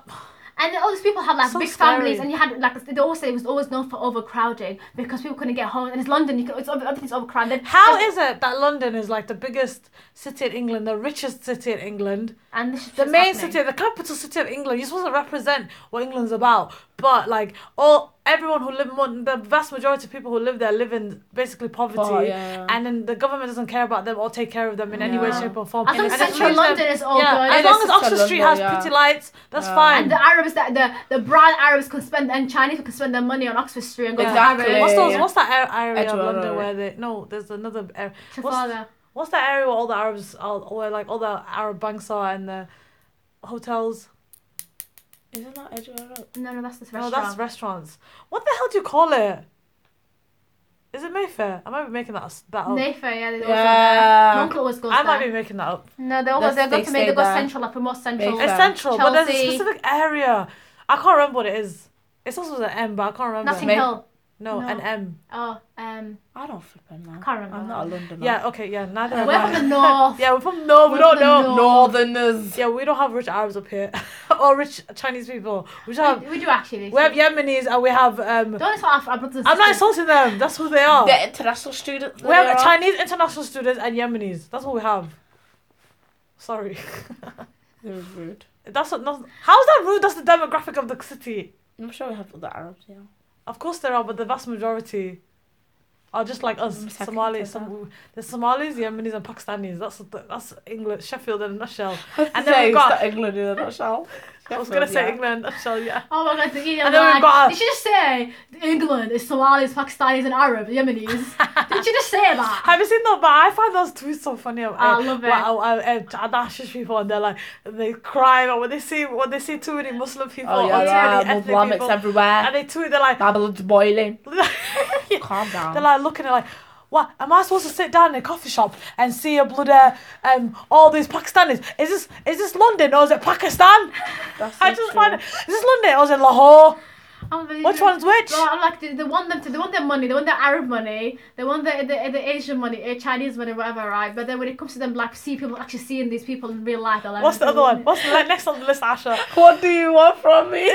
[SPEAKER 3] and then all these people had like
[SPEAKER 2] So
[SPEAKER 3] big
[SPEAKER 2] scary.
[SPEAKER 3] families, and you had like they always say it was always known for overcrowding because people couldn't get home, and it's London, you can, it's, everything's overcrowded.
[SPEAKER 2] How
[SPEAKER 3] There's-
[SPEAKER 2] is it that London is like the biggest city in England, the richest city in England,
[SPEAKER 3] and this is
[SPEAKER 2] the
[SPEAKER 3] what's
[SPEAKER 2] main
[SPEAKER 3] happening.
[SPEAKER 2] city, the capital city of England? You're supposed to represent what England's about, But like all everyone who live more, the vast majority of people who live there live in basically poverty,
[SPEAKER 4] Oh, yeah.
[SPEAKER 2] and then the government doesn't care about them or take care of them in any way,
[SPEAKER 4] Yeah.
[SPEAKER 2] shape or form.
[SPEAKER 3] I think
[SPEAKER 2] And it
[SPEAKER 3] central
[SPEAKER 2] leaves them-
[SPEAKER 3] London is all
[SPEAKER 2] yeah,
[SPEAKER 3] good.
[SPEAKER 2] as
[SPEAKER 4] And
[SPEAKER 2] long
[SPEAKER 4] it's
[SPEAKER 2] as
[SPEAKER 4] just
[SPEAKER 2] Oxford
[SPEAKER 4] a
[SPEAKER 2] Street
[SPEAKER 4] London,
[SPEAKER 2] has
[SPEAKER 4] yeah.
[SPEAKER 2] pretty lights, that's
[SPEAKER 4] Yeah.
[SPEAKER 2] fine.
[SPEAKER 3] And the Arabs that the the brown Arabs can spend and Chinese can spend their money on Oxford Street and go
[SPEAKER 4] Exactly.
[SPEAKER 3] to
[SPEAKER 2] What's
[SPEAKER 3] Arabs.
[SPEAKER 2] those?
[SPEAKER 4] yeah.
[SPEAKER 2] What's that ar- area of
[SPEAKER 4] Edgeware
[SPEAKER 2] London
[SPEAKER 4] area.
[SPEAKER 2] where they? No, there's another. Area. What's,
[SPEAKER 3] Trafalgar.
[SPEAKER 2] what's that area where all the Arabs are, where like all the Arab banks are and the hotels?
[SPEAKER 4] Isn't that Edgeware Road?
[SPEAKER 3] No, no, that's the
[SPEAKER 2] No,
[SPEAKER 3] restaurant.
[SPEAKER 2] Oh, that's restaurants. What the hell do you call it? Is it Mayfair? I might be making that s- that up.
[SPEAKER 3] Mayfair, yeah, they
[SPEAKER 4] Yeah.
[SPEAKER 3] yeah. My uncle always goes
[SPEAKER 2] I might
[SPEAKER 3] there.
[SPEAKER 2] be making that up.
[SPEAKER 3] No, they always they
[SPEAKER 4] That's-
[SPEAKER 3] go
[SPEAKER 4] they
[SPEAKER 3] to May.
[SPEAKER 4] say
[SPEAKER 3] They go
[SPEAKER 4] that.
[SPEAKER 3] central, like more central.
[SPEAKER 4] Mayfair.
[SPEAKER 2] It's central, but there's a
[SPEAKER 3] Chelsea.
[SPEAKER 2] specific area. I can't remember what it is. It's also an M, but I can't remember.
[SPEAKER 3] Nothing
[SPEAKER 4] May-
[SPEAKER 3] Hill.
[SPEAKER 2] no,
[SPEAKER 3] no.
[SPEAKER 2] an M.
[SPEAKER 3] Oh, um,
[SPEAKER 4] I don't flipping know.
[SPEAKER 3] Can't remember
[SPEAKER 4] I'm
[SPEAKER 3] that.
[SPEAKER 4] not a Londoner.
[SPEAKER 2] Yeah. Okay. Yeah. Neither. am
[SPEAKER 3] we're
[SPEAKER 2] I.
[SPEAKER 3] from the north.
[SPEAKER 2] Yeah, we're from no, we
[SPEAKER 3] We're
[SPEAKER 2] don't
[SPEAKER 3] from
[SPEAKER 2] know.
[SPEAKER 3] the north.
[SPEAKER 4] Northerners.
[SPEAKER 2] Yeah, we don't have rich Arabs up here, or rich Chinese people. We just have
[SPEAKER 3] we, we do actually.
[SPEAKER 2] we have Yemenis and we have. um
[SPEAKER 3] Don't insult our, our brothers. and
[SPEAKER 2] I'm not
[SPEAKER 3] sisters.
[SPEAKER 2] insulting them. That's who they are.
[SPEAKER 4] The international students.
[SPEAKER 2] we have Chinese international students and Yemenis. That's what we have. Sorry,
[SPEAKER 4] They're rude.
[SPEAKER 2] that's what. Not, how's that rude? That's the demographic of the city.
[SPEAKER 4] I'm sure we have other Arabs. Yeah.
[SPEAKER 2] Of course there are, but the vast majority are just like us,
[SPEAKER 4] Mm, second
[SPEAKER 2] Somalis.
[SPEAKER 4] to
[SPEAKER 2] Some, there's Somalis, Yemenis, and Pakistanis. That's that's England, Sheffield in a nutshell.
[SPEAKER 4] And
[SPEAKER 2] then
[SPEAKER 4] then
[SPEAKER 2] we've
[SPEAKER 4] we
[SPEAKER 2] got-
[SPEAKER 4] got England in a nutshell.
[SPEAKER 2] I was gonna say
[SPEAKER 4] Yeah.
[SPEAKER 2] England in a nutshell, yeah.
[SPEAKER 3] Oh my god, the
[SPEAKER 2] And then we've got-
[SPEAKER 3] Did you just say England is Somalis, Pakistanis, and Arabs, Yemenis? Did you just say that?
[SPEAKER 2] Have you seen that? But I find those tweets so funny. Eh, I
[SPEAKER 3] I love it.
[SPEAKER 2] Well, I, I, I dashes eh, people and they're like they cry when they see when they see too many Muslim people
[SPEAKER 4] Oh yeah,
[SPEAKER 2] or too
[SPEAKER 4] yeah.
[SPEAKER 2] many ethnic
[SPEAKER 4] Islamics
[SPEAKER 2] people,
[SPEAKER 4] everywhere.
[SPEAKER 2] and they tweet they're like
[SPEAKER 4] Babylon's boiling.
[SPEAKER 2] Yeah.
[SPEAKER 4] Calm down.
[SPEAKER 2] they're like looking at like. What am I supposed to sit down in a coffee shop and see a bloody um all these Pakistanis? Is this is this London or is it Pakistan?
[SPEAKER 4] That's
[SPEAKER 2] I
[SPEAKER 4] so
[SPEAKER 2] just
[SPEAKER 4] true.
[SPEAKER 2] find it. Is this London or is it Lahore?
[SPEAKER 3] I'm really-
[SPEAKER 2] Which one's which?
[SPEAKER 3] Well, I'm like, they, they want them to, they want their money, they want their Arab money, they want the the, the Asian money, eh, Chinese money, whatever, right? But then when it comes to them, like, see people actually seeing these people in real life, they're like,
[SPEAKER 2] What's the other one? What's the like, next on the list, Asha?
[SPEAKER 4] What do you want from me?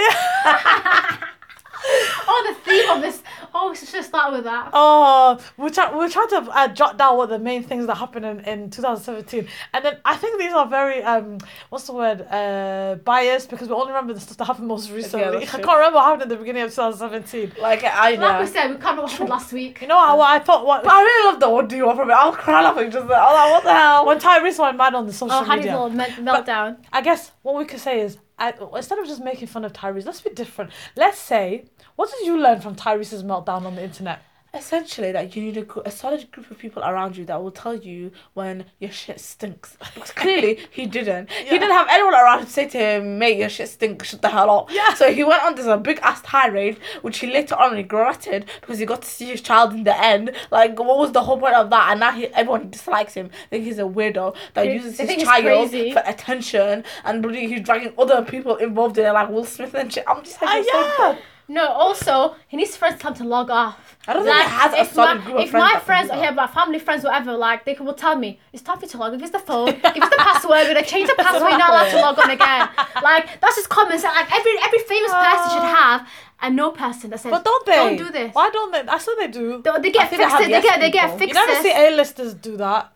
[SPEAKER 3] Oh, the theme of this. Oh, we should should start with that.
[SPEAKER 2] Oh, we're, try- we're trying to uh, jot down what the main things that happened in, in 2017. And then I think these are very, um, what's the word, uh, biased because we only remember the stuff that happened most recently. I
[SPEAKER 4] that's
[SPEAKER 2] can't
[SPEAKER 4] true.
[SPEAKER 2] remember what happened at the beginning of 2017.
[SPEAKER 4] like I
[SPEAKER 3] Like we
[SPEAKER 4] know.
[SPEAKER 3] said, we can't remember what happened last week.
[SPEAKER 2] You know
[SPEAKER 4] Uh,
[SPEAKER 2] how I thought, what,
[SPEAKER 4] I really love the what do you want from me? I'll cry laughing just there. I'm like, what the hell?
[SPEAKER 2] one time Reese went mad on the social
[SPEAKER 3] Oh, Hattie's
[SPEAKER 2] media.
[SPEAKER 3] little melt- meltdown.
[SPEAKER 2] I guess what we could say is, I, instead of just making fun of Tyrese, let's be different. Let's say, what did you learn from Tyrese's meltdown on the internet?
[SPEAKER 4] Essentially, that you need a, gr- a solid group of people around you that will tell you when your shit stinks. Because clearly, he didn't. He didn't have anyone around to say to him, mate, your shit stinks, shut the hell up.
[SPEAKER 2] Yeah.
[SPEAKER 4] So he went on this uh, big ass tirade, which he later on regretted because he got to see his child in the end. Like, what was the whole point of that? And now he, everyone dislikes him. Think he's a weirdo that
[SPEAKER 3] They-
[SPEAKER 4] uses
[SPEAKER 3] they
[SPEAKER 4] his
[SPEAKER 3] think he's
[SPEAKER 4] child
[SPEAKER 3] crazy.
[SPEAKER 4] for attention and bloody he's dragging other people involved in it, like Will Smith and shit. I'm just like,
[SPEAKER 2] Ah,
[SPEAKER 4] you're so dumb.
[SPEAKER 3] No, also, he needs friends time to log off.
[SPEAKER 4] I don't think he has a
[SPEAKER 3] if
[SPEAKER 4] solid
[SPEAKER 3] my,
[SPEAKER 4] group of
[SPEAKER 3] If
[SPEAKER 4] friends
[SPEAKER 3] my
[SPEAKER 4] that can
[SPEAKER 3] friends
[SPEAKER 4] do
[SPEAKER 3] are
[SPEAKER 4] that.
[SPEAKER 3] here, my family, friends, whatever, like, they can, will tell me, it's time for you to log on. Give us the phone, give us the password, we're going to change the password, you're not allowed to log on again. Like, that's just common sense. Like, every every famous
[SPEAKER 4] Uh.
[SPEAKER 3] person should have a no person that says,
[SPEAKER 2] But don't they?
[SPEAKER 3] Don't do this.
[SPEAKER 2] Why don't they? I said they do.
[SPEAKER 3] They, they get
[SPEAKER 4] think they have
[SPEAKER 3] fixes, they
[SPEAKER 4] yes
[SPEAKER 3] get, they get
[SPEAKER 4] people.
[SPEAKER 2] You
[SPEAKER 3] fixes.
[SPEAKER 2] never see A-listers do that.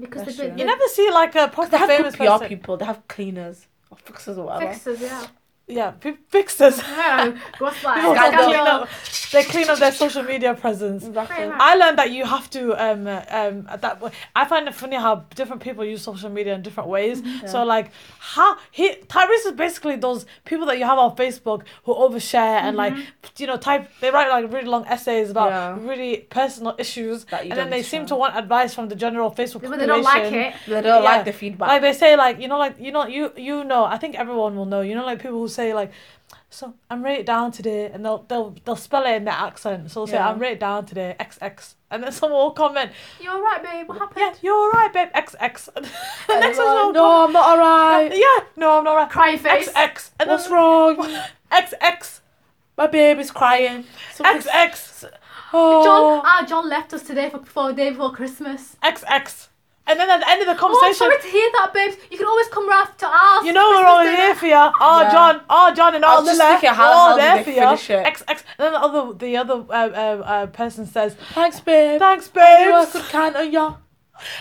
[SPEAKER 3] because
[SPEAKER 4] That's
[SPEAKER 3] they've
[SPEAKER 4] true.
[SPEAKER 3] been,
[SPEAKER 2] You never see like a proper
[SPEAKER 4] They have
[SPEAKER 2] famous
[SPEAKER 4] good PR
[SPEAKER 2] person.
[SPEAKER 4] people. They have cleaners or fixers or whatever.
[SPEAKER 3] fixes, yeah.
[SPEAKER 2] Yeah, p- fixers.
[SPEAKER 3] Yeah, what's that?
[SPEAKER 4] Scandal.
[SPEAKER 2] People don't clean
[SPEAKER 3] Scandal.
[SPEAKER 2] up- they clean up their social media presence.
[SPEAKER 4] Exactly.
[SPEAKER 3] Pretty much.
[SPEAKER 2] I learned that you have to um uh, um at that. I find it funny how different people use social media in different ways. So like how he Tyrese is basically those people that you have on Facebook who overshare and like you know type they write like really long essays about
[SPEAKER 4] Yeah.
[SPEAKER 2] really personal issues
[SPEAKER 4] That you
[SPEAKER 2] and then
[SPEAKER 4] don't
[SPEAKER 2] they seem
[SPEAKER 4] share.
[SPEAKER 2] to want advice from the general Facebook
[SPEAKER 3] But they don't like
[SPEAKER 2] population.
[SPEAKER 3] it.
[SPEAKER 4] They don't
[SPEAKER 2] Yeah.
[SPEAKER 4] like the feedback.
[SPEAKER 2] Like they say, like you know, like you know, you you know. I think everyone will know. You know, like people who say like, so I'm rate down today, and they'll they'll they'll spell it in their accent. So they'll say
[SPEAKER 4] Yeah.
[SPEAKER 2] I'm rate down today, XX, and then someone will comment,
[SPEAKER 3] You're all right, babe. What happened?
[SPEAKER 2] yeah, you're alright, babe, XX. And the next
[SPEAKER 4] They're
[SPEAKER 2] one,
[SPEAKER 4] like, no, I'm not alright.
[SPEAKER 2] yeah, no, I'm not right.
[SPEAKER 3] Cry face.
[SPEAKER 2] XX, and
[SPEAKER 4] What's
[SPEAKER 2] then
[SPEAKER 4] wrong?
[SPEAKER 2] XX,
[SPEAKER 4] My baby's crying. Something's-
[SPEAKER 2] XX,
[SPEAKER 3] John,
[SPEAKER 4] Oh.
[SPEAKER 3] ah, John left us today for, for day before Christmas.
[SPEAKER 2] XX, and then at the end of the
[SPEAKER 3] Oh, I'm
[SPEAKER 2] conversation.
[SPEAKER 3] sorry to hear that, babes. You can always come round to us.
[SPEAKER 2] You know we're always here for you. Oh,
[SPEAKER 4] Yeah.
[SPEAKER 2] John. Oh, John and all
[SPEAKER 4] was
[SPEAKER 2] the
[SPEAKER 4] just
[SPEAKER 2] left.
[SPEAKER 4] thinking, how the
[SPEAKER 2] Oh,
[SPEAKER 4] hell did
[SPEAKER 2] there
[SPEAKER 4] they
[SPEAKER 2] for
[SPEAKER 4] finish
[SPEAKER 2] you.
[SPEAKER 4] it?
[SPEAKER 2] X X. And then the other the other uh, uh, uh, person says,
[SPEAKER 4] Thanks, babe.
[SPEAKER 2] "Thanks,
[SPEAKER 4] You are a
[SPEAKER 2] babes."
[SPEAKER 4] good kind of ya.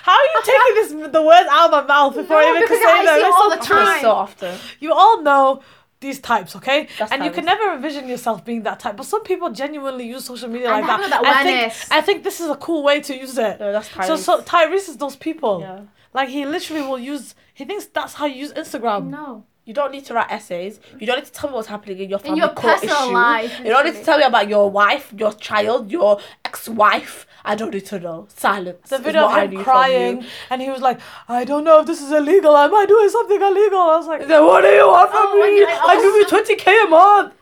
[SPEAKER 2] How are you taking this the words out of my mouth before
[SPEAKER 3] No,
[SPEAKER 2] I even can
[SPEAKER 3] because
[SPEAKER 2] say
[SPEAKER 3] I see
[SPEAKER 2] them?
[SPEAKER 3] it all
[SPEAKER 2] It's so
[SPEAKER 3] the time.
[SPEAKER 2] true.
[SPEAKER 4] So often.
[SPEAKER 2] You all know these types, okay?
[SPEAKER 4] That's
[SPEAKER 2] and you
[SPEAKER 4] types.
[SPEAKER 2] can never envision yourself being that type. But some people genuinely use social media
[SPEAKER 3] And
[SPEAKER 2] like
[SPEAKER 3] have
[SPEAKER 2] that.
[SPEAKER 3] that
[SPEAKER 2] I think
[SPEAKER 3] awareness.
[SPEAKER 2] I think this is a cool way to use it.
[SPEAKER 4] No, that's
[SPEAKER 2] So,
[SPEAKER 4] Tyrese.
[SPEAKER 2] so Tyrese is those people.
[SPEAKER 4] Yeah.
[SPEAKER 2] Like he literally will use. He thinks that's how you use Instagram.
[SPEAKER 3] No.
[SPEAKER 4] You don't need to write essays. You don't need to tell me what's happening in your family
[SPEAKER 3] your
[SPEAKER 4] court
[SPEAKER 3] personal
[SPEAKER 4] issue.
[SPEAKER 3] life,
[SPEAKER 4] You don't need to
[SPEAKER 3] literally.
[SPEAKER 4] tell me about your wife, your child, your ex-wife. I don't need to know. Silence.
[SPEAKER 2] The
[SPEAKER 4] is
[SPEAKER 2] video
[SPEAKER 4] what I
[SPEAKER 2] of
[SPEAKER 4] need
[SPEAKER 2] him
[SPEAKER 4] from
[SPEAKER 2] crying,
[SPEAKER 4] you.
[SPEAKER 2] and he was like, "I don't know if this is illegal. Am I doing something illegal?" I was like,
[SPEAKER 4] He's like, what do you want from
[SPEAKER 3] Oh, and
[SPEAKER 4] me?
[SPEAKER 3] you're like,
[SPEAKER 4] I give you
[SPEAKER 3] also-
[SPEAKER 4] twenty k a month.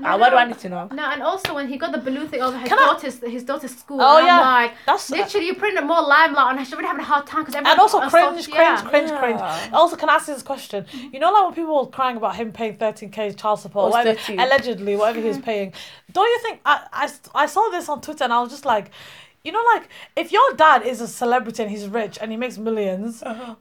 [SPEAKER 3] No,
[SPEAKER 4] Ah, why do
[SPEAKER 3] no.
[SPEAKER 4] I need to know?
[SPEAKER 3] No, and also when he got the balloon thing over his
[SPEAKER 2] Can I-
[SPEAKER 3] daughter's his daughter's school,
[SPEAKER 2] Oh,
[SPEAKER 3] and
[SPEAKER 2] yeah.
[SPEAKER 3] I'm like,
[SPEAKER 2] That's-
[SPEAKER 3] literally you putting more limelight on her. She would having a hard time because
[SPEAKER 2] and also cringe,
[SPEAKER 3] yeah.
[SPEAKER 2] cringe, cringe,
[SPEAKER 4] Yeah.
[SPEAKER 2] cringe. Also, can I ask you this question? You know, like when people were crying about him paying 13k child support,
[SPEAKER 4] Or
[SPEAKER 2] whatever,
[SPEAKER 4] 13.
[SPEAKER 2] allegedly, whatever he was paying. Don't you think? I, I, s- I saw this on Twitter and I was just like, you know, like if your dad is a celebrity and he's rich and he makes 1000000s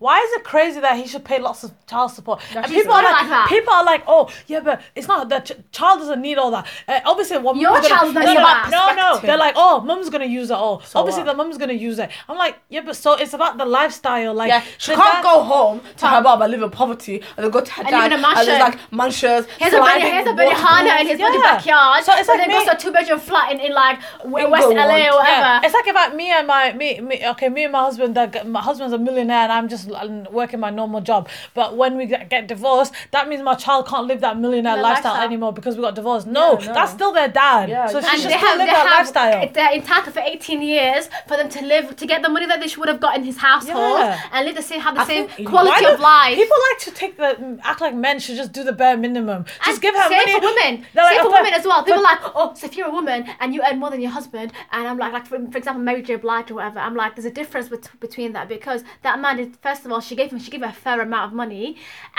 [SPEAKER 2] why is it crazy that he should pay lots of child support? and
[SPEAKER 4] she's
[SPEAKER 2] people are
[SPEAKER 3] not
[SPEAKER 2] like,
[SPEAKER 3] like that.
[SPEAKER 2] people are like, oh yeah, but it's not the ch- child doesn't need all that. Uh, obviously, what
[SPEAKER 3] Your
[SPEAKER 2] mum's
[SPEAKER 3] child's not
[SPEAKER 2] no,
[SPEAKER 3] your
[SPEAKER 2] no,
[SPEAKER 3] ass.
[SPEAKER 2] no, no,
[SPEAKER 4] Perspective.
[SPEAKER 2] they're like, oh, mum's gonna use it all. obviously,
[SPEAKER 4] what?
[SPEAKER 2] the mum's gonna use it. I'm like, yeah, but so it's about the lifestyle, like.
[SPEAKER 4] Yeah, she
[SPEAKER 2] the
[SPEAKER 4] can't
[SPEAKER 2] dad-
[SPEAKER 4] go home to her mom and live in poverty and then go to her
[SPEAKER 3] And
[SPEAKER 4] dad
[SPEAKER 3] live in a
[SPEAKER 4] and there's
[SPEAKER 3] mansion.
[SPEAKER 4] like mansions.
[SPEAKER 3] Here's a bunny, here's a bunny Hana in his bloody
[SPEAKER 2] Yeah.
[SPEAKER 3] backyard.
[SPEAKER 2] So it's
[SPEAKER 3] and
[SPEAKER 2] like
[SPEAKER 3] then goes
[SPEAKER 2] me-
[SPEAKER 3] to a two bedroom flat in, in like w- West
[SPEAKER 4] Inglewood.
[SPEAKER 3] LA or
[SPEAKER 2] Yeah,
[SPEAKER 3] whatever.
[SPEAKER 2] it's like about me and my me, me okay me and my husband. That my husband's a millionaire and I'm just um, working my normal job. But when we get, get divorced, that means my child can't live that millionaire
[SPEAKER 3] The
[SPEAKER 2] lifestyle,
[SPEAKER 3] lifestyle.
[SPEAKER 2] anymore because we got divorced. No,
[SPEAKER 4] Yeah, no.
[SPEAKER 2] that's still their dad.
[SPEAKER 4] Yeah,
[SPEAKER 2] so she
[SPEAKER 4] exactly.
[SPEAKER 2] should
[SPEAKER 3] and they
[SPEAKER 2] still
[SPEAKER 3] have,
[SPEAKER 2] live
[SPEAKER 3] they
[SPEAKER 2] that
[SPEAKER 3] have
[SPEAKER 2] lifestyle.
[SPEAKER 3] they're entitled for 18 years for them to live to get the money that they would have got in his household
[SPEAKER 2] Yeah.
[SPEAKER 3] and live the same have the
[SPEAKER 4] I
[SPEAKER 3] same
[SPEAKER 4] think-
[SPEAKER 3] quality
[SPEAKER 2] Why
[SPEAKER 3] of
[SPEAKER 2] do-
[SPEAKER 3] life.
[SPEAKER 2] People like to take the act like men should just do the bare minimum. Just
[SPEAKER 3] And
[SPEAKER 2] give her
[SPEAKER 3] same
[SPEAKER 2] money.
[SPEAKER 3] for women.
[SPEAKER 2] They're
[SPEAKER 3] same
[SPEAKER 2] like,
[SPEAKER 3] for
[SPEAKER 2] okay,
[SPEAKER 3] women as well.
[SPEAKER 2] but-
[SPEAKER 3] People are like, oh, so if you're a woman and you earn more than your husband, and I'm like, like for, for example, Mary J. Blige or whatever. I'm like, there's a difference bet- between that because that man did first of all, she gave him, she gave him a fair amount of money,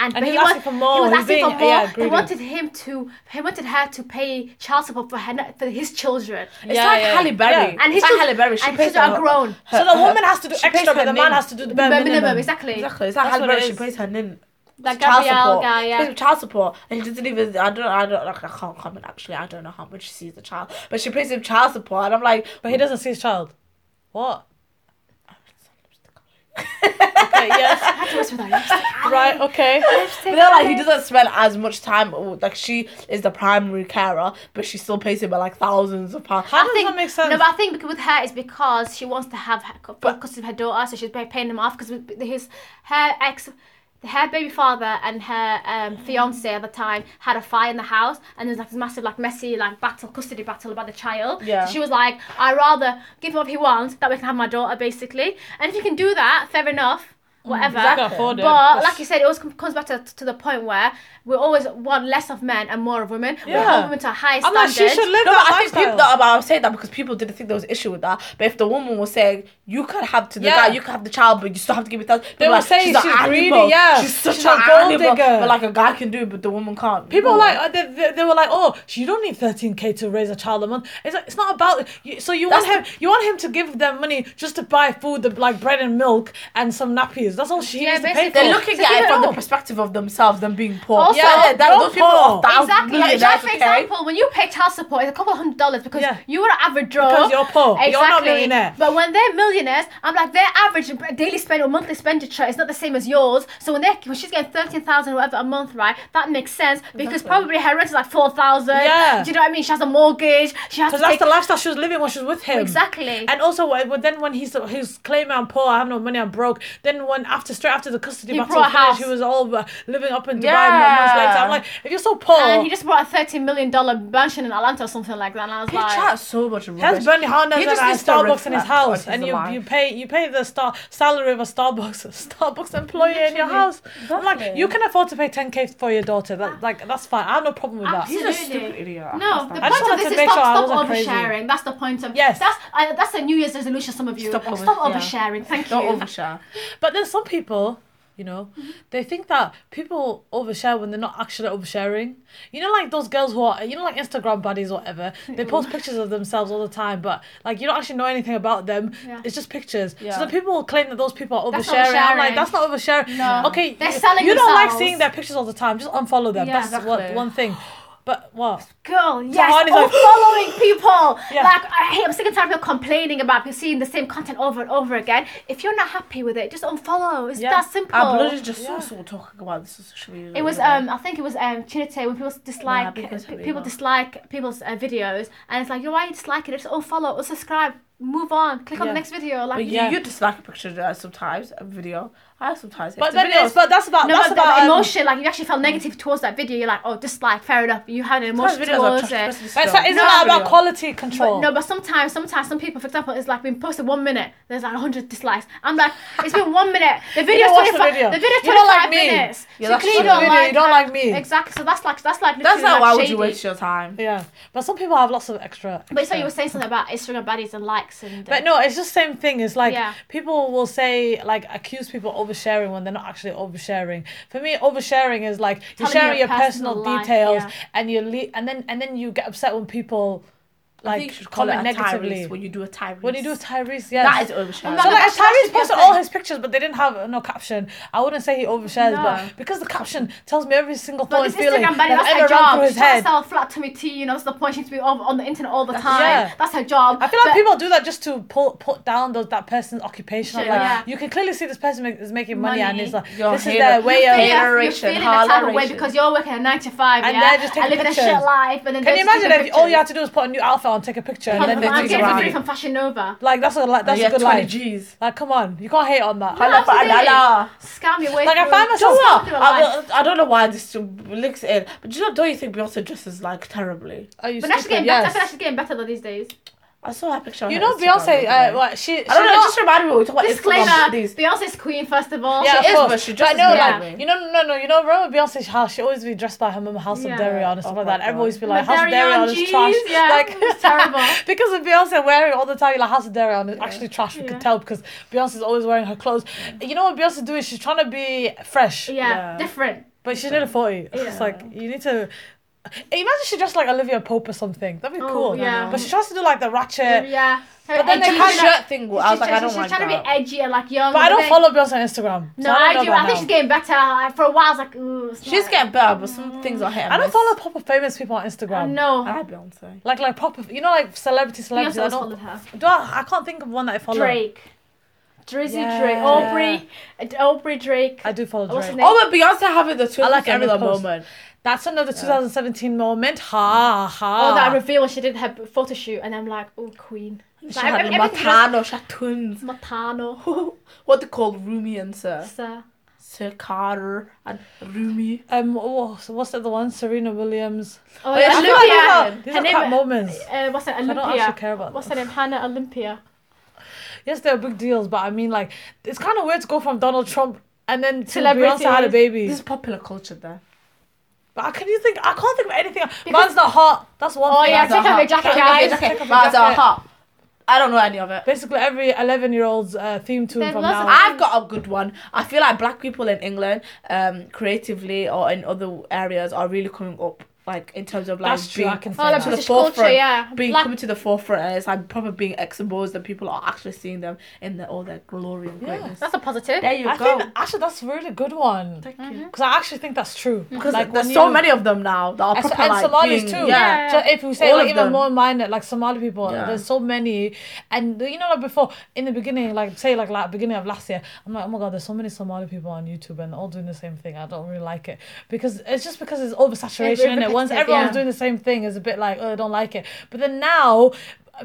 [SPEAKER 3] and, but
[SPEAKER 2] he was asking for more.
[SPEAKER 3] He was
[SPEAKER 2] He's
[SPEAKER 3] asking for
[SPEAKER 2] being-
[SPEAKER 3] more.
[SPEAKER 2] yeah,
[SPEAKER 3] they
[SPEAKER 2] greedy.
[SPEAKER 3] wanted him to, he wanted her to pay child support for her, for his children.
[SPEAKER 4] It's
[SPEAKER 2] Yeah,
[SPEAKER 4] like
[SPEAKER 2] yeah.
[SPEAKER 4] Halle Berry.
[SPEAKER 2] Yeah.
[SPEAKER 3] And
[SPEAKER 4] it's
[SPEAKER 3] his
[SPEAKER 4] like
[SPEAKER 3] children-
[SPEAKER 4] Halle Berry. She
[SPEAKER 3] and
[SPEAKER 4] pays
[SPEAKER 3] his children
[SPEAKER 4] her-
[SPEAKER 3] are grown.
[SPEAKER 4] her-
[SPEAKER 2] So the
[SPEAKER 4] her-
[SPEAKER 2] woman has to do
[SPEAKER 4] she pays
[SPEAKER 2] extra,
[SPEAKER 4] for
[SPEAKER 2] but
[SPEAKER 4] her
[SPEAKER 2] the man
[SPEAKER 4] nin.
[SPEAKER 2] has to do the
[SPEAKER 3] Bare
[SPEAKER 2] bare
[SPEAKER 3] minimum,
[SPEAKER 2] minimum.
[SPEAKER 3] exactly.
[SPEAKER 4] Exactly. It's like
[SPEAKER 2] That's
[SPEAKER 4] Halle
[SPEAKER 2] what it
[SPEAKER 4] Berry. She
[SPEAKER 2] is.
[SPEAKER 4] pays her nin.
[SPEAKER 3] That
[SPEAKER 4] child
[SPEAKER 3] Gabrielle
[SPEAKER 4] support.
[SPEAKER 3] guy, yeah.
[SPEAKER 4] She pays for child support, and she doesn't even. I don't. I don't. Like, I can't comment. Actually, I don't know how much she sees the child, but she pays him child support, and I'm like,
[SPEAKER 2] But he doesn't see his child. What? okay, yes.
[SPEAKER 3] What's with that?
[SPEAKER 2] Right, okay.
[SPEAKER 4] But then, like, he doesn't spend as much time. Like, she is the primary carer, but she still pays him like thousands of pounds.
[SPEAKER 2] How
[SPEAKER 3] I
[SPEAKER 2] does
[SPEAKER 3] think,
[SPEAKER 2] that make sense?
[SPEAKER 3] No, but I think because with her it's because she wants to have her, co-
[SPEAKER 4] But-
[SPEAKER 3] custody of her daughter, so she's pay- paying them off because his her ex, her baby father and her um, fiance at the time had a fire in the house, and there was like this massive like messy like battle custody battle about the child.
[SPEAKER 4] Yeah.
[SPEAKER 3] So she was like, I would rather give him what he wants that way I can have my daughter basically, and if you can do that, fair enough. Whatever,
[SPEAKER 2] Mm, exactly. Can't afford it.
[SPEAKER 3] but
[SPEAKER 2] That's-
[SPEAKER 3] like you said, it always com- comes back to, to the point where we always want less of men and more of women. We
[SPEAKER 2] Yeah.
[SPEAKER 3] hold women to a high
[SPEAKER 2] I'm
[SPEAKER 3] standard.
[SPEAKER 2] like, she should live
[SPEAKER 4] No,
[SPEAKER 2] that
[SPEAKER 4] but I think
[SPEAKER 2] lifestyle.
[SPEAKER 4] people. No, but I'm saying that because people didn't think there was an issue with that. But if the woman was saying you could have to the
[SPEAKER 2] Yeah.
[SPEAKER 4] guy, you could have the child, but you still have to give it that,
[SPEAKER 2] They were saying she's greedy, yeah.
[SPEAKER 4] she's such
[SPEAKER 2] She's
[SPEAKER 4] a
[SPEAKER 2] a gold
[SPEAKER 4] gold digger.
[SPEAKER 2] digger.
[SPEAKER 4] But like a guy can do, it, but the woman can't.
[SPEAKER 2] People like uh, they, they, they were like, oh, you don't need thirteen k to raise a child a month. It's like, it's not about you, so you want
[SPEAKER 4] That's
[SPEAKER 2] him you want him to give them money just to buy food, the, like bread and milk and some nappies. That's all she
[SPEAKER 3] Yeah,
[SPEAKER 2] needs to pay
[SPEAKER 3] basically.
[SPEAKER 2] for.
[SPEAKER 4] They're looking
[SPEAKER 2] So
[SPEAKER 4] at
[SPEAKER 2] you
[SPEAKER 4] it from the
[SPEAKER 2] know.
[SPEAKER 4] perspective of themselves, them being poor.
[SPEAKER 3] Also,
[SPEAKER 4] yeah, that,
[SPEAKER 2] you're
[SPEAKER 4] those people are
[SPEAKER 2] poor.
[SPEAKER 4] thousands
[SPEAKER 3] Exactly. Like,
[SPEAKER 4] millionaires,
[SPEAKER 3] just for
[SPEAKER 4] okay?
[SPEAKER 3] example, when you pay child support, it's a couple hundred dollars because
[SPEAKER 2] Yeah.
[SPEAKER 3] you were an average Joe.
[SPEAKER 2] Because you're poor. You're
[SPEAKER 3] Exactly.
[SPEAKER 2] not millionaire.
[SPEAKER 3] But when they're millionaires, I'm like their average daily spend or monthly expenditure is not the same as yours. So when they when she's getting thirteen thousand whatever a month, right? That makes sense because probably her rent is like four thousand.
[SPEAKER 2] Yeah.
[SPEAKER 3] Do you know what I mean? She has a mortgage. She has to
[SPEAKER 2] Because that's
[SPEAKER 3] take
[SPEAKER 2] the lifestyle she was living when she was with him.
[SPEAKER 3] Exactly.
[SPEAKER 2] And also, wh- but then when he's he's claiming I'm poor, I have no money, I'm broke. Then when after straight after the custody
[SPEAKER 3] He
[SPEAKER 2] battle
[SPEAKER 3] bought a
[SPEAKER 2] was finished,
[SPEAKER 3] house.
[SPEAKER 2] he was all uh, living up in Dubai
[SPEAKER 4] Yeah.
[SPEAKER 2] months later. I'm like, if you're so poor,
[SPEAKER 3] and he just bought a thirteen million dollar mansion in Atlanta or something like that. And I was
[SPEAKER 4] He
[SPEAKER 3] like,
[SPEAKER 4] chats so much rubbish.
[SPEAKER 2] has Bernie Hernandez
[SPEAKER 4] He
[SPEAKER 2] and
[SPEAKER 4] just
[SPEAKER 2] a
[SPEAKER 4] needs to
[SPEAKER 2] Starbucks in his
[SPEAKER 4] reflect
[SPEAKER 2] house,
[SPEAKER 4] on his
[SPEAKER 2] and you,
[SPEAKER 4] life.
[SPEAKER 2] you pay you pay the star salary of a Starbucks Starbucks employee in your
[SPEAKER 3] Literally.
[SPEAKER 2] house. I'm like,
[SPEAKER 4] Exactly.
[SPEAKER 2] you can afford to pay 10k for your daughter. That like that's fine. I have no problem with that.
[SPEAKER 4] He's a
[SPEAKER 3] Absolutely.
[SPEAKER 4] stupid idiot.
[SPEAKER 3] No, the
[SPEAKER 4] I
[SPEAKER 2] just
[SPEAKER 3] point
[SPEAKER 2] wanted to
[SPEAKER 3] of this is
[SPEAKER 2] make
[SPEAKER 3] stop,
[SPEAKER 2] sure I
[SPEAKER 3] stop
[SPEAKER 2] wasn't crazy.
[SPEAKER 3] oversharing. That's the point of
[SPEAKER 2] Yes.
[SPEAKER 3] That's I that's a New Year's resolution. Some of you
[SPEAKER 4] Stop
[SPEAKER 3] stop,
[SPEAKER 4] over- yeah.
[SPEAKER 3] oversharing. Thank
[SPEAKER 4] Don't
[SPEAKER 3] you.
[SPEAKER 4] overshare.
[SPEAKER 2] But then some people, you know, they think that people overshare when they're not actually oversharing. You know, like those girls who are, you know, like Instagram buddies or whatever. They post pictures of themselves all the time, but like you don't actually know anything about them.
[SPEAKER 3] Yeah.
[SPEAKER 2] It's just pictures.
[SPEAKER 4] Yeah.
[SPEAKER 2] So the people will claim that those people are
[SPEAKER 3] That's
[SPEAKER 2] oversharing. I'm like,
[SPEAKER 3] oversharing.
[SPEAKER 2] that's not oversharing.
[SPEAKER 3] No.
[SPEAKER 2] Okay,
[SPEAKER 3] They're
[SPEAKER 2] you-
[SPEAKER 3] selling
[SPEAKER 2] You don't like
[SPEAKER 3] themselves.
[SPEAKER 2] seeing their pictures all the time. Just unfollow them.
[SPEAKER 3] Yeah,
[SPEAKER 2] that's
[SPEAKER 4] exactly.
[SPEAKER 2] what, one thing. But what?
[SPEAKER 3] Girl, yes,
[SPEAKER 2] Arnie's
[SPEAKER 3] oh,
[SPEAKER 2] like-
[SPEAKER 3] following people.
[SPEAKER 2] Yeah.
[SPEAKER 3] Like I hate. I'm sick and tired of people complaining about people seeing the same content over and over again. If you're not happy with it, just unfollow. It's
[SPEAKER 2] Yeah.
[SPEAKER 3] that simple.
[SPEAKER 4] I bloody just
[SPEAKER 2] Yeah.
[SPEAKER 4] saw someone talking about this on social media.
[SPEAKER 3] It was um I think it was um Chinite when people dislike
[SPEAKER 4] Yeah, because
[SPEAKER 3] pe-
[SPEAKER 4] we
[SPEAKER 3] people
[SPEAKER 4] were-
[SPEAKER 3] dislike people's uh, videos and it's like you know why you dislike it just unfollow unsubscribe move on click on the
[SPEAKER 2] Yeah.
[SPEAKER 3] next video like
[SPEAKER 4] But you,
[SPEAKER 2] Yeah.
[SPEAKER 4] you dislike a picture uh, sometimes, a video. I sometimes.
[SPEAKER 2] But
[SPEAKER 4] it's a
[SPEAKER 2] then
[SPEAKER 4] video.
[SPEAKER 2] it's, but that's about
[SPEAKER 3] no
[SPEAKER 2] that's
[SPEAKER 3] but the,
[SPEAKER 2] about
[SPEAKER 3] the
[SPEAKER 2] um,
[SPEAKER 3] emotion like you actually felt negative towards that video you're like oh dislike fair enough you had an
[SPEAKER 4] Sometimes
[SPEAKER 3] emotion
[SPEAKER 4] videos are
[SPEAKER 3] towards
[SPEAKER 4] trash,
[SPEAKER 3] it
[SPEAKER 4] especially
[SPEAKER 2] but It's
[SPEAKER 4] still.
[SPEAKER 2] not, it's
[SPEAKER 3] No,
[SPEAKER 2] not about
[SPEAKER 4] video.
[SPEAKER 2] quality control.
[SPEAKER 3] But no, but sometimes, sometimes some people, for example, it's like been posted one minute, there's like hundred dislikes. I'm like, it's been one minute. The video's
[SPEAKER 2] don't watch the
[SPEAKER 3] 25
[SPEAKER 2] video.
[SPEAKER 3] The video's
[SPEAKER 2] You don't like
[SPEAKER 3] 25
[SPEAKER 2] me.
[SPEAKER 3] minutes.
[SPEAKER 4] Yeah,
[SPEAKER 3] so
[SPEAKER 4] that's
[SPEAKER 3] clearly
[SPEAKER 4] true.
[SPEAKER 3] you don't
[SPEAKER 2] Video, you
[SPEAKER 3] like,
[SPEAKER 2] don't
[SPEAKER 3] that.
[SPEAKER 2] like me.
[SPEAKER 3] Exactly. So that's like that's like
[SPEAKER 4] That's
[SPEAKER 3] literally
[SPEAKER 4] not
[SPEAKER 3] like
[SPEAKER 4] why would
[SPEAKER 3] shady.
[SPEAKER 4] you waste your time?
[SPEAKER 2] Yeah, but some people have lots of extra.
[SPEAKER 3] But so
[SPEAKER 2] extra.
[SPEAKER 3] you were saying something about Instagram baddies and likes and. uh,
[SPEAKER 2] But no, it's just same thing. It's like
[SPEAKER 3] Yeah.
[SPEAKER 2] people will say like accuse people of oversharing when they're not actually oversharing. For me, oversharing is like you're
[SPEAKER 3] Telling
[SPEAKER 2] sharing
[SPEAKER 3] your
[SPEAKER 2] your personal,
[SPEAKER 3] personal life,
[SPEAKER 2] details
[SPEAKER 3] yeah.
[SPEAKER 2] and you le- and then and then you get upset when people
[SPEAKER 4] I
[SPEAKER 2] like
[SPEAKER 4] think you should call it
[SPEAKER 2] comment
[SPEAKER 4] a
[SPEAKER 2] negatively.
[SPEAKER 4] tirade when you do a tirade.
[SPEAKER 2] When you do Tyrese, yes.
[SPEAKER 4] that is oversharing.
[SPEAKER 2] So
[SPEAKER 3] Oh my
[SPEAKER 2] like
[SPEAKER 3] gosh, that
[SPEAKER 2] Tyrese
[SPEAKER 3] should be a
[SPEAKER 2] posted
[SPEAKER 3] thing.
[SPEAKER 2] all his pictures, but they didn't have uh, no caption. I wouldn't say he overshares,
[SPEAKER 3] No.
[SPEAKER 2] but because the caption tells me every single
[SPEAKER 3] But
[SPEAKER 2] thought and
[SPEAKER 3] this
[SPEAKER 2] feeling
[SPEAKER 3] Instagram baddie,
[SPEAKER 2] that
[SPEAKER 3] that's her
[SPEAKER 2] ever ran
[SPEAKER 3] job.
[SPEAKER 2] through
[SPEAKER 3] She
[SPEAKER 2] his
[SPEAKER 3] tries
[SPEAKER 2] head.
[SPEAKER 3] to sell flat tummy tea, you know, that's the point. She needs to be over on the internet all the time.
[SPEAKER 2] yeah.
[SPEAKER 3] That's her job.
[SPEAKER 2] I feel like
[SPEAKER 3] But-
[SPEAKER 2] people do that just to pull, put down those, that person's occupation.
[SPEAKER 3] Sure,
[SPEAKER 2] like,
[SPEAKER 3] yeah.
[SPEAKER 2] you can clearly see this person make, is making money, and
[SPEAKER 3] Money.
[SPEAKER 2] it's like
[SPEAKER 4] You're
[SPEAKER 2] this is
[SPEAKER 4] hater.
[SPEAKER 2] their way
[SPEAKER 4] You
[SPEAKER 2] of.
[SPEAKER 4] hate
[SPEAKER 3] Yeah, you're
[SPEAKER 4] Hateration,
[SPEAKER 3] feeling a type of way
[SPEAKER 4] holleration.
[SPEAKER 3] because you're working a nine to five,
[SPEAKER 2] And
[SPEAKER 3] yeah,
[SPEAKER 2] they're just taking
[SPEAKER 3] living a shit
[SPEAKER 2] pictures.
[SPEAKER 3] life, and then
[SPEAKER 2] Can you
[SPEAKER 3] they're
[SPEAKER 2] imagine
[SPEAKER 3] just
[SPEAKER 2] if all you had to do was put a new outfit on, take a picture, and then
[SPEAKER 3] I'm,
[SPEAKER 2] they
[SPEAKER 3] I'm
[SPEAKER 2] take it
[SPEAKER 3] getting
[SPEAKER 4] around.
[SPEAKER 3] free
[SPEAKER 2] right?
[SPEAKER 3] from Fashion Nova.
[SPEAKER 2] Like that's a like, that's
[SPEAKER 4] Oh, yeah,
[SPEAKER 2] a good
[SPEAKER 4] 20
[SPEAKER 2] line.
[SPEAKER 4] G's.
[SPEAKER 2] Like come on, you can't hate on that.
[SPEAKER 4] Hello,
[SPEAKER 3] Absolutely.
[SPEAKER 4] Fadala.
[SPEAKER 3] Scam your way
[SPEAKER 2] Like, I
[SPEAKER 3] through.
[SPEAKER 2] found
[SPEAKER 4] Do you
[SPEAKER 2] myself-
[SPEAKER 4] know what?
[SPEAKER 3] Something about
[SPEAKER 4] I, I don't know why this links in, but do you know? Don't you think Beyonce dresses like terribly?
[SPEAKER 2] Are you
[SPEAKER 3] But now she's
[SPEAKER 2] stupid?
[SPEAKER 3] getting better. I
[SPEAKER 2] Yes.
[SPEAKER 3] feel like she's getting better though these days.
[SPEAKER 4] I saw her picture. on
[SPEAKER 2] You
[SPEAKER 4] her
[SPEAKER 2] know
[SPEAKER 4] Instagram
[SPEAKER 2] Beyonce.
[SPEAKER 4] the other
[SPEAKER 2] Uh,
[SPEAKER 4] day.
[SPEAKER 2] what she? she
[SPEAKER 4] I don't know.
[SPEAKER 2] not-
[SPEAKER 4] Just remind me. We were talking about Instagram.
[SPEAKER 3] Disclaimer:
[SPEAKER 4] Please.
[SPEAKER 3] Beyonce's queen, first of all.
[SPEAKER 2] Yeah,
[SPEAKER 4] She
[SPEAKER 2] of
[SPEAKER 4] is,
[SPEAKER 2] course.
[SPEAKER 4] but she dresses
[SPEAKER 2] no,
[SPEAKER 4] badly.
[SPEAKER 2] like, you know, no, no, you know, remember Beyonce's house? She always be dressed by her mum, House
[SPEAKER 3] Yeah.
[SPEAKER 2] of Darion or something
[SPEAKER 4] Oh
[SPEAKER 2] like that.
[SPEAKER 4] my
[SPEAKER 2] Everyone always be
[SPEAKER 3] God.
[SPEAKER 2] like, House of
[SPEAKER 3] Darion
[SPEAKER 2] Darion is
[SPEAKER 3] jeans,
[SPEAKER 2] trash.
[SPEAKER 3] yeah,
[SPEAKER 2] like,
[SPEAKER 3] it's terrible.
[SPEAKER 2] because of Beyonce wearing it all the time, you're like, House of Darion is actually trash. We
[SPEAKER 3] Yeah.
[SPEAKER 2] could tell because Beyonce's always wearing her clothes. You know what Beyonce doing? She's trying to be fresh,
[SPEAKER 3] yeah,
[SPEAKER 4] Yeah.
[SPEAKER 3] different.
[SPEAKER 2] but she's nearly 40.
[SPEAKER 3] Yeah.
[SPEAKER 2] It's like, you need to. Imagine she dressed like Olivia Pope or something. That'd be
[SPEAKER 3] Oh,
[SPEAKER 2] cool.
[SPEAKER 3] yeah.
[SPEAKER 2] But she tries to do like the ratchet.
[SPEAKER 3] Yeah.
[SPEAKER 2] But then they
[SPEAKER 3] Edgy,
[SPEAKER 2] can't
[SPEAKER 3] she's
[SPEAKER 4] shirt thing. I was
[SPEAKER 3] she's-
[SPEAKER 4] like, I don't
[SPEAKER 3] she's
[SPEAKER 4] like
[SPEAKER 3] trying
[SPEAKER 4] that.
[SPEAKER 3] to be edgy and like young.
[SPEAKER 2] But I don't
[SPEAKER 3] then-
[SPEAKER 2] follow Beyonce on Instagram. so
[SPEAKER 3] No,
[SPEAKER 2] I,
[SPEAKER 3] I,
[SPEAKER 2] don't
[SPEAKER 3] do.
[SPEAKER 2] know about
[SPEAKER 3] I think
[SPEAKER 2] now.
[SPEAKER 3] she's getting better. I- For a while, I was like, ooh. it's
[SPEAKER 4] She's
[SPEAKER 3] not-
[SPEAKER 4] getting better, but some things are hit. and
[SPEAKER 2] I don't
[SPEAKER 4] miss.
[SPEAKER 2] follow proper famous people on Instagram.
[SPEAKER 3] No.
[SPEAKER 4] I like Beyonce.
[SPEAKER 2] Like like proper, you know, like celebrity
[SPEAKER 3] Beyonce
[SPEAKER 2] celebrities. I
[SPEAKER 3] always
[SPEAKER 2] don't.
[SPEAKER 3] followed her.
[SPEAKER 2] Do I, I can't think of one that I follow.
[SPEAKER 3] Drake. Drizzy
[SPEAKER 2] Yeah.
[SPEAKER 3] Drake. Aubrey. uh, Aubrey Drake.
[SPEAKER 2] I do follow Drake.
[SPEAKER 3] What's his name?
[SPEAKER 4] Oh, but Beyonce having the
[SPEAKER 2] I
[SPEAKER 4] twins
[SPEAKER 2] like
[SPEAKER 4] like
[SPEAKER 2] every
[SPEAKER 4] every
[SPEAKER 2] post.
[SPEAKER 4] moment.
[SPEAKER 2] That's another 2017 moment. Ha ha.
[SPEAKER 3] Oh, that reveal when she did her photo shoot, and I'm like, oh, queen.
[SPEAKER 4] She
[SPEAKER 3] Like,
[SPEAKER 4] had
[SPEAKER 3] every- everything was-
[SPEAKER 4] Matano, she had twins.
[SPEAKER 3] Matano.
[SPEAKER 4] what they call Rumi and Sir.
[SPEAKER 3] So,
[SPEAKER 4] Sir Carter and Rumi.
[SPEAKER 2] um, oh, so what's the other one? Serena Williams.
[SPEAKER 3] oh,
[SPEAKER 2] Wait,
[SPEAKER 3] yeah,
[SPEAKER 2] I feel like
[SPEAKER 3] Olympia.
[SPEAKER 2] These
[SPEAKER 3] Her
[SPEAKER 2] are crap
[SPEAKER 3] name,
[SPEAKER 2] moments.
[SPEAKER 3] uh, what's her
[SPEAKER 2] I don't
[SPEAKER 3] Olympia.
[SPEAKER 2] actually care about
[SPEAKER 3] What's
[SPEAKER 2] them.
[SPEAKER 3] her name? Hannah Olympia.
[SPEAKER 2] Yes, they're big deals, but I mean, like, it's kind of weird to go from Donald Trump and then to
[SPEAKER 3] Celebrities.
[SPEAKER 2] Beyonce had a baby.
[SPEAKER 4] This is popular culture there.
[SPEAKER 2] but I can you think? I can't think of anything.
[SPEAKER 3] Because-
[SPEAKER 2] Man's not hot. That's one
[SPEAKER 3] Oh,
[SPEAKER 2] thing.
[SPEAKER 3] yeah,
[SPEAKER 2] Man's not
[SPEAKER 3] take off
[SPEAKER 2] hot.
[SPEAKER 3] your jacket,
[SPEAKER 4] Guys,
[SPEAKER 3] guys.
[SPEAKER 4] okay,
[SPEAKER 2] Take off your
[SPEAKER 4] Mars are
[SPEAKER 2] jacket.
[SPEAKER 4] hot. I don't know any of it.
[SPEAKER 2] Basically, every 11 year old's uh, theme tune
[SPEAKER 3] There's
[SPEAKER 2] from
[SPEAKER 3] lots
[SPEAKER 2] now.
[SPEAKER 3] of-
[SPEAKER 2] on.
[SPEAKER 4] I've got a good one. I feel like black people in England, um, creatively or in other areas, are really coming up. Like in terms of like
[SPEAKER 2] That's true, I can say
[SPEAKER 3] Oh, like
[SPEAKER 2] that.
[SPEAKER 4] to the
[SPEAKER 3] British culture,
[SPEAKER 4] forefront,
[SPEAKER 3] yeah.
[SPEAKER 4] being
[SPEAKER 3] Black-
[SPEAKER 4] coming to the forefront, and it's like probably being exposed, and people are actually seeing them in their, all their glory and
[SPEAKER 2] Yeah.
[SPEAKER 4] greatness.
[SPEAKER 3] That's a positive.
[SPEAKER 4] There you
[SPEAKER 2] I
[SPEAKER 4] go.
[SPEAKER 2] think actually that's a really good one.
[SPEAKER 4] Thank you. Mm-hmm.
[SPEAKER 2] Because Mm-hmm. I actually think that's true.
[SPEAKER 4] Because
[SPEAKER 2] Like,
[SPEAKER 4] there's
[SPEAKER 2] when
[SPEAKER 4] so
[SPEAKER 2] you-
[SPEAKER 4] many of them now that are
[SPEAKER 2] And, so-
[SPEAKER 4] proper
[SPEAKER 2] and
[SPEAKER 4] like
[SPEAKER 2] Somalis
[SPEAKER 4] being-
[SPEAKER 2] too.
[SPEAKER 4] Yeah.
[SPEAKER 2] So if we say
[SPEAKER 4] All
[SPEAKER 2] like,
[SPEAKER 4] of
[SPEAKER 2] even
[SPEAKER 4] them.
[SPEAKER 2] more minor, like Somali people,
[SPEAKER 4] Yeah.
[SPEAKER 2] there's so many. And you know, like before in the beginning, like say like like beginning of last year, I'm like, oh my god, there's so many Somali people on YouTube and they're all doing the same thing. I don't really like it because it's just because it's oversaturation
[SPEAKER 3] It's
[SPEAKER 2] and it. Once
[SPEAKER 3] repetitive,
[SPEAKER 2] everyone's
[SPEAKER 3] yeah.
[SPEAKER 2] doing the same thing, it's a bit like oh, I don't like it. But then now.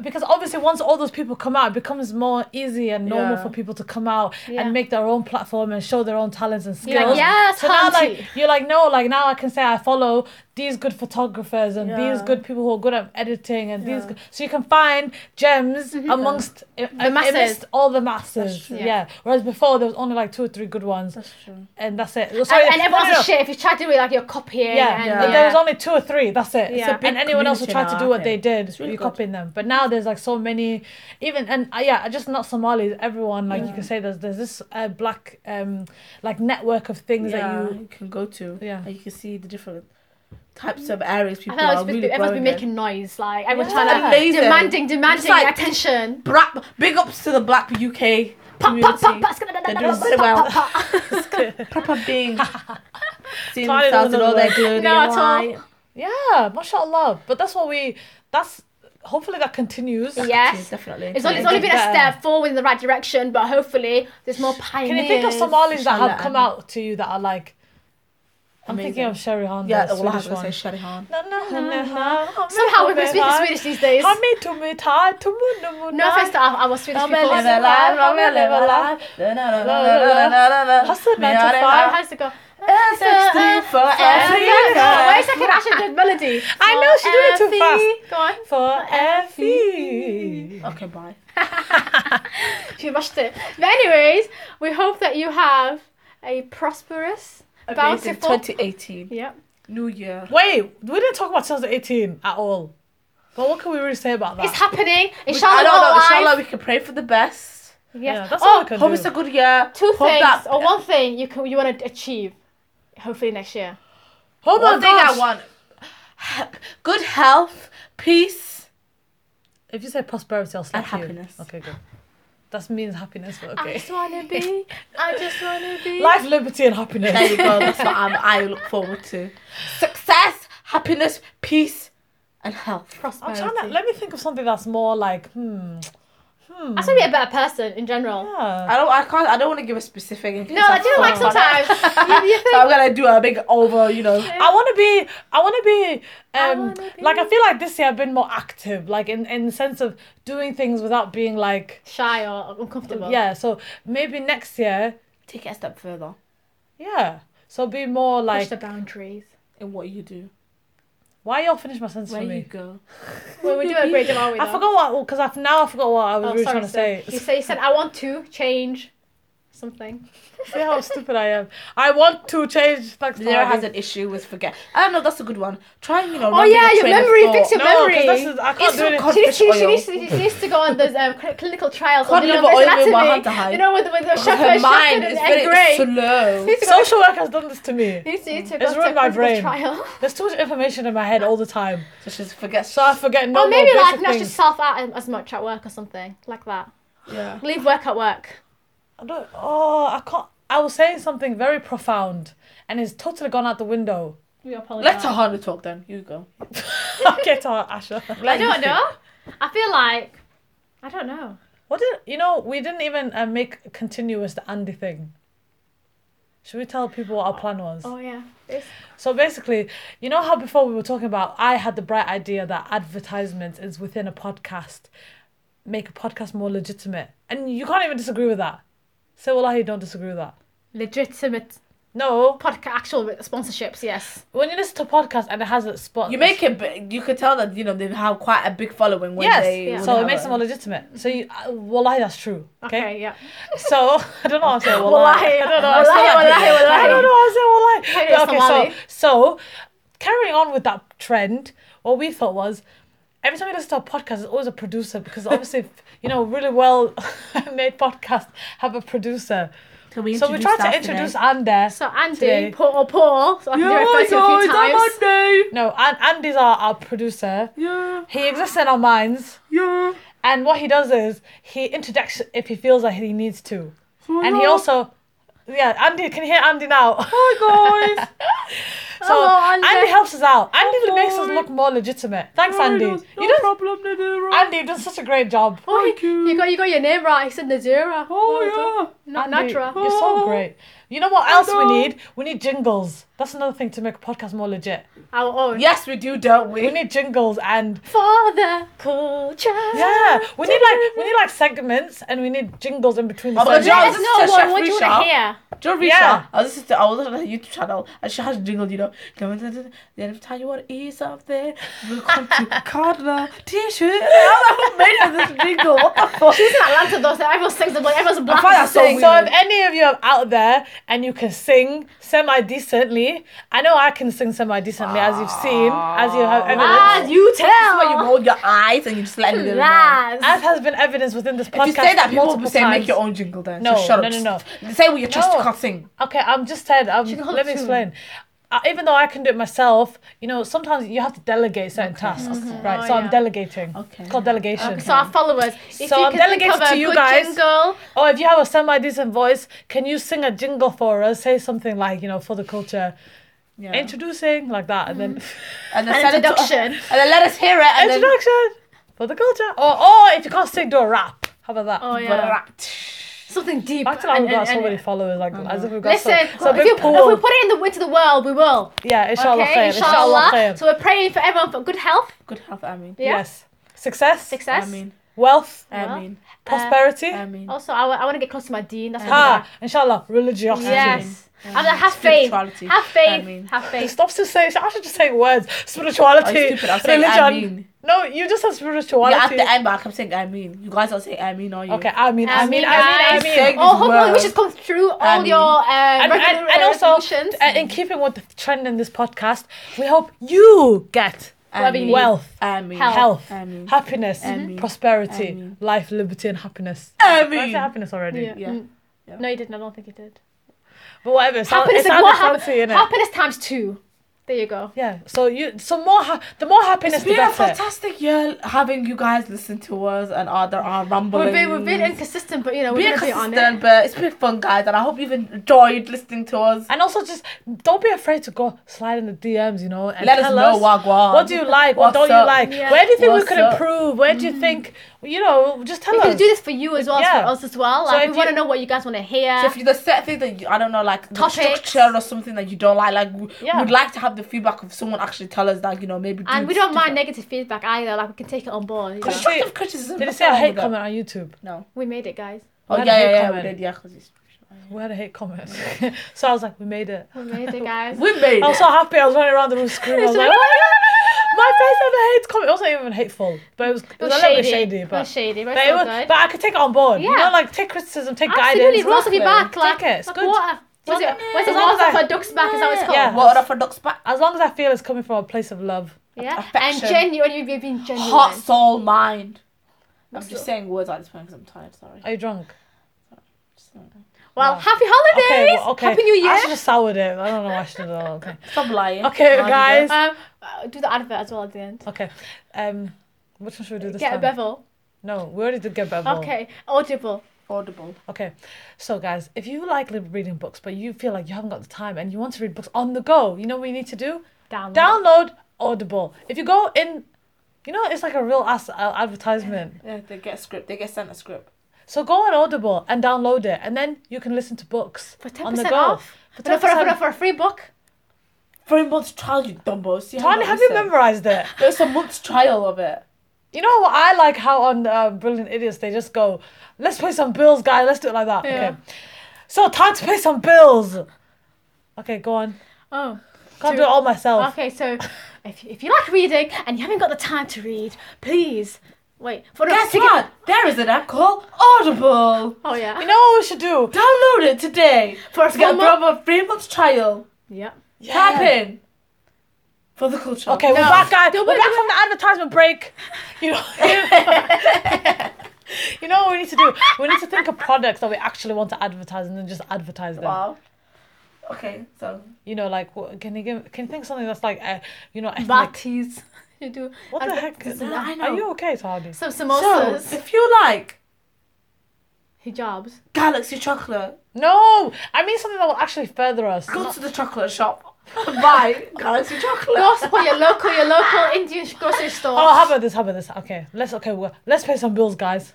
[SPEAKER 2] Because obviously, once all those people come out, it becomes more easy and normal
[SPEAKER 4] Yeah.
[SPEAKER 2] for people to come out
[SPEAKER 3] Yeah.
[SPEAKER 2] and make their own platform and show their own talents and skills.
[SPEAKER 3] You're like, yes,
[SPEAKER 2] so now, like,
[SPEAKER 3] hunty.
[SPEAKER 2] you're like no like now i can say i follow these good photographers and these
[SPEAKER 4] Yeah.
[SPEAKER 2] good people who are good at editing and these good, so you can find gems amongst the
[SPEAKER 3] masses.
[SPEAKER 2] amidst all the masses
[SPEAKER 3] true.
[SPEAKER 2] yeah. whereas before there was only like two or three good ones
[SPEAKER 4] That's true.
[SPEAKER 2] and that's it Sorry,
[SPEAKER 3] and, and
[SPEAKER 2] no,
[SPEAKER 3] everyone's
[SPEAKER 2] no, no.
[SPEAKER 3] a shit. If you try to do it, like you're copying.
[SPEAKER 2] yeah,
[SPEAKER 3] and,
[SPEAKER 4] Yeah.
[SPEAKER 2] But there was only two or three. That's it.
[SPEAKER 3] It's a Yeah. big
[SPEAKER 2] And anyone else who tried
[SPEAKER 4] community
[SPEAKER 2] to
[SPEAKER 4] now,
[SPEAKER 2] do what
[SPEAKER 4] I
[SPEAKER 2] they
[SPEAKER 4] think.
[SPEAKER 2] did,
[SPEAKER 4] really
[SPEAKER 2] you're
[SPEAKER 4] good.
[SPEAKER 2] copying them. But now there's like so many, even and uh, yeah, just not Somalis. Everyone like you can say there's there's this uh, black um like network of things
[SPEAKER 4] yeah.
[SPEAKER 2] that you
[SPEAKER 4] you can go to.
[SPEAKER 2] Yeah.
[SPEAKER 4] And you can see the different types of areas
[SPEAKER 3] I
[SPEAKER 4] people
[SPEAKER 3] feel like
[SPEAKER 4] are
[SPEAKER 3] it's
[SPEAKER 4] really
[SPEAKER 3] been- everyone's been
[SPEAKER 4] growing
[SPEAKER 3] making noise. Like everyone's
[SPEAKER 2] Yeah.
[SPEAKER 3] trying to
[SPEAKER 4] Amazing.
[SPEAKER 3] demanding, demanding
[SPEAKER 4] like-
[SPEAKER 3] attention.
[SPEAKER 4] in. Bra- big ups to the black UK
[SPEAKER 3] Pop, pop, pop,
[SPEAKER 4] community.
[SPEAKER 3] pop,
[SPEAKER 4] They're doing very well. Proper being seen
[SPEAKER 2] Sorry,
[SPEAKER 4] themselves in all their glory
[SPEAKER 3] No,
[SPEAKER 4] and
[SPEAKER 3] at all.
[SPEAKER 4] light.
[SPEAKER 2] Yeah, mashallah. But that's what we. That's hopefully that continues.
[SPEAKER 3] Yes.
[SPEAKER 4] definitely.
[SPEAKER 3] Eh. It's only, it's only been a
[SPEAKER 2] Yeah.
[SPEAKER 3] step forward in the right direction, but hopefully there's more pioneers.
[SPEAKER 2] Can you think of Somalis that have
[SPEAKER 4] Inshallah.
[SPEAKER 2] come out to you that are like? I'm
[SPEAKER 4] Amazing.
[SPEAKER 2] thinking of Sherry Han.
[SPEAKER 4] yeah,
[SPEAKER 2] the
[SPEAKER 4] well, I was
[SPEAKER 2] Swedish
[SPEAKER 4] gonna
[SPEAKER 2] one.
[SPEAKER 4] say Sherry Han.
[SPEAKER 2] Na, na, na, na, na.
[SPEAKER 3] Somehow we're going to speak Swedish these days.
[SPEAKER 2] Hami to me ta to mu nu mu
[SPEAKER 3] No
[SPEAKER 2] na.
[SPEAKER 3] offense to our, our Swedish
[SPEAKER 2] I'm
[SPEAKER 3] people.
[SPEAKER 2] a live alive, I'm a live alive. Hustle, nine to
[SPEAKER 3] Alright,
[SPEAKER 2] five.
[SPEAKER 3] Oh, how's it go?
[SPEAKER 4] Sixty for
[SPEAKER 3] Oh, Wait a
[SPEAKER 4] Africa.
[SPEAKER 3] second, I should do the melody.
[SPEAKER 2] I know, she did it too
[SPEAKER 3] Effie.
[SPEAKER 2] fast.
[SPEAKER 3] Go on.
[SPEAKER 2] For
[SPEAKER 4] E.
[SPEAKER 2] Effie.
[SPEAKER 4] Okay, bye.
[SPEAKER 3] She rushed it. But anyways, we hope that you have a prosperous,
[SPEAKER 4] Amazing
[SPEAKER 3] bountiful.
[SPEAKER 4] 2018.
[SPEAKER 3] Yep.
[SPEAKER 4] New year.
[SPEAKER 2] Wait, we didn't talk about 2018 at all. But what can we really say about that?
[SPEAKER 3] It's happening. Inshallah,
[SPEAKER 4] I don't know.
[SPEAKER 3] we're
[SPEAKER 4] Inshallah,
[SPEAKER 3] alive.
[SPEAKER 4] we can pray for the best.
[SPEAKER 3] Yes.
[SPEAKER 2] Yeah, that's all
[SPEAKER 3] oh,
[SPEAKER 2] we can
[SPEAKER 4] Hope
[SPEAKER 2] do.
[SPEAKER 4] it's a good year.
[SPEAKER 3] two
[SPEAKER 4] Hope
[SPEAKER 3] things
[SPEAKER 4] that-
[SPEAKER 3] or one thing you can you want to achieve, hopefully next year. Oh
[SPEAKER 2] Hold
[SPEAKER 4] One
[SPEAKER 2] on,
[SPEAKER 4] thing
[SPEAKER 2] gosh.
[SPEAKER 4] I want: he- good health, peace.
[SPEAKER 2] If you say prosperity, I'll slap
[SPEAKER 4] And
[SPEAKER 2] you.
[SPEAKER 4] happiness. Ah,
[SPEAKER 2] Okay, good. That means happiness, but
[SPEAKER 3] I
[SPEAKER 2] okay.
[SPEAKER 3] just wanna be. I just wanna be.
[SPEAKER 2] Life, liberty, and happiness.
[SPEAKER 4] There you go. That's what I'm, I look forward to. Success, happiness, peace, and health.
[SPEAKER 2] I'm
[SPEAKER 3] prosperity.
[SPEAKER 2] trying to let me think of something that's more like hmm.
[SPEAKER 3] I just wanna be a better person in general.
[SPEAKER 2] Yeah.
[SPEAKER 4] I don't. I can't. I don't want to give a specific. in case
[SPEAKER 3] No, I do
[SPEAKER 4] fall
[SPEAKER 3] like
[SPEAKER 4] on it.
[SPEAKER 3] sometimes. you, you think,
[SPEAKER 4] So I'm gonna do a big over. You know.
[SPEAKER 2] I want to be. I want to be. Um,
[SPEAKER 3] wanna be-
[SPEAKER 2] Like I feel like this year I've been more active, like in in the sense of doing things without being like
[SPEAKER 3] shy or uncomfortable.
[SPEAKER 2] yeah. So maybe next year,
[SPEAKER 4] Take it a step further
[SPEAKER 2] yeah. So be more
[SPEAKER 3] Push
[SPEAKER 2] like.
[SPEAKER 3] the boundaries.
[SPEAKER 4] in what you do,
[SPEAKER 2] Why y'all finish my sentence
[SPEAKER 4] where
[SPEAKER 2] for
[SPEAKER 4] you
[SPEAKER 2] me?
[SPEAKER 4] go.
[SPEAKER 3] Well, we do a great job, aren't we?
[SPEAKER 2] I
[SPEAKER 3] though?
[SPEAKER 2] forgot what because I've now I forgot what I was
[SPEAKER 3] Oh,
[SPEAKER 2] really
[SPEAKER 3] sorry,
[SPEAKER 2] trying to
[SPEAKER 3] sorry.
[SPEAKER 2] say.
[SPEAKER 3] You say you said I want to change something.
[SPEAKER 2] See how stupid I am. I want to change. Thanks,
[SPEAKER 4] Zara
[SPEAKER 2] Tara.
[SPEAKER 4] has an issue with forget. I don't know. That's a good one. Try and you know.
[SPEAKER 3] Oh yeah, your memory, fix your
[SPEAKER 2] No, 'cause
[SPEAKER 3] memory.
[SPEAKER 2] this is- I can't
[SPEAKER 4] It's
[SPEAKER 2] do
[SPEAKER 4] so
[SPEAKER 2] it.
[SPEAKER 4] con-
[SPEAKER 3] she, needs, she,
[SPEAKER 4] Codfish
[SPEAKER 3] she,
[SPEAKER 4] oil.
[SPEAKER 3] needs, to- she needs to go on those um, cl- clinical trials. on the
[SPEAKER 4] Cod liver
[SPEAKER 3] University
[SPEAKER 4] oil with
[SPEAKER 3] anatomy.
[SPEAKER 4] Mahanta
[SPEAKER 3] You know, with, with the
[SPEAKER 4] Her
[SPEAKER 3] shepherd,
[SPEAKER 4] mind
[SPEAKER 3] shepherd
[SPEAKER 4] is
[SPEAKER 3] and,
[SPEAKER 4] very
[SPEAKER 3] and Grey.
[SPEAKER 4] slow.
[SPEAKER 3] She needs to go-
[SPEAKER 2] Social work has done this to me.
[SPEAKER 3] she needs to- needs to
[SPEAKER 2] It's
[SPEAKER 3] go to a
[SPEAKER 2] ruined my
[SPEAKER 3] clinical
[SPEAKER 2] brain.
[SPEAKER 3] trial.
[SPEAKER 2] There's too much information in my head all the time,
[SPEAKER 4] So she forgets.
[SPEAKER 2] so I forget no
[SPEAKER 3] Or maybe
[SPEAKER 2] more
[SPEAKER 3] like
[SPEAKER 2] basic
[SPEAKER 3] not
[SPEAKER 2] things.
[SPEAKER 3] yourself out as- as much at work or something like that.
[SPEAKER 4] yeah.
[SPEAKER 3] Leave work at work.
[SPEAKER 2] I don't. Oh, I can't. I was saying something very profound, and it's totally gone out the window.
[SPEAKER 3] We
[SPEAKER 4] Let
[SPEAKER 3] apologize.
[SPEAKER 4] Tahana talk then. You go.
[SPEAKER 2] okay, Tara, Asha.
[SPEAKER 3] I don't know. I feel like I don't know.
[SPEAKER 2] What did you know? We didn't even uh, make continuous the Andy thing. Should we tell people what our plan was?
[SPEAKER 3] Oh yeah. It's-
[SPEAKER 2] So basically, you know how before we were talking about, I had the bright idea that advertisement is within a podcast, make a podcast more legitimate, and you can't even disagree with that. Say, wallahi, don't disagree with that.
[SPEAKER 3] legitimate
[SPEAKER 2] No,
[SPEAKER 3] podcast actual sponsorships. Yes.
[SPEAKER 2] when you listen to podcast and it has a spot,
[SPEAKER 4] You make it. bi- You could tell that you know they have quite a big following when
[SPEAKER 2] yes,
[SPEAKER 4] they.
[SPEAKER 3] yeah.
[SPEAKER 4] would
[SPEAKER 2] so it
[SPEAKER 4] have
[SPEAKER 2] makes
[SPEAKER 4] a-
[SPEAKER 2] it more legitimate. So you, uh, wallahi, that's true.
[SPEAKER 3] Okay.
[SPEAKER 2] Okay.
[SPEAKER 3] yeah.
[SPEAKER 2] So I don't know how to say wallahi.
[SPEAKER 3] Wallahi,
[SPEAKER 2] I don't know. how to say
[SPEAKER 3] wallahi,
[SPEAKER 2] that.
[SPEAKER 3] wallahi, wallahi.
[SPEAKER 2] I don't know how to say
[SPEAKER 3] Hey, it's
[SPEAKER 2] wallahi.
[SPEAKER 3] Somali.
[SPEAKER 2] okay, so so carrying on with that trend, what we thought was. Every time we listen to a podcast, there's always a producer because obviously, if, you know, really well made podcasts have a producer.
[SPEAKER 4] So we,
[SPEAKER 2] So we tried to introduce Andy.
[SPEAKER 3] So Andy,
[SPEAKER 2] Today.
[SPEAKER 3] Paul, or Paul. So I can do it first a few times.
[SPEAKER 2] No, An- Andy's our, our producer.
[SPEAKER 4] Yeah,
[SPEAKER 2] He exists in our minds.
[SPEAKER 4] yeah.
[SPEAKER 2] And what he does is he interjects if he feels like he needs to.
[SPEAKER 3] Oh,
[SPEAKER 2] And he also, yeah, Andy, can you hear Andy now? Hi guys. so
[SPEAKER 3] Hello, Andy.
[SPEAKER 2] Andy. helps us out. Andy makes us look more legitimate. Thanks, Andy. you don't,
[SPEAKER 4] problem,
[SPEAKER 2] Andy, you've done such a great job.
[SPEAKER 3] Oh,
[SPEAKER 4] Thank
[SPEAKER 3] you.
[SPEAKER 4] you.
[SPEAKER 3] got you got your name right. He said Nazira.
[SPEAKER 4] Oh
[SPEAKER 3] Not
[SPEAKER 2] Andy,
[SPEAKER 3] Natra.
[SPEAKER 2] You're so great. You know what else we
[SPEAKER 4] Hello.
[SPEAKER 2] need? We need jingles. That's another thing to make a podcast more legit.
[SPEAKER 3] Our own.
[SPEAKER 4] yeah. Yes, we do, don't
[SPEAKER 2] We
[SPEAKER 4] we?
[SPEAKER 2] need jingles and
[SPEAKER 3] For the culture.
[SPEAKER 2] yeah, we need like we need like segments and we need jingles in between. The
[SPEAKER 4] Oh my
[SPEAKER 2] segments.
[SPEAKER 4] God,
[SPEAKER 3] Let us
[SPEAKER 4] this is
[SPEAKER 3] know
[SPEAKER 4] a
[SPEAKER 3] what,
[SPEAKER 4] chef
[SPEAKER 3] what do you
[SPEAKER 4] Risha.
[SPEAKER 3] want to hear.
[SPEAKER 4] Do you
[SPEAKER 2] Yeah.
[SPEAKER 4] yeah. I was listening to I was listening to her YouTube channel and she has jingled, you know. The every time you want to eat something, you come to Cardinal T-shirt. I don't know who made this jingle. What the fuck?
[SPEAKER 3] She's in Atlanta though, so everyone sings the everyone's black.
[SPEAKER 4] find
[SPEAKER 3] and
[SPEAKER 4] that so
[SPEAKER 3] sings.
[SPEAKER 2] So if
[SPEAKER 4] weird.
[SPEAKER 2] any of you are out there and you can sing semi decently, I know I can sing semi decently, as you've seen, as you have
[SPEAKER 3] Ah,
[SPEAKER 2] evidence,
[SPEAKER 3] you
[SPEAKER 4] That's where you
[SPEAKER 3] tell. Hmm.
[SPEAKER 4] roll your eyes and you just let me know.
[SPEAKER 3] Lies.
[SPEAKER 2] as has been evidence within this podcast.
[SPEAKER 4] If you say that, people will
[SPEAKER 2] multiple
[SPEAKER 4] say make
[SPEAKER 2] times.
[SPEAKER 4] your own jingle then.
[SPEAKER 2] No,
[SPEAKER 4] so shut
[SPEAKER 2] no,
[SPEAKER 4] up.
[SPEAKER 2] no,
[SPEAKER 4] Say what your chest
[SPEAKER 2] No.
[SPEAKER 4] can't sing.
[SPEAKER 2] Okay, I'm just said. Um,
[SPEAKER 3] can hold
[SPEAKER 2] let me
[SPEAKER 3] a tune.
[SPEAKER 2] explain. Uh, even though I can do it myself, you know, sometimes you have to delegate certain tasks, right?
[SPEAKER 3] Oh,
[SPEAKER 2] so I'm
[SPEAKER 3] yeah.
[SPEAKER 2] delegating.
[SPEAKER 4] Okay.
[SPEAKER 2] It's called delegation.
[SPEAKER 3] So our followers, if
[SPEAKER 2] So
[SPEAKER 3] you
[SPEAKER 2] I'm
[SPEAKER 3] can think
[SPEAKER 2] delegating
[SPEAKER 3] of a
[SPEAKER 2] to you
[SPEAKER 3] good
[SPEAKER 2] guys.
[SPEAKER 3] jingle,
[SPEAKER 2] Oh, if you have a semi decent voice, can you sing a jingle for us? Say something like, you know, for the culture.
[SPEAKER 4] Yeah.
[SPEAKER 2] introducing like that, and then
[SPEAKER 3] Mm-hmm.
[SPEAKER 4] and
[SPEAKER 3] An
[SPEAKER 4] send it to-
[SPEAKER 3] introduction.
[SPEAKER 4] and then let us hear it. And then-
[SPEAKER 2] introduction for the culture. Or or if you can't sing, do a rap. How about that?
[SPEAKER 3] Oh, yeah. Something deep.
[SPEAKER 2] Back to that,
[SPEAKER 3] and-
[SPEAKER 2] we've got
[SPEAKER 3] and-
[SPEAKER 2] so
[SPEAKER 3] and-
[SPEAKER 2] many followers, like as if we've got
[SPEAKER 3] Listen,
[SPEAKER 2] so, so
[SPEAKER 3] if,
[SPEAKER 2] big
[SPEAKER 3] you, if we
[SPEAKER 2] pool.
[SPEAKER 3] put it in the, into the world, we will.
[SPEAKER 2] Yeah, inshallah,
[SPEAKER 3] okay,
[SPEAKER 2] fame, inshallah, fame.
[SPEAKER 3] So we're praying for everyone for good health,
[SPEAKER 4] Good health, I mean.
[SPEAKER 3] yeah,
[SPEAKER 2] Yes, success,
[SPEAKER 3] success. Uh,
[SPEAKER 4] I mean.
[SPEAKER 2] wealth,
[SPEAKER 4] I
[SPEAKER 3] Well, Oh,
[SPEAKER 4] mean.
[SPEAKER 2] prosperity.
[SPEAKER 4] I mean.
[SPEAKER 3] Also, I, wa- I want to get close to my dean. That's what
[SPEAKER 2] Ah, inshallah, religiosity.
[SPEAKER 3] Yes. I'm like, have faith. Have
[SPEAKER 4] Spirituality.
[SPEAKER 3] faith.
[SPEAKER 4] I mean.
[SPEAKER 3] Have
[SPEAKER 2] It
[SPEAKER 3] faith.
[SPEAKER 2] stops to say. I should just say words. Spirituality,
[SPEAKER 4] Oh, stupid, I'll say
[SPEAKER 2] religion.
[SPEAKER 4] I mean.
[SPEAKER 2] No, you just said
[SPEAKER 4] Yeah,
[SPEAKER 2] spirituality.
[SPEAKER 4] after I'm back, I'm saying I mean. You guys are saying I mean, are you?
[SPEAKER 2] okay, I mean, I mean, I
[SPEAKER 3] guys.
[SPEAKER 2] mean, I mean.
[SPEAKER 4] Take
[SPEAKER 3] Oh,
[SPEAKER 4] this
[SPEAKER 3] hopefully we
[SPEAKER 4] world.
[SPEAKER 3] should come through all
[SPEAKER 4] I mean.
[SPEAKER 3] your uh,
[SPEAKER 2] And, and, and also,
[SPEAKER 3] resolutions.
[SPEAKER 2] uh, in keeping with the trend in this podcast, we hope you get
[SPEAKER 4] I mean.
[SPEAKER 2] wealth,
[SPEAKER 4] I mean.
[SPEAKER 3] Health.
[SPEAKER 2] health,
[SPEAKER 4] I mean.
[SPEAKER 2] happiness,
[SPEAKER 4] Amen.
[SPEAKER 2] prosperity,
[SPEAKER 4] Amen.
[SPEAKER 2] life, liberty, and happiness.
[SPEAKER 4] I
[SPEAKER 2] Did I say
[SPEAKER 4] mean.
[SPEAKER 2] happiness already?
[SPEAKER 3] Yeah.
[SPEAKER 4] Yeah.
[SPEAKER 3] Mm.
[SPEAKER 4] Yeah.
[SPEAKER 3] No, you didn't. I don't think you did.
[SPEAKER 2] But whatever. It's
[SPEAKER 3] Happiness,
[SPEAKER 2] it's
[SPEAKER 3] like,
[SPEAKER 2] how
[SPEAKER 3] what
[SPEAKER 2] they
[SPEAKER 3] hap-
[SPEAKER 2] fancy, innit?
[SPEAKER 3] happiness times two. There you go.
[SPEAKER 2] Yeah. So you, so more, ha- the more happiness,
[SPEAKER 4] It's
[SPEAKER 2] the
[SPEAKER 4] been a
[SPEAKER 2] better.
[SPEAKER 4] fantastic year having you guys listen to us and other our rumblings.
[SPEAKER 3] We've been, we've been inconsistent, but you know,
[SPEAKER 4] Being
[SPEAKER 3] we're going to be on it.
[SPEAKER 4] consistent, but it's been fun, guys, and I hope you've enjoyed listening to us.
[SPEAKER 2] And also, just don't be afraid to go slide in the DMs, you know, and
[SPEAKER 4] Let us
[SPEAKER 2] tell
[SPEAKER 4] know Wagwan.
[SPEAKER 2] what do you like, what
[SPEAKER 4] What's
[SPEAKER 2] don't
[SPEAKER 4] up?
[SPEAKER 2] you like,
[SPEAKER 3] Yeah. Mm-hmm.
[SPEAKER 2] where do you think
[SPEAKER 4] What's
[SPEAKER 2] we could
[SPEAKER 4] up?
[SPEAKER 2] improve, where do you think, you know, just tell
[SPEAKER 3] We can
[SPEAKER 2] us.
[SPEAKER 3] do this for you as well, as
[SPEAKER 2] Yeah.
[SPEAKER 3] for us as well.
[SPEAKER 2] So
[SPEAKER 3] Like,
[SPEAKER 2] if
[SPEAKER 3] we want to
[SPEAKER 2] you-
[SPEAKER 3] know what you guys want to hear.
[SPEAKER 4] So if you the set thing that you, I don't know, like the
[SPEAKER 3] Topics.
[SPEAKER 4] structure or something that you don't like, like we,
[SPEAKER 2] Yeah.
[SPEAKER 4] would like to have the feedback of someone actually tell us that you know maybe.
[SPEAKER 3] and
[SPEAKER 4] do
[SPEAKER 3] we don't
[SPEAKER 4] different-
[SPEAKER 3] mind negative feedback either. Like, we can take it on board. you know.
[SPEAKER 2] Cause-
[SPEAKER 4] constructive criticism.
[SPEAKER 2] Did it
[SPEAKER 4] that's
[SPEAKER 2] say a
[SPEAKER 4] all
[SPEAKER 2] hate
[SPEAKER 4] we got.
[SPEAKER 2] comment on YouTube?
[SPEAKER 3] We made it, guys.
[SPEAKER 4] Oh
[SPEAKER 2] We
[SPEAKER 4] yeah,
[SPEAKER 2] had a hate
[SPEAKER 4] yeah, yeah, we
[SPEAKER 2] comment.
[SPEAKER 4] did, yeah, 'cause it's.
[SPEAKER 2] We had a hate comment.
[SPEAKER 3] Mm-hmm.
[SPEAKER 2] so I was like, we made it.
[SPEAKER 3] We made it, guys.
[SPEAKER 4] We made
[SPEAKER 2] I was
[SPEAKER 4] it.
[SPEAKER 2] so happy. I was running around the room screaming. I was like, my face had a hate comment. It wasn't even hateful, but it was, it was, a little bit shady.
[SPEAKER 3] It
[SPEAKER 2] But,
[SPEAKER 3] was shady. But,
[SPEAKER 2] but,
[SPEAKER 3] it's
[SPEAKER 2] it
[SPEAKER 3] all
[SPEAKER 2] was,
[SPEAKER 3] good.
[SPEAKER 2] but I could take it on board. You
[SPEAKER 3] Yeah.
[SPEAKER 2] know, like take criticism, take
[SPEAKER 3] Absolutely,
[SPEAKER 2] guidance.
[SPEAKER 3] rolls off your back.
[SPEAKER 2] Exactly.
[SPEAKER 3] Like,
[SPEAKER 2] Take it. It's
[SPEAKER 3] like
[SPEAKER 2] good.
[SPEAKER 3] water. What's it? What's it?
[SPEAKER 2] As long
[SPEAKER 3] Rolls
[SPEAKER 2] as
[SPEAKER 3] off
[SPEAKER 2] I-
[SPEAKER 3] a duck's back. Is that what it's
[SPEAKER 4] Yeah.
[SPEAKER 3] called?
[SPEAKER 4] Water for ducks back.
[SPEAKER 2] As long as I feel it's coming from a place of love.
[SPEAKER 3] Yeah. And
[SPEAKER 4] Affection.
[SPEAKER 3] genuine. You've been genuine.
[SPEAKER 4] Heart, soul, mind. I'm
[SPEAKER 3] Muscle.
[SPEAKER 4] just saying words at this point because I'm tired. Sorry.
[SPEAKER 2] Are you drunk?
[SPEAKER 3] Well,
[SPEAKER 2] Wow.
[SPEAKER 3] happy holidays.
[SPEAKER 2] well,
[SPEAKER 3] Happy New Year.
[SPEAKER 2] I should have soured it. I don't know why I should have done that. Okay.
[SPEAKER 4] Stop lying.
[SPEAKER 2] Okay,
[SPEAKER 4] Mind
[SPEAKER 2] guys.
[SPEAKER 4] yourself.
[SPEAKER 3] Um, uh, do the advert as well at the end.
[SPEAKER 2] Okay. Um, which one should we do this
[SPEAKER 3] Get a
[SPEAKER 2] time?
[SPEAKER 3] bevel.
[SPEAKER 2] No, we already did get Bevel.
[SPEAKER 3] Okay. Audible.
[SPEAKER 4] Audible.
[SPEAKER 2] Okay, so guys, if you like li- reading books, but you feel like you haven't got the time and you want to read books on the go, you know what you need to do?
[SPEAKER 3] Download.
[SPEAKER 2] Download Audible. If you go in, you know, it's like a real ass uh, advertisement.
[SPEAKER 4] Yeah, they get script. They get sent a script.
[SPEAKER 2] So go on Audible and download it, and then you can listen to books
[SPEAKER 3] For
[SPEAKER 2] on the
[SPEAKER 3] 10%
[SPEAKER 2] go.
[SPEAKER 3] off.
[SPEAKER 2] For
[SPEAKER 3] No,
[SPEAKER 2] 10%.
[SPEAKER 3] for, for, for a free book.
[SPEAKER 4] For a month's trial, you dumbo. See how
[SPEAKER 2] Tanya,
[SPEAKER 4] much
[SPEAKER 2] have
[SPEAKER 4] we
[SPEAKER 2] you
[SPEAKER 4] said.
[SPEAKER 2] memorized it?
[SPEAKER 4] There's a month's trial of it.
[SPEAKER 2] You know what I like how on uh, Brilliant Idiots they just go, let's pay some bills, guys. Let's do it like that.
[SPEAKER 3] Yeah.
[SPEAKER 2] Okay. So time to pay some bills. Okay, go on.
[SPEAKER 3] Oh.
[SPEAKER 2] Can't
[SPEAKER 3] So-
[SPEAKER 2] do it all myself.
[SPEAKER 3] Oh, Okay, so if, if you like reading and you haven't got the time to read, please wait for the
[SPEAKER 4] Guess
[SPEAKER 3] to get-
[SPEAKER 4] what? Ah, There is an app called Audible.
[SPEAKER 3] Oh yeah,
[SPEAKER 2] You know what we should do?
[SPEAKER 4] Download it today
[SPEAKER 3] for a
[SPEAKER 4] to get
[SPEAKER 3] full
[SPEAKER 4] a
[SPEAKER 3] month.
[SPEAKER 4] proper three months trial.
[SPEAKER 3] Yeah,
[SPEAKER 4] Tap in for the culture.
[SPEAKER 2] Okay, we're
[SPEAKER 3] No.
[SPEAKER 2] back, guys.
[SPEAKER 3] No,
[SPEAKER 2] we're
[SPEAKER 3] but-
[SPEAKER 2] back from the advertisement break. You know, you know what we need to do? We need to think of products that we actually want to advertise and then just advertise them.
[SPEAKER 4] Wow. Okay, so
[SPEAKER 2] You know, like what, can you give? Can you think of something that's like, uh, you know, ethnic?
[SPEAKER 3] Batis. you do.
[SPEAKER 2] what the heck? Is
[SPEAKER 4] Yeah, I
[SPEAKER 2] Are
[SPEAKER 4] know.
[SPEAKER 2] you okay, Tardy?
[SPEAKER 3] Some
[SPEAKER 4] so
[SPEAKER 3] samosas,
[SPEAKER 4] if you like
[SPEAKER 3] hijabs.
[SPEAKER 4] Galaxy chocolate,
[SPEAKER 2] No, I mean something that will actually further us.
[SPEAKER 4] go to the chocolate shop. and Buy Galaxy chocolate.
[SPEAKER 3] Go support your local, your local Indian grocery store.
[SPEAKER 2] Oh, how about this? How about this? Okay, let's okay, well, let's pay some bills, guys.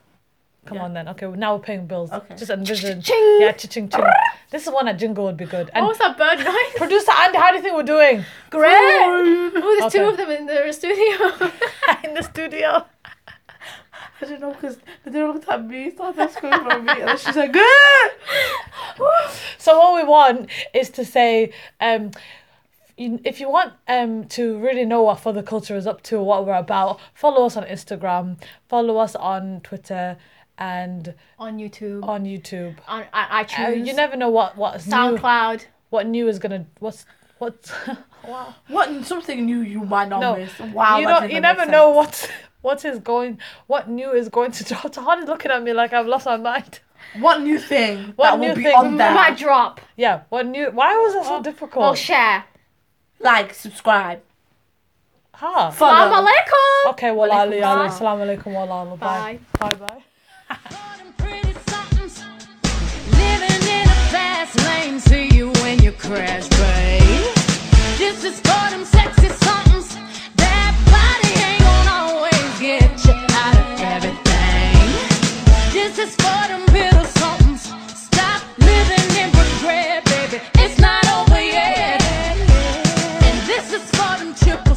[SPEAKER 2] Come on then. Okay, well, now we're paying bills.
[SPEAKER 4] Okay.
[SPEAKER 2] Just envision.
[SPEAKER 3] Ching.
[SPEAKER 2] Yeah, ching ching. this is one that jingle would be good.
[SPEAKER 3] What
[SPEAKER 2] And
[SPEAKER 3] was that bird noise?
[SPEAKER 2] producer Andy, how do you think we're doing
[SPEAKER 3] Great. Oh, there's two
[SPEAKER 2] Okay.
[SPEAKER 3] of them in the studio.
[SPEAKER 2] in the studio?
[SPEAKER 4] I don't know because they looked at me, thought they was going for me, and then she's like, "Good."
[SPEAKER 2] So what we want is to say, um, you- if you want um, to really know what Further Culture is up to or what we're about, follow us on Instagram, follow us on Twitter, and
[SPEAKER 3] on YouTube, on,
[SPEAKER 2] on YouTube.
[SPEAKER 3] on I-
[SPEAKER 2] Uh,
[SPEAKER 3] iTunes,
[SPEAKER 2] you never know what what's new,
[SPEAKER 3] SoundCloud.
[SPEAKER 2] what new is gonna what's what's wow.
[SPEAKER 4] What? Something new you might not
[SPEAKER 2] No,
[SPEAKER 4] miss. Wow.
[SPEAKER 2] you
[SPEAKER 4] Oh, that
[SPEAKER 2] know
[SPEAKER 4] didn't make
[SPEAKER 2] you never
[SPEAKER 4] sense.
[SPEAKER 2] know what what is going what new is going to drop. Tahani's looking at me like I've lost my mind.
[SPEAKER 4] What new thing
[SPEAKER 2] What
[SPEAKER 4] that
[SPEAKER 2] new
[SPEAKER 4] will be
[SPEAKER 2] thing?
[SPEAKER 4] on
[SPEAKER 3] We
[SPEAKER 4] there?
[SPEAKER 3] might drop
[SPEAKER 2] Yeah, what new? Why was
[SPEAKER 4] Oh,
[SPEAKER 2] that so
[SPEAKER 3] or
[SPEAKER 2] difficult?
[SPEAKER 3] share.
[SPEAKER 4] Like, subscribe,
[SPEAKER 2] ha.
[SPEAKER 4] follow.
[SPEAKER 3] Assalamu alaikum.
[SPEAKER 2] Okay, well, Ali,
[SPEAKER 4] Walaikum salam.
[SPEAKER 2] Ali, assalamu alaikum, wallah, bye. Bye bye.
[SPEAKER 1] Them pretty somethings. Living in a fast lane, see you when you crash, babe. bitch is for them sexy somethings. That body ain't gonna always get you out of everything. This is for them little somethings. Stop living in regret, baby. It's not over yet. And this is for them triple